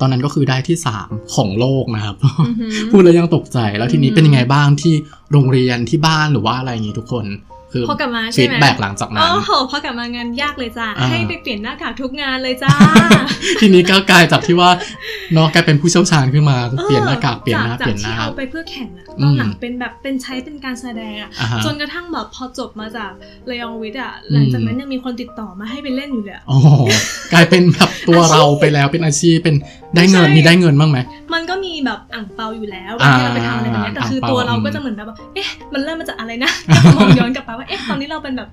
Speaker 1: ตอนนั้นก็คือได้ที่สามของโลกนะครับ
Speaker 2: อือหือ
Speaker 1: พูดแล้วยังตกใจแล้วทีนี้
Speaker 2: อืม
Speaker 1: เป็นยังไงบ้างที่โรงเรียนที่บ้านหรือว่าอะไรอย่างงี้ทุกคน คือ
Speaker 2: พอกลับมาใช่
Speaker 1: ฟี
Speaker 2: ไห
Speaker 1: ด
Speaker 2: ม
Speaker 1: แบ็กหลังจากนั้น
Speaker 2: โอ้โหพอกลับมางานยากเลยจ้า
Speaker 1: อ่า
Speaker 2: ให้ไปเปลี่ยนหน้ากากทุกงานเลยจ้า
Speaker 1: <laughs> ทีนี้ก็กลายจากที่ว่าเนาะกลายเป็นผู้เชี่ยวชาญขึ้นมาเปลี่ยนหน้ากากเปลี่ยนหน้า
Speaker 2: จ
Speaker 1: เปลี่ยนหน้า
Speaker 2: ที่เอาไปเพื่อแข่งอะ
Speaker 1: อื
Speaker 2: ตอน
Speaker 1: ม
Speaker 2: หลังเป็นแบบเป็นใช้เป็นการแสดงอะ
Speaker 1: อ่าฮะ
Speaker 2: จนกระทั่งแบบพอจบมาจากเรยองวิทย์อะ
Speaker 1: อืม
Speaker 2: หลังจากนั้นยังมีคนติดต่อมาให้ไปเล่นอยู่เลยอะ
Speaker 1: โอ้โหกลายเป็นแบบตัวเราไปแล้วเป็นอาชีพเป็นได้เงิน
Speaker 2: ใช่
Speaker 1: มีได้เงินบ้างไหม
Speaker 2: มันก็มีแบบอ่างเปาอยู่แล้ว
Speaker 1: อ่า
Speaker 2: ที่เราไปทำอะไรแบบเนี้ยแต่คือ
Speaker 1: อ่างเปา
Speaker 2: ตัวเรา
Speaker 1: อืม
Speaker 2: ก็จะเหมือนแบบว่าเอ๊ะ มันเริ่มมาจากอะไรนะ มองย้อนกลับไปว่าเอ๊ะตอนนี้เราเป็นแบบ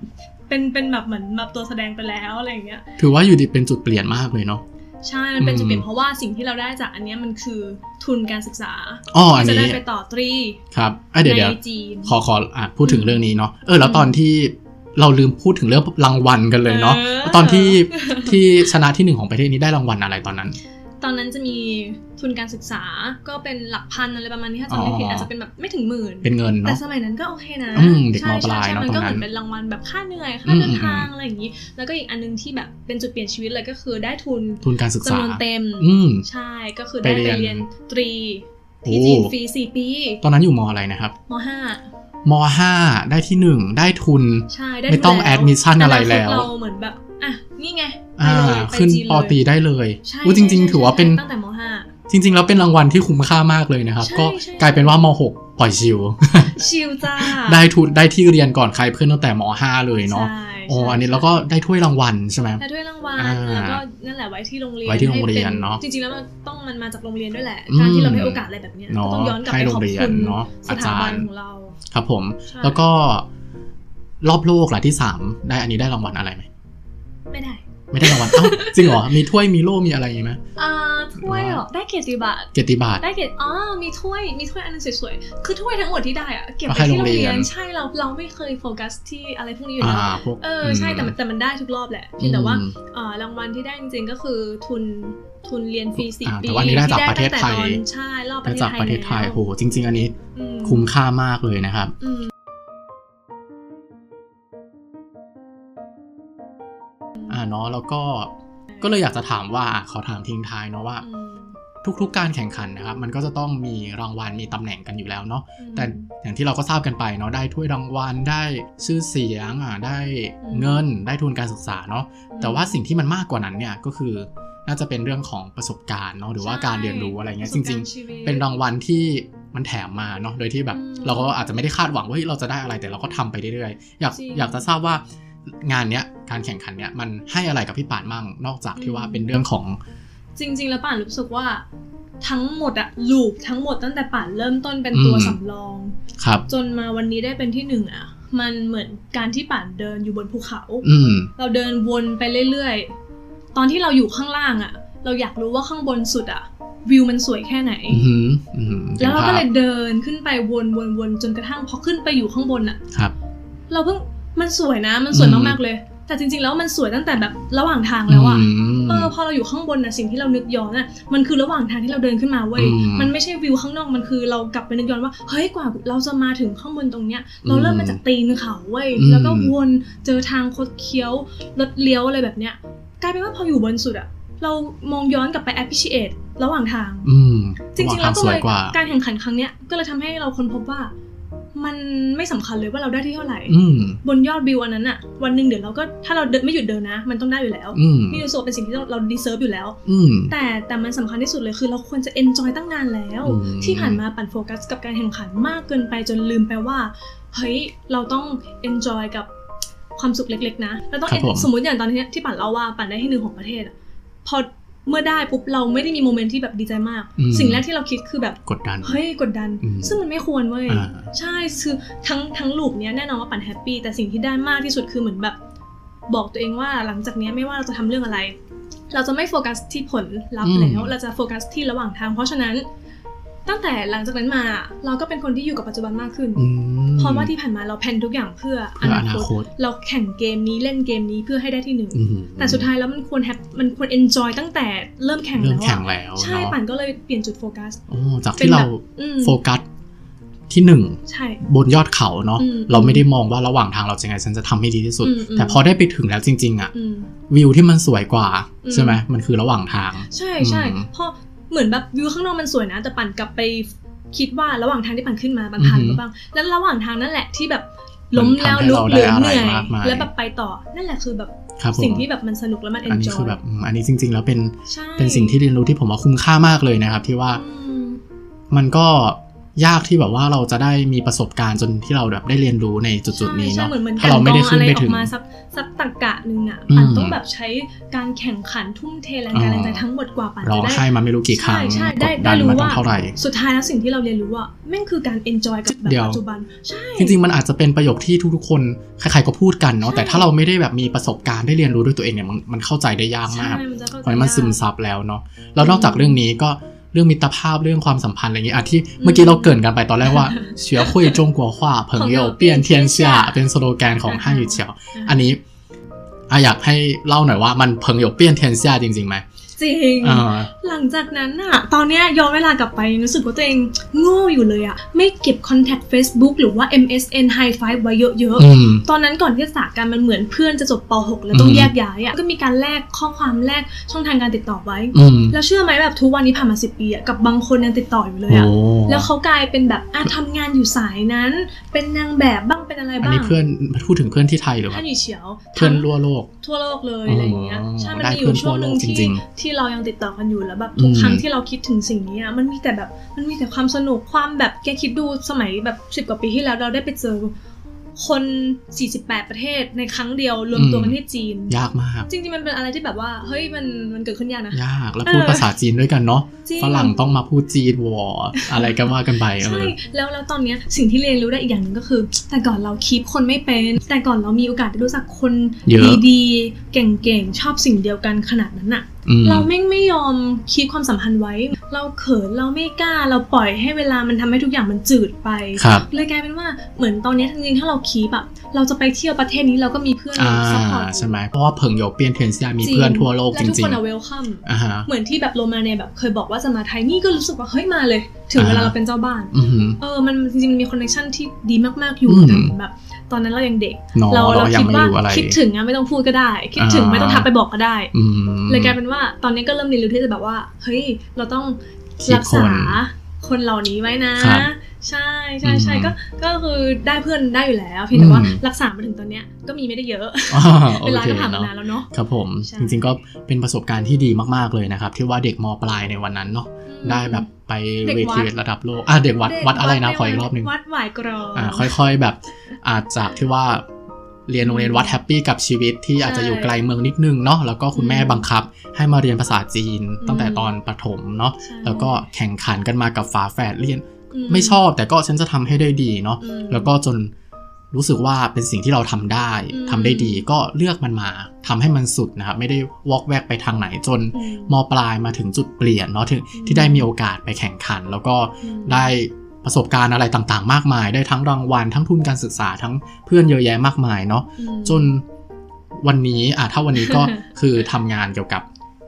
Speaker 2: เป็นเป็นแบบเหมือนแบบตัวแสดงไปแล้วอะไรอย่างเงี้ย
Speaker 1: ถือว่าอยู่ดีเป็นจุดเปลี่ยนมากเลยเนาะ
Speaker 2: ใช่ มันเป็นจุดเปลี่ย
Speaker 1: อื
Speaker 2: น
Speaker 1: ม
Speaker 2: เพราะว่าสิ่งที่เราได้จากอันเนี้ยมันคือทุนการศึกษา
Speaker 1: อ้ออัน
Speaker 2: ที่จะได้
Speaker 1: นี้
Speaker 2: ไปต่อตรี
Speaker 1: ครับอ่ะเดี๋ยว
Speaker 2: ใน
Speaker 1: เดี๋ยว
Speaker 2: จีน
Speaker 1: ขอขออ่ะพูดถึงเรื่องนี้เนาะเออแล้วตอนที่เราลืมพูดถึงเรื่องรางวัลกันเลยเนาะ
Speaker 2: เออ
Speaker 1: ตอนที่ที่ชนะที่หนึ่งของประเทศนี้ได้รางวัลอะไรตอนนั้น
Speaker 2: ตอนนั้นจะมีทุนการศึกษาก็เป็นหลักพันอะไรประมาณนี้ถ้าจำไม่ผิด
Speaker 1: อ๋ออ
Speaker 2: อาจจะเป็นแบบไม่ถึงหมื่น
Speaker 1: เป็นเงิน
Speaker 2: แต่
Speaker 1: เนาะ
Speaker 2: สมัยนั้นก็โอเคนะ
Speaker 1: อืมเด็กมปลาย
Speaker 2: ใช่
Speaker 1: เนอะ
Speaker 2: มัน
Speaker 1: ต
Speaker 2: ก็
Speaker 1: อนนั้
Speaker 2: เห
Speaker 1: น
Speaker 2: มือนเป็นรางวัลแบบค่าเหนื่อย
Speaker 1: อื
Speaker 2: ค่ามเดินทา
Speaker 1: อื
Speaker 2: ง
Speaker 1: ม
Speaker 2: อะไรอย่างนี้ แล้วก็อีกอันนึงที่แบบเป็นจุดเปลี่ยนชีวิตเลยก็คือได้ทุน
Speaker 1: ทุนการศึก
Speaker 2: จำ
Speaker 1: ษา
Speaker 2: นวนเต็ม
Speaker 1: อืม
Speaker 2: ใช่ก็คือได้
Speaker 1: ไป
Speaker 2: ไป
Speaker 1: เรียน
Speaker 2: เรียนตรี
Speaker 1: โอ้
Speaker 2: ที่จีนฟรีสี่ปี
Speaker 1: ตอนนั้นอยู่มอะไรนะครับ
Speaker 2: มห้าม
Speaker 1: ห้าได้ที่หนึ่งได้ทุน
Speaker 2: ใช่ได้
Speaker 1: ไม่ต้อง
Speaker 2: ล้ว
Speaker 1: admission อะไรแล้ว
Speaker 2: นาคตเราเหมือนแบบอ่ะนี่ไงไป
Speaker 1: อ่า
Speaker 2: เลยไป
Speaker 1: ขึ้น
Speaker 2: จีเลย
Speaker 1: ปอตรีได้เลย
Speaker 2: ใช่
Speaker 1: อุ้ยจริง
Speaker 2: ใช่
Speaker 1: ๆ ถือว่าเป็น
Speaker 2: ตั้งแต่มห้า
Speaker 1: จริง ๆ แล้วเป็นรางวัลที่คุ้มค่ามากเลยนะครับ
Speaker 2: ใช่
Speaker 1: ก็
Speaker 2: ใช่
Speaker 1: กลายเป็นว่ามหกปล่อยชิว
Speaker 2: ชิลจ้า
Speaker 1: ได้ทุนได้ที่เรียนก่อนใครเพื่อนตั้งแต่มห้าเลยเนาะ
Speaker 2: ใช่
Speaker 1: โอ้
Speaker 2: ใช่
Speaker 1: อันนี้แล้วก็ได้ถ้วยรางวัลใช่ไหม
Speaker 2: แต่ด้วยรางวัล
Speaker 1: อ่า
Speaker 2: แล้วก็นั่นแหละไว้ที่โรงเรียน
Speaker 1: ไว้ที่โรงเรียนเนอะ
Speaker 2: ให้ป็จริงๆแล้วมันต้องมันมาจากโรงเรียนด้วยแหละ
Speaker 1: อืม
Speaker 2: การที่เราให้โอกาสอะไรแบบเนี้ยก็
Speaker 1: เนาะ
Speaker 2: ต้องย้อนกลับ
Speaker 1: ให้
Speaker 2: ไป
Speaker 1: โรง
Speaker 2: ขอบ
Speaker 1: เรียน
Speaker 2: คุณ
Speaker 1: เนาะ
Speaker 2: ส
Speaker 1: อา
Speaker 2: ถา
Speaker 1: จา
Speaker 2: บั
Speaker 1: ร
Speaker 2: น
Speaker 1: ย์
Speaker 2: ของเรา
Speaker 1: ครับผม
Speaker 2: ใช่
Speaker 1: แล้วก็รอบโลกล่ะที่สามได้อันนี้ได้รางวัลอะไรไหม
Speaker 2: ไม่ได้
Speaker 1: ไม่ได้รางวัล เอ้าจริงเหรอมีถ้วยมีโล่มีอะไรอย่างงี้ไหม
Speaker 2: อ่าถ้วยเหรอได้เกียรติบัตร
Speaker 1: เกียรติบัตร
Speaker 2: ได้เกียรติอ๋อมีถ้วยมีถ้วยอันนึงสวยๆคือถ้วยทั้งหมดที่ได้อะเก็บ
Speaker 1: เอา
Speaker 2: ไว้
Speaker 1: ให้
Speaker 2: ที่
Speaker 1: โร
Speaker 2: โรงง
Speaker 1: เรียน
Speaker 2: เรียน ใช่เราเราไม่เคยโฟกัสที่อะไรพวกนี้อยู่
Speaker 1: อ่า
Speaker 2: แล้ว
Speaker 1: พวก
Speaker 2: เออใช่แต่มันแต่มันได้ทุกรอบแหละเพียงแต่ว่า
Speaker 1: อืม
Speaker 2: เอ่อรางวัลที่ได้จริงๆก็คือทุนทุนเรียนฟรีสี่
Speaker 1: อ่า
Speaker 2: ปี
Speaker 1: แต่ว่าอันนี้ได้จากประเทศไทย
Speaker 2: ที่ได้ตั้งแต่ตอนใช่รอบประเทศไทย
Speaker 1: จากประเทศไทย
Speaker 2: แล้ว
Speaker 1: โหจริง ๆ อันนี้
Speaker 2: อืม
Speaker 1: คุ้มค่ามากเลยนะครับ
Speaker 2: อืม
Speaker 1: อ่าเนาะแล้วก็ก็เลยอยากจะถามว่าอ่ะขอถามทิ้งท้ายเนาะว่า
Speaker 2: อืม
Speaker 1: ทุกๆการแข่งขันนะครับ มันก็จะต้องมีรางวัลมีตำแหน่งกันอยู่แล้วเนาะ
Speaker 2: อืม
Speaker 1: แต่อย่างที่เราก็ทราบกันไปเนาะได้ถ้วยรางวัลได้ชื่อเสียงอ่ะได้
Speaker 2: อืม
Speaker 1: เงินได้ทุนการศึกษาเนาะ แต่ว่าสิ่งที่มันมากกว่านั้นเนี่ยก็คือน่าจะเป็นเรื่องของประสบการณ์เนาะหรือว่าการเรียนรู้อะไรเงี้ยจ
Speaker 2: ใช่
Speaker 1: ริง
Speaker 2: ปะสบกาชีวิต
Speaker 1: ๆ เป็นรางวัลที่มันแถมมาเนาะโดยที่แบบ
Speaker 2: อืม
Speaker 1: เราก็อาจจะไม่ได้คาดหวังว่าเฮ้ยเราจะได้อะไรแต่เราก็ทำไปเรื่อยๆอยาก
Speaker 2: จริง
Speaker 1: อยากจะทราบว่างานเนี้ยการแข่งขันเนี้ยมันให้อะไรกับพี่ป่านมั่งนอกจากที่
Speaker 2: อืม
Speaker 1: ว่าเป็นเรื่องของ
Speaker 2: จริง ๆ แล้วป่านรู้สึกว่าทั้งหมดอะลูปทั้งหมดตั้งแต่ป่านเริ่มต้นเป็นตัว
Speaker 1: อืม
Speaker 2: สำรอง
Speaker 1: ครับ
Speaker 2: จนมาวันนี้ได้เป็นที่หนึ่งอะมันเหมือนการที่ป่านเดินอยู่บนภูเขา
Speaker 1: อืม
Speaker 2: เราเดินวนไปเรื่อยๆ ตอนที่เราอยู่ข้างล่างอะเราอยากรู้ว่าข้างบนสุดอะวิวมันสวยแค่ไหน
Speaker 1: อือหืออือหือ
Speaker 2: แล้วเรา
Speaker 1: ห็นภ
Speaker 2: ก็
Speaker 1: พ
Speaker 2: เลยเดินขึ้นไปวนวนวนจนกระทั่งพอขึ้นไปอยู่ข้างบนอะ
Speaker 1: ครับ
Speaker 2: เราเพิ่งมันสวยนะ มันสวย
Speaker 1: อืม
Speaker 2: มากๆเลย แต่จริง ๆ แล้วมันสวยตั้งแต่แบบระหว่างทางแล้วอะ
Speaker 1: ม
Speaker 2: เออพอเราอยู่ข้างบนนะสิ่งที่เรานึกย้อนอะมันคือระหว่างทางที่เราเดินขึ้นมาเว้ย
Speaker 1: อืม
Speaker 2: มันไม่ใช่วิวข้างนอกมันคือเรากลับไปนึกย้อนว่าเฮ้ยกว่าเราจะมาถึงข้างบนตรงเนี้ย เราเริ่มมาจากตีนเขาเว้ย
Speaker 1: อืม
Speaker 2: แล้วก็วนเจอทางคดเคี้ยวรถเลี้ยวอะไรแบบเนี้ยกลายเป็นว่าพออยู่บนสุดอะเรามองย้อนกลับไป appreciate ระหว่างทาง
Speaker 1: อืม
Speaker 2: จริงๆแล้วก็
Speaker 1: ส
Speaker 2: เล
Speaker 1: วย
Speaker 2: ย
Speaker 1: กว่า
Speaker 2: การแข่งขันครั้งเนี้ยก็เลยทำให้เราค้นพบว่า มันไม่สำคัญเลยว่าเราได้ที่เท่าไหร่
Speaker 1: อืม
Speaker 2: บนยอดวิวอันนั้นอะวันหนึ่งเดี๋ยวเราก็ถ้าเราเดินไม่หยุดเดินนะ มันต้องได้อยู่แล้ว
Speaker 1: อืม
Speaker 2: นี่รู้สึกว่าเป็นสิ่งที่เราเราดีเซิร์ฟอยู่แล้ว
Speaker 1: อืม
Speaker 2: แต่แต่มันสำคัญที่สุดเลยคือเราควรจะเอนจอยตั้งนานแล้ว
Speaker 1: อืม
Speaker 2: ที่ผ่านมาปั่นโฟกัสกับการแข่งขันมากเกินไปจนลืมไปว่า เฮ้ย เราต้องเอนจอยกับความสุขเล็กๆ นะเราต้อง
Speaker 1: ครับผม
Speaker 2: en- สมมติอย่างตอนนี้ที่ปั่นเล่าว่าปั่นได้ที่หนึ่งของประเทศอะพอเมื่อได้ปุ๊บเราไม่ได้มีโมเมนต์ที่แบบดีใจมาก
Speaker 1: อืม
Speaker 2: สิ่งแรกที่เราคิดคือแบบ
Speaker 1: กดดัน
Speaker 2: เฮ้ยกดดัน
Speaker 1: อืม
Speaker 2: ซึ่งมันไม่ควรเว้ย
Speaker 1: อ่า
Speaker 2: ใช่คือทั้งทั้งลูปเนี้ยแน่นอนว่าปั่นแฮปปี้แต่สิ่งที่ได้มากที่สุดคือเหมือนแบบ บอกตัวเองว่าหลังจากเนี้ยไม่ว่าเราจะทำเรื่องอะไร เราจะไม่โฟกัสที่ผลลัพธ์แล้ว
Speaker 1: อืม
Speaker 2: เราจะโฟกัสที่ระหว่างทาง เพราะฉะนั้น ตั้งแต่หลังจากนั้นมา เราก็เป็นคนที่อยู่กับปัจจุบันมากขึ้น
Speaker 1: อืม
Speaker 2: เพราะว่าที่ผ่านมาเราแพลนทุกอย่างเพื่อ
Speaker 1: เพื่ออนาคต
Speaker 2: เราแข่งเกมนี้เล่นเกมนี้เพื่อให้ได้ที่หนึ่ง
Speaker 1: อืม
Speaker 2: แต่สุดท้ายแล้วมันควรแฮปมันควรเอนจอยตั้งแต่เริ่มแข่ง
Speaker 1: เริ่
Speaker 2: แล้
Speaker 1: ม
Speaker 2: วอะ
Speaker 1: แข่งแล้ว
Speaker 2: ใช่
Speaker 1: เนาะ
Speaker 2: ปั่นก็เลยเปลี่ยนจุดโฟกัส
Speaker 1: โอ้จาก
Speaker 2: เป็น
Speaker 1: ที่
Speaker 2: แบบ
Speaker 1: เรา
Speaker 2: อืม
Speaker 1: โฟกัสที่หนึ่ง
Speaker 2: ใช่
Speaker 1: บนยอดเขาเนาะ
Speaker 2: อืม
Speaker 1: เราไม่ได้มองว่าระหว่างทางเราจะยังไงฉันจะทำให้ดีที่สุด
Speaker 2: อืมอืม
Speaker 1: แต่พอได้ไปถึงแล้วจริง ๆอะ
Speaker 2: อืม
Speaker 1: วิวที่มันสวยกว่า
Speaker 2: อืม
Speaker 1: ใช่ไหมมันคือระหว่างทาง
Speaker 2: ใช่ใช่
Speaker 1: อืม
Speaker 2: เพราะเหมือนแบบวิวข้างนอกมันสวยนะ แต่ปั่นกลับไปคิดว่าระหว่างทางที่ปั่นขึ้นมามันผ่าน
Speaker 1: อือฮึ
Speaker 2: อะไรบ้าง แล้วระหว่างทางนั่นแหละที่แบบล้ม
Speaker 1: มัน
Speaker 2: แล้ว
Speaker 1: ทำให้
Speaker 2: ลุก
Speaker 1: เรา
Speaker 2: หรือ
Speaker 1: ได้
Speaker 2: เหนื่
Speaker 1: อะไร
Speaker 2: อย
Speaker 1: มากมาย
Speaker 2: แล้วแบบไปต่อนั่นแหละคือแบบ
Speaker 1: ครับผม
Speaker 2: สิ่งที่แบบมันสนุกแล้วมันเอ
Speaker 1: อัน
Speaker 2: น
Speaker 1: นี้
Speaker 2: จอ
Speaker 1: คื
Speaker 2: ย
Speaker 1: อแบบอืมอันนี้จริง ๆ แล้วเป็น
Speaker 2: ใช่
Speaker 1: เป็นสิ่งที่เรียนรู้ที่ผมว่าคุ้มค่ามากเลยนะครับ ที่ว่า
Speaker 2: อืม
Speaker 1: มันก็ยากที่แบบว่าเราจะได้มีประสบการณ์จนที่เราแบบได้เรียนรู้ในจุดๆนี้
Speaker 2: ใช่
Speaker 1: เนาะ
Speaker 2: ใช่เหมือนเหมือน
Speaker 1: ถ้าเราไม่ได้ขึ้นไป
Speaker 2: ก
Speaker 1: ถึ
Speaker 2: อง อกมาสักสักตะกะหนึ่งอ่ะ
Speaker 1: อืม
Speaker 2: ปันต้องแบบใช้การแข่งขันทุ่มเทแรง
Speaker 1: อ๋
Speaker 2: กาย
Speaker 1: อ
Speaker 2: แรงใจทั้งหมดกว่าปัน
Speaker 1: ร้อง
Speaker 2: จะได้
Speaker 1: ไห้มาไม่รู้กี่ครั้ง
Speaker 2: ใช่ใช่
Speaker 1: ก
Speaker 2: ได้
Speaker 1: ดดั
Speaker 2: ได้
Speaker 1: น
Speaker 2: รู้
Speaker 1: มาตั้
Speaker 2: ว่าง
Speaker 1: เท่าไหร่
Speaker 2: สุดท้ายแล้วสิ่งที่เราเรียนรู้ว่าแม่งคือการเอนจอยกับแบบ
Speaker 1: เดี๋ยว
Speaker 2: ปัจจุบันใช่
Speaker 1: จริงๆ มันอาจจะเป็นประโยคที่ทุกๆ คนใครๆ ก็พูดกันเนาะ
Speaker 2: ใช่
Speaker 1: แต่ถ้าเราไม่ได้แบบมีประสบการณ์ได้เรียนรู้ด้วยตัวเองเนี่ย มันมันเข้าใจได้ยาก
Speaker 2: ใช่
Speaker 1: มาก
Speaker 2: มันจะเข้า
Speaker 1: เพ
Speaker 2: ใจ
Speaker 1: ราะมันซึม
Speaker 2: ยาก
Speaker 1: ซับแล้วเนาะ แล้วนอกจากเรื่องนี้ก็เรื่องมิตรภาพเรื่องความสัมพันธ์อะไรอย่างเงี้ยอ่ะที่เมื่อกี้เราเกรินกันไปตอนแรกว่า เชื้อคุยจงกัวขวาเพิงโยเปียนเทียนเซียเป็นสโลแกนของห้างหยูเฉียว อันนี้อ่ะอยากให้เล่าหน่อยว่ามันเพิงโยเปียนเทียนเซียจริงๆไหม
Speaker 2: จริง
Speaker 1: อ่า
Speaker 2: หลังจากนั้นอะตอนเนี้ยย้อนเวลากลับไปรู้สึกว่าตัวเองโง่อยู่เลยอะไม่เก็บคอนแทค Facebook หรือว่า MSN High Five ไว้เยอะๆ
Speaker 1: อืม
Speaker 2: ตอนนั้นก่อนที่จะสากันมันเหมือนเพื่อนจะจบป .6 แล้วต้อง
Speaker 1: อืม
Speaker 2: แยกย้ายอ่ะก็มีการแลกข้อความแลกช่องทางการติดต่อไว้
Speaker 1: อืม
Speaker 2: แล้วเชื่อไหมแบบทุกวันนี้ผ่านมาสิปีอ่ะกับบางคนยังติดต่ออยู่เลย
Speaker 1: โอ้
Speaker 2: อ่ะแล้วเขากลายเป็นแบบอ่ะทำงานอยู่สายนั้น เป็นนางแบบบ้างเป็นอะไร
Speaker 1: อัน
Speaker 2: บ้าง
Speaker 1: นี้เพื่อนพูดถึงเพื่อนที่ไทยหรือว่า
Speaker 2: ท่านอยู่เฉียว
Speaker 1: เพื่อน
Speaker 2: ทั้ง
Speaker 1: รั่วโลก
Speaker 2: ทั่วโลกเลย
Speaker 1: อ๋ออ
Speaker 2: อะไรอย่างเงี้ยใช่มันมีอยู่ช่วงหนึ่ง
Speaker 1: ได้เพื่อนทั่วโลกจ
Speaker 2: ที่
Speaker 1: ริง
Speaker 2: ที่เรายังติดต่อกันอยู่แล้วแบบทุก
Speaker 1: อืม
Speaker 2: ครั้งที่เราคิดถึงสิ่งนี้อ่ะมันมีแต่แบบมันมีแต่ความสนุกความแบบแกคิดดูสมัยแบบสิบกว่าปีที่แล้วเราได้ไปเจอคน 48 ประเทศในครั้งเดียวรวมตัวกันที่จีน
Speaker 1: ยากมาก
Speaker 2: จริงๆมันเป็นอะไรที่แบบว่าเฮ้ยมันมันเกิดขึ้นยากนะ
Speaker 1: ยากแล้ว
Speaker 2: เออ
Speaker 1: พูดภาษาจีนด้วยกันเนาะ
Speaker 2: จริง
Speaker 1: ฝรั่งต้องมาพูดจีนวออะไรก็ว่ากันไปเอ
Speaker 2: ใช่
Speaker 1: อ
Speaker 2: แล้วแล้วตอนเนี้ยสิ่งที่เรียนรู้ได้อีกอย่างหนึ่งก็คือ แต่ก่อนเราคีปคนไม่เป็น แต่ก่อนเรามีโอกาสได้รู้จักคน
Speaker 1: เยอะ
Speaker 2: ดีๆ เก่งๆ ชอบสิ่งเดียวกันขนาดนั้นอะ
Speaker 1: อืม
Speaker 2: เราแม่งไม่ยอมคีปความสัมพันธ์ไว้ เราเขินเราไม่กล้าเราปล่อยให้เวลามันทำให้ทุกอย่างมันจืดไป
Speaker 1: ครับ
Speaker 2: เลยกลายเป็นว่าเหมือนตอนเนี้ยจริงๆถ้าเราคีปอะเราจะไปเที่ยวประเทศนี้เราก็มีเพื่อน
Speaker 1: อ่า
Speaker 2: ซัพพอร์ต
Speaker 1: ใช่ไหมเพราะว่าเพิงโยเปียนเทนเซียมีเพื่อนทั่วโลกจ
Speaker 2: และทุก
Speaker 1: ริ
Speaker 2: ค
Speaker 1: ง
Speaker 2: นอะเวลคัม
Speaker 1: ๆอ่าฮะ
Speaker 2: เหมือนที่แบบโรมาเน่แบบเคยบอกว่าจะมาไทยนี่ก็รู้สึกว่าเฮ้ยมาเลย ถึงเวลา
Speaker 1: อ่า
Speaker 2: เราเป็นเจ้าบ้าน
Speaker 1: อือหือ
Speaker 2: เออมันจริงๆมันมีคอนเนคชั่นที่ดีมากๆอยู่
Speaker 1: อืม
Speaker 2: แต่เหมือนแบบ ตอนนั้นเรายังเด็ก
Speaker 1: เนอะ
Speaker 2: เรา
Speaker 1: เรา
Speaker 2: เรา
Speaker 1: ยัง
Speaker 2: คิด
Speaker 1: ไม่
Speaker 2: ว่า
Speaker 1: รู้อะไร
Speaker 2: คิดถึงอะไม่ต้องพูดก็ได้ คิดถึง
Speaker 1: อ่า
Speaker 2: ไม่ต้องทักไปบอกก็ได้
Speaker 1: อืม
Speaker 2: เลยกลายเป็นว่าตอนนี้ก็เริ่มเรียนรู้ที่จะแบบว่าเฮ้ยเราต้อง
Speaker 1: คิด
Speaker 2: รัก
Speaker 1: คน
Speaker 2: ษาคนเหล่านี้ไว้นะ
Speaker 1: ครับ
Speaker 2: ใช่ใช่ใช่
Speaker 1: อืม
Speaker 2: ก็ก็คือได้เพื่อนได้อยู่แล้วเพียงแต่ว่า
Speaker 1: อืม
Speaker 2: รักษามาถึงตอนเนี้ยก็มีไม่ได้เยอะ
Speaker 1: อ่าโอ
Speaker 2: <laughs> เวลา
Speaker 1: เค
Speaker 2: ก็ผ่าน
Speaker 1: เนาะ
Speaker 2: มานานแล้วเนาะ
Speaker 1: ครับผม
Speaker 2: ใช่
Speaker 1: จริงๆก็เป็นประสบการณ์ที่ดีมากๆเลยนะครับ ที่ว่าเด็กมปลายในวันนั้นเนาะ
Speaker 2: อืม
Speaker 1: ได้แบบไป
Speaker 2: เด็ก
Speaker 1: เว
Speaker 2: วั
Speaker 1: ที
Speaker 2: ด
Speaker 1: ระดับโลกอ่ะเด็กวัด
Speaker 2: เก
Speaker 1: วัดอะไรนะ
Speaker 2: วั
Speaker 1: ขออีกรอบหนึง
Speaker 2: วัดหวายกรอง
Speaker 1: อ่าค่อยๆแบบอาจจากที่ว่าเรียนโรงเรียนวัดแฮปปี้กับชีวิตที่อาจจะอยู่ไกลเมืองนิดนึงเนาะแล้วก็คุณแม่
Speaker 2: อืม
Speaker 1: บังคับให้มาเรียนภาษาจีน
Speaker 2: อืม
Speaker 1: ตั้งแต่ตอนประถมเนาะ
Speaker 2: ใช่
Speaker 1: แล้วก็แข่งขันกันมากับฝาแฝดเรียน
Speaker 2: อื
Speaker 1: ไม่ชอบแต่ก็ฉันจะทำให้ได้ดีเนาะ
Speaker 2: อืม
Speaker 1: แล้วก็จนรู้สึกว่าเป็นสิ่งที่เราทำได้
Speaker 2: อืม
Speaker 1: ทำได้ดีก็เลือกมันมาทำให้มันสุดนะครับไม่ได้วอกแวกไปทางไหนจน
Speaker 2: อืม
Speaker 1: มปลายมาถึงจุดเปลี่ยนเนาะถึง
Speaker 2: อืม
Speaker 1: ที่ได้มีโอกาสไปแข่งขัน แล้วก็
Speaker 2: อืม
Speaker 1: ได้ประสบการณ์อะไรต่างๆ มากมาย ได้ทั้งรางวัล ทั้งทุนการศึกษา ทั้งเพื่อนเยอะแยะมากมายเนาะ
Speaker 2: อืม
Speaker 1: จนวันนี้อ่ะถ้าวันนี้ก็ คือทำงานเกี่ยวกับ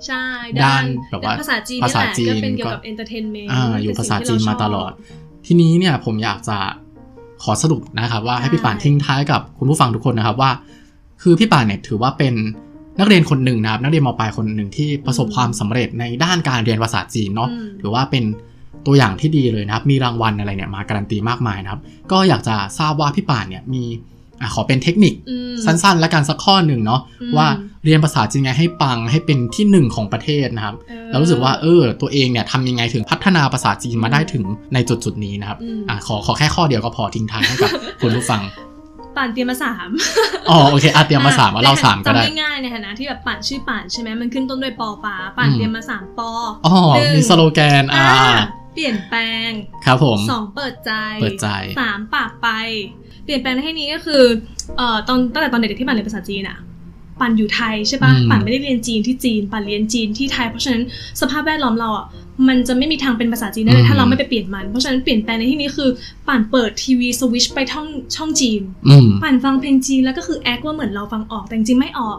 Speaker 2: ใช่
Speaker 1: ด้านแบบว่า
Speaker 2: ภาษาจีน
Speaker 1: ภาษาจีน
Speaker 2: แหละก็เป็นเกี่ยวกับ
Speaker 1: ก็
Speaker 2: เอนเตอร์เทนเมนต์
Speaker 1: อ่าอยู่ภาษาจีนมาตลอด ทีนี้เนี่ยผมอยากจะขอสรุปนะครับ ว่าให้พี่ป่านทิ้งท้ายกับคุณผู้ฟังทุกคนนะครับว่า คือพี่ป่านเนี่ยถือว่าเป็นนักเรียนคนหนึ่งนะครับ นักเรียนมปลายคนหนึ่งที่ประสบความสำเร็จในด้านการเรียนภาษาจีนเนาะ ถือว่าเป็นตัวอย่างที่ดีเลยนะครับ มีรางวัลอะไรเนี่ยมาการันตีมากมายนะครับ ก็อยากจะทราบว่าพี่ป่านเนี่ยมีอะขอเป็นเทคนิค
Speaker 2: สั้น
Speaker 1: สั้นๆ และการสักข้อหนึ่งเนาะ
Speaker 2: อืม
Speaker 1: ว่าเรียนภาษาจีนไงให้ปังให้เป็นที่หนึ่งของประเทศนะครับ
Speaker 2: ๆ
Speaker 1: แล้วรู้สึกว่าเออตัวเองเนี่ยทำยังไงถึงพัฒนาภาษาจีนมาได้ถึงในจุดจุดๆนี้นะครับ
Speaker 2: อืม
Speaker 1: อ่ะขอขอแค่ข้อเดียวก็พอทิ้งท้ายให้กับ คุณผู้ฟัง
Speaker 2: ป่านเตรียมมาสาม
Speaker 1: อ๋
Speaker 2: <laughs>
Speaker 1: อโอเคอาเตรียมมาสามเอาเล่าสามก็ได้
Speaker 2: จำง่ายๆในฐานะที่แบบป่านชื่อป่านใช่ไหมมันขึ้นต้นด้วยปอปาป่านเตรียมมาสามปอ
Speaker 1: อ๋อ
Speaker 2: หนึ่ง
Speaker 1: มีสโลแกนอ่า
Speaker 2: เปลี่ยนแปลง
Speaker 1: ครับผม
Speaker 2: สองเปิดใจ
Speaker 1: เปิดใจ
Speaker 2: สามปากไป เปลี่ยนแปลงในที่นี้ก็คือเอ่อตอนตั้งแต่ตอนเด็กๆที่ป่านเรียนภาษาจีนอะป่านอยู่ไทยใช่ปะ
Speaker 1: อืม
Speaker 2: ป่านไม่ได้เรียนจีนที่จีนป่านเรียนจีนที่ไทยเพราะฉะนั้นสภาพแวดล้อมเราอะ มันจะไม่มีทางเป็นภาษาจีนได้เล
Speaker 1: อื
Speaker 2: ย
Speaker 1: ม
Speaker 2: ถ้าเราไม่ไปเปลี่ยนมัน เพราะฉะนั้นเปลี่ยนแปลงในที่นี้คือป่านเปิดทีวีสวิชไปท่องช่องจีน
Speaker 1: อืม
Speaker 2: ป่านฟังเพลงจีนแล้วก็คือแอคว่าเหมือนเราฟังออกแต่จริงๆไม่ออก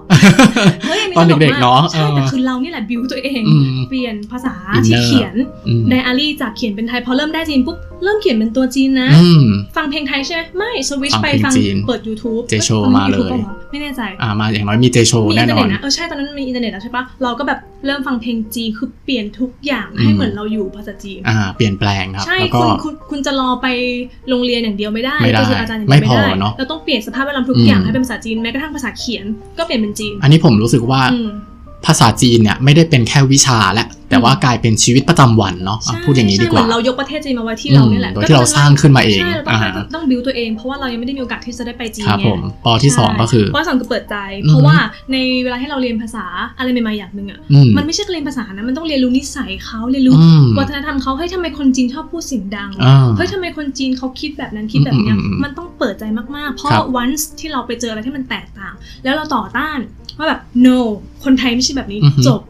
Speaker 2: เฮ้ยอัน
Speaker 1: <laughs>
Speaker 2: นี้
Speaker 1: ตอน
Speaker 2: ลม
Speaker 1: เด็กๆเนาะ
Speaker 2: ใช่แต่
Speaker 1: เออ
Speaker 2: คือเรานี่แหละบิวตัวเอง
Speaker 1: อืม
Speaker 2: เปลี่ยนภาษา
Speaker 1: อินเนอร์
Speaker 2: ที่เขียน
Speaker 1: อืม
Speaker 2: ไดอารี่จากเขียนเป็นไทยพอเริ่มได้จีนปุ๊บเริ่มเขียนเป็นตัวจีนนะ
Speaker 1: อืม
Speaker 2: ฟังเพลงไทยใช่ไหมไม่สวิช
Speaker 1: ฟัง
Speaker 2: ไป
Speaker 1: เพลง
Speaker 2: ฟัง
Speaker 1: จีน
Speaker 2: เปิด YouTube
Speaker 1: เจโชว์
Speaker 2: อ้
Speaker 1: มาเลย
Speaker 2: ปะวะไม่แน่ใจ
Speaker 1: อ่ามาอย่างน้อยมีเจโช
Speaker 2: มี
Speaker 1: แน่
Speaker 2: อินเทอน ร์
Speaker 1: อน
Speaker 2: เน็ตนะเออใช่ตอนนั้นมีอินเทอร์เน็ตแล้วใช่ปะเราก็แบบเริ่มฟังเพลงจีนคือเปลี่ยนทุกอย่างให้
Speaker 1: อืม
Speaker 2: เหมือนเราอยู่ภาษาจีน
Speaker 1: อ่า เปลี่ยนแปลงครับ
Speaker 2: ใช่
Speaker 1: แล้วก็
Speaker 2: คุณคุณคุณจะรอไปโรงเรียนอย่างเดียวไม่ได้
Speaker 1: ไม่ได้
Speaker 2: ก็คืออาจารย์อย่างเดียว
Speaker 1: ไม่พอ
Speaker 2: ไม่ได้
Speaker 1: เนอะ
Speaker 2: เราต้องเปลี่ยนสภาพแวดล้อมทุ
Speaker 1: อื
Speaker 2: ก
Speaker 1: ม
Speaker 2: อย่างให้เป็นภาษาจีนแม้กระทั่งภาษาเขียนก็เปลี่ยนเป็นจีน
Speaker 1: อันนี้ผมรู้สึกว่า
Speaker 2: อืม
Speaker 1: ภาษาจีนเนี่ยไม่ได้เป็นแค่วิชาและแต่ว่ากลายเป็นชีวิตประจำวันเนาะอ่ะ
Speaker 2: ใช่
Speaker 1: พูดอย่างนี้ดีกว่า
Speaker 2: ใช่เหมือนเรายกประเทศจีนมาไว้ที่เราเนี่ยแหละ
Speaker 1: อืมโดยที่เราสร้างขึ้นมาเอง
Speaker 2: ใช่เราต้อ
Speaker 1: อ่าง ฮะ
Speaker 2: ต้องบิวตัวเองเพราะว่าเรายังไม่ได้มีโอกาสที่จะได้ไปจีน
Speaker 1: ครับ
Speaker 2: ไง
Speaker 1: ผมปอที่สองก็คือ
Speaker 2: เพราะสองคือเปิดใจ
Speaker 1: อืม
Speaker 2: เพราะว่าในเวลาที่เราเรียนภาษาอะไรใหม่ๆอย่างหนึ่งอ่ะ
Speaker 1: อืม
Speaker 2: มันไม่ใช่แค่เรียนภาษานะมันต้องเรียนรู้นิสัยเขาเรียนรู้
Speaker 1: อืม
Speaker 2: วัฒนธรรมเขาเฮ้ยทำไมคนจีนชอบพูดเสียงดัง
Speaker 1: อ่า
Speaker 2: เฮ้ยทำไมคนจีนเขาคิดแบบนั้นคิดแบบเนี้ย
Speaker 1: อืมอืมอืม
Speaker 2: มันต้องเปิดใจมากๆ เพราะ
Speaker 1: ครับ
Speaker 2: once ที่เราไปเจออะไรที่มันแตกต่าง แล้วเราต่อต้านว่าแบบ no คนไทยไม่ใช่แบบนี้
Speaker 1: อือหือ
Speaker 2: จบ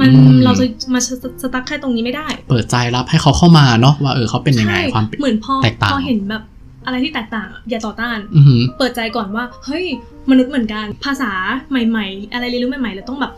Speaker 2: มัน
Speaker 1: อืม
Speaker 2: เราจะมาสตั๊กแค่ตรงนี้ไม่ได้
Speaker 1: เปิดใจรับให้เขาเข้ามาเนาะว่าเออเขาเป็นยังไง
Speaker 2: ใช่
Speaker 1: ความเป็น
Speaker 2: เหมือนพอ
Speaker 1: แตกต่าง
Speaker 2: พอเห็นแบบอะไรที่แตกต่างอะอย่าต่อต้าน
Speaker 1: อือหือ
Speaker 2: เปิดใจก่อนว่า เฮ้ย มนุษย์เหมือนกัน ภาษาใหม่ ๆ อะไรเรียนรู้ใหม่ๆเราต้องแบบ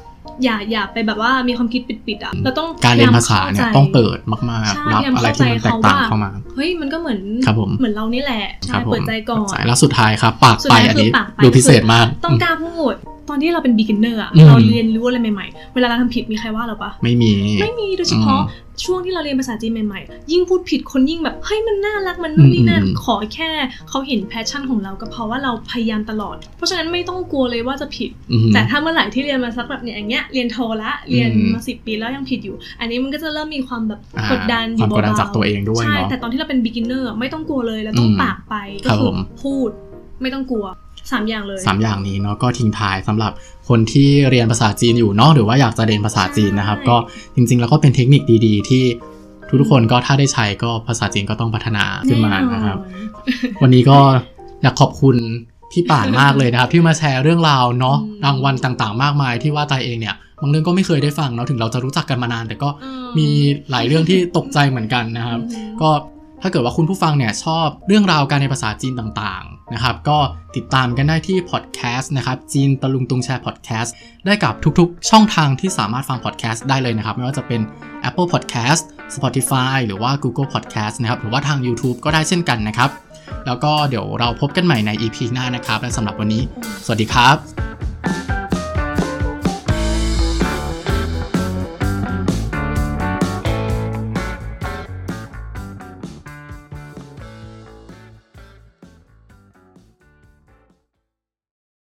Speaker 2: อย่าอย่าไปแบบว่ามีความคิดปิดๆอ่ะเราต้อง
Speaker 1: การเรียนภาษาเนี่ย
Speaker 2: พมข้ใจ
Speaker 1: ต้องเปิดมาก
Speaker 2: ใช่
Speaker 1: ๆ รับอะไรที่มันแตกต่างเข้ามา
Speaker 2: เฮ้ยมันก็เหมือน
Speaker 1: ครับผม
Speaker 2: เหมือนเรานี่แหละ
Speaker 1: ครั
Speaker 2: ใช่
Speaker 1: บผม
Speaker 2: เปิดใจก่อน
Speaker 1: เปิดแล้วสุดท้ายครับ ปาก
Speaker 2: สุด
Speaker 1: ไป
Speaker 2: ท้าย
Speaker 1: อัน
Speaker 2: คือ
Speaker 1: นี้
Speaker 2: ปากไป
Speaker 1: ดู
Speaker 2: คือ
Speaker 1: พิเศษมาก
Speaker 2: ต้องกล้าพูดตอนที่เราเป็น beginner อะ
Speaker 1: อืม
Speaker 2: เราเรียนรู้อะไรใหม่ๆ เวลาเราทำผิดมีใครว่าเราปะ
Speaker 1: ไม่มี
Speaker 2: ไม่มีโดยเฉพาะ
Speaker 1: อื
Speaker 2: ช่วงที่เราเรียนภาษาจีนใหม่ๆ ยิ่งพูดผิดคนยิ่งแบบเฮ้ยมันน่ารักมันนู่นนี่นั่น
Speaker 1: อืมอืม
Speaker 2: ขอแค่เขาเห็นแพชชั่นของเราก็เพราะว่าเราพยายามตลอด เพราะฉะนั้นไม่ต้องกลัวเลยว่าจะผิด
Speaker 1: อือหือ
Speaker 2: แต่ถ้าเมื่อไหร่ที่เรียนมาสักแบบเนี่ยอย่างเงี้ยเรียนโทละเรียน
Speaker 1: อืม
Speaker 2: มาสิปีแล้วยังผิดอยู่ อันนี้มันก็จะเริ่มมีความแบบ
Speaker 1: อ่าก
Speaker 2: ดดันอ
Speaker 1: ควา
Speaker 2: ยู่
Speaker 1: มกดดัน
Speaker 2: เบา
Speaker 1: จากตัวเองด้วย
Speaker 2: ใช่
Speaker 1: เนาะ
Speaker 2: แต่ตอนที่เราเป็น beginner ไม่ต้องกลัวเลยเราต้อง
Speaker 1: อืม
Speaker 2: ปากไปก็
Speaker 1: ครับ
Speaker 2: คื
Speaker 1: ผ
Speaker 2: อ
Speaker 1: ม
Speaker 2: พูดไม่ต้องกลัวสามอย่างเลย
Speaker 1: สามอย่างนี้เนาะก็ทิ้งท้ายสำหรับคนที่เรียนภาษาจีนอยู่เนาะหรือว่าอยากจะเรียนภาษาจีนนะครับ
Speaker 2: ใช่
Speaker 1: ก็จริงๆ แล้วก็เป็นเทคนิคดีๆ ที่ทุกๆคนก็ถ้าได้ใช้ก็ภาษาจีนก็ต้องพัฒนาขึ้นมานะครับ
Speaker 2: แอ
Speaker 1: วันนี้ก็อยากขอบคุณพี่ป่านมากเลยนะครับ ที่มาแชร์เรื่องราวเนาะ
Speaker 2: อืม
Speaker 1: รางวัลต่างๆ มากมายที่ว่าตายเองเนี่ยบางเรื่องก็ไม่เคยได้ฟังเนาะถึงเราจะรู้จักกันมานาน แต่ก็
Speaker 2: เออ
Speaker 1: มีหลายเรื่องที่ตกใจเหมือนกันนะครับ
Speaker 2: อืม
Speaker 1: ก็ถ้าเกิดว่าคุณผู้ฟังเนี่ยชอบเรื่องราวการในภาษาจีนต่างๆนะครับ ก็ติดตามกันได้ที่พอดแคสต์นะครับจีนตะลุงตุงแชร์พอดแคสต์ได้กับทุกๆ ช่องทางที่สามารถฟังพอดแคสต์ได้เลยนะครับ ไม่ว่าจะเป็น Apple Podcast Spotify หรือว่า Google Podcast นะครับ หรือว่าทาง YouTube ก็ได้เช่นกันนะครับ แล้วก็เดี๋ยวเราพบกันใหม่ใน EP หน้านะครับ และสำหรับวันนี้ สวัสดีครับ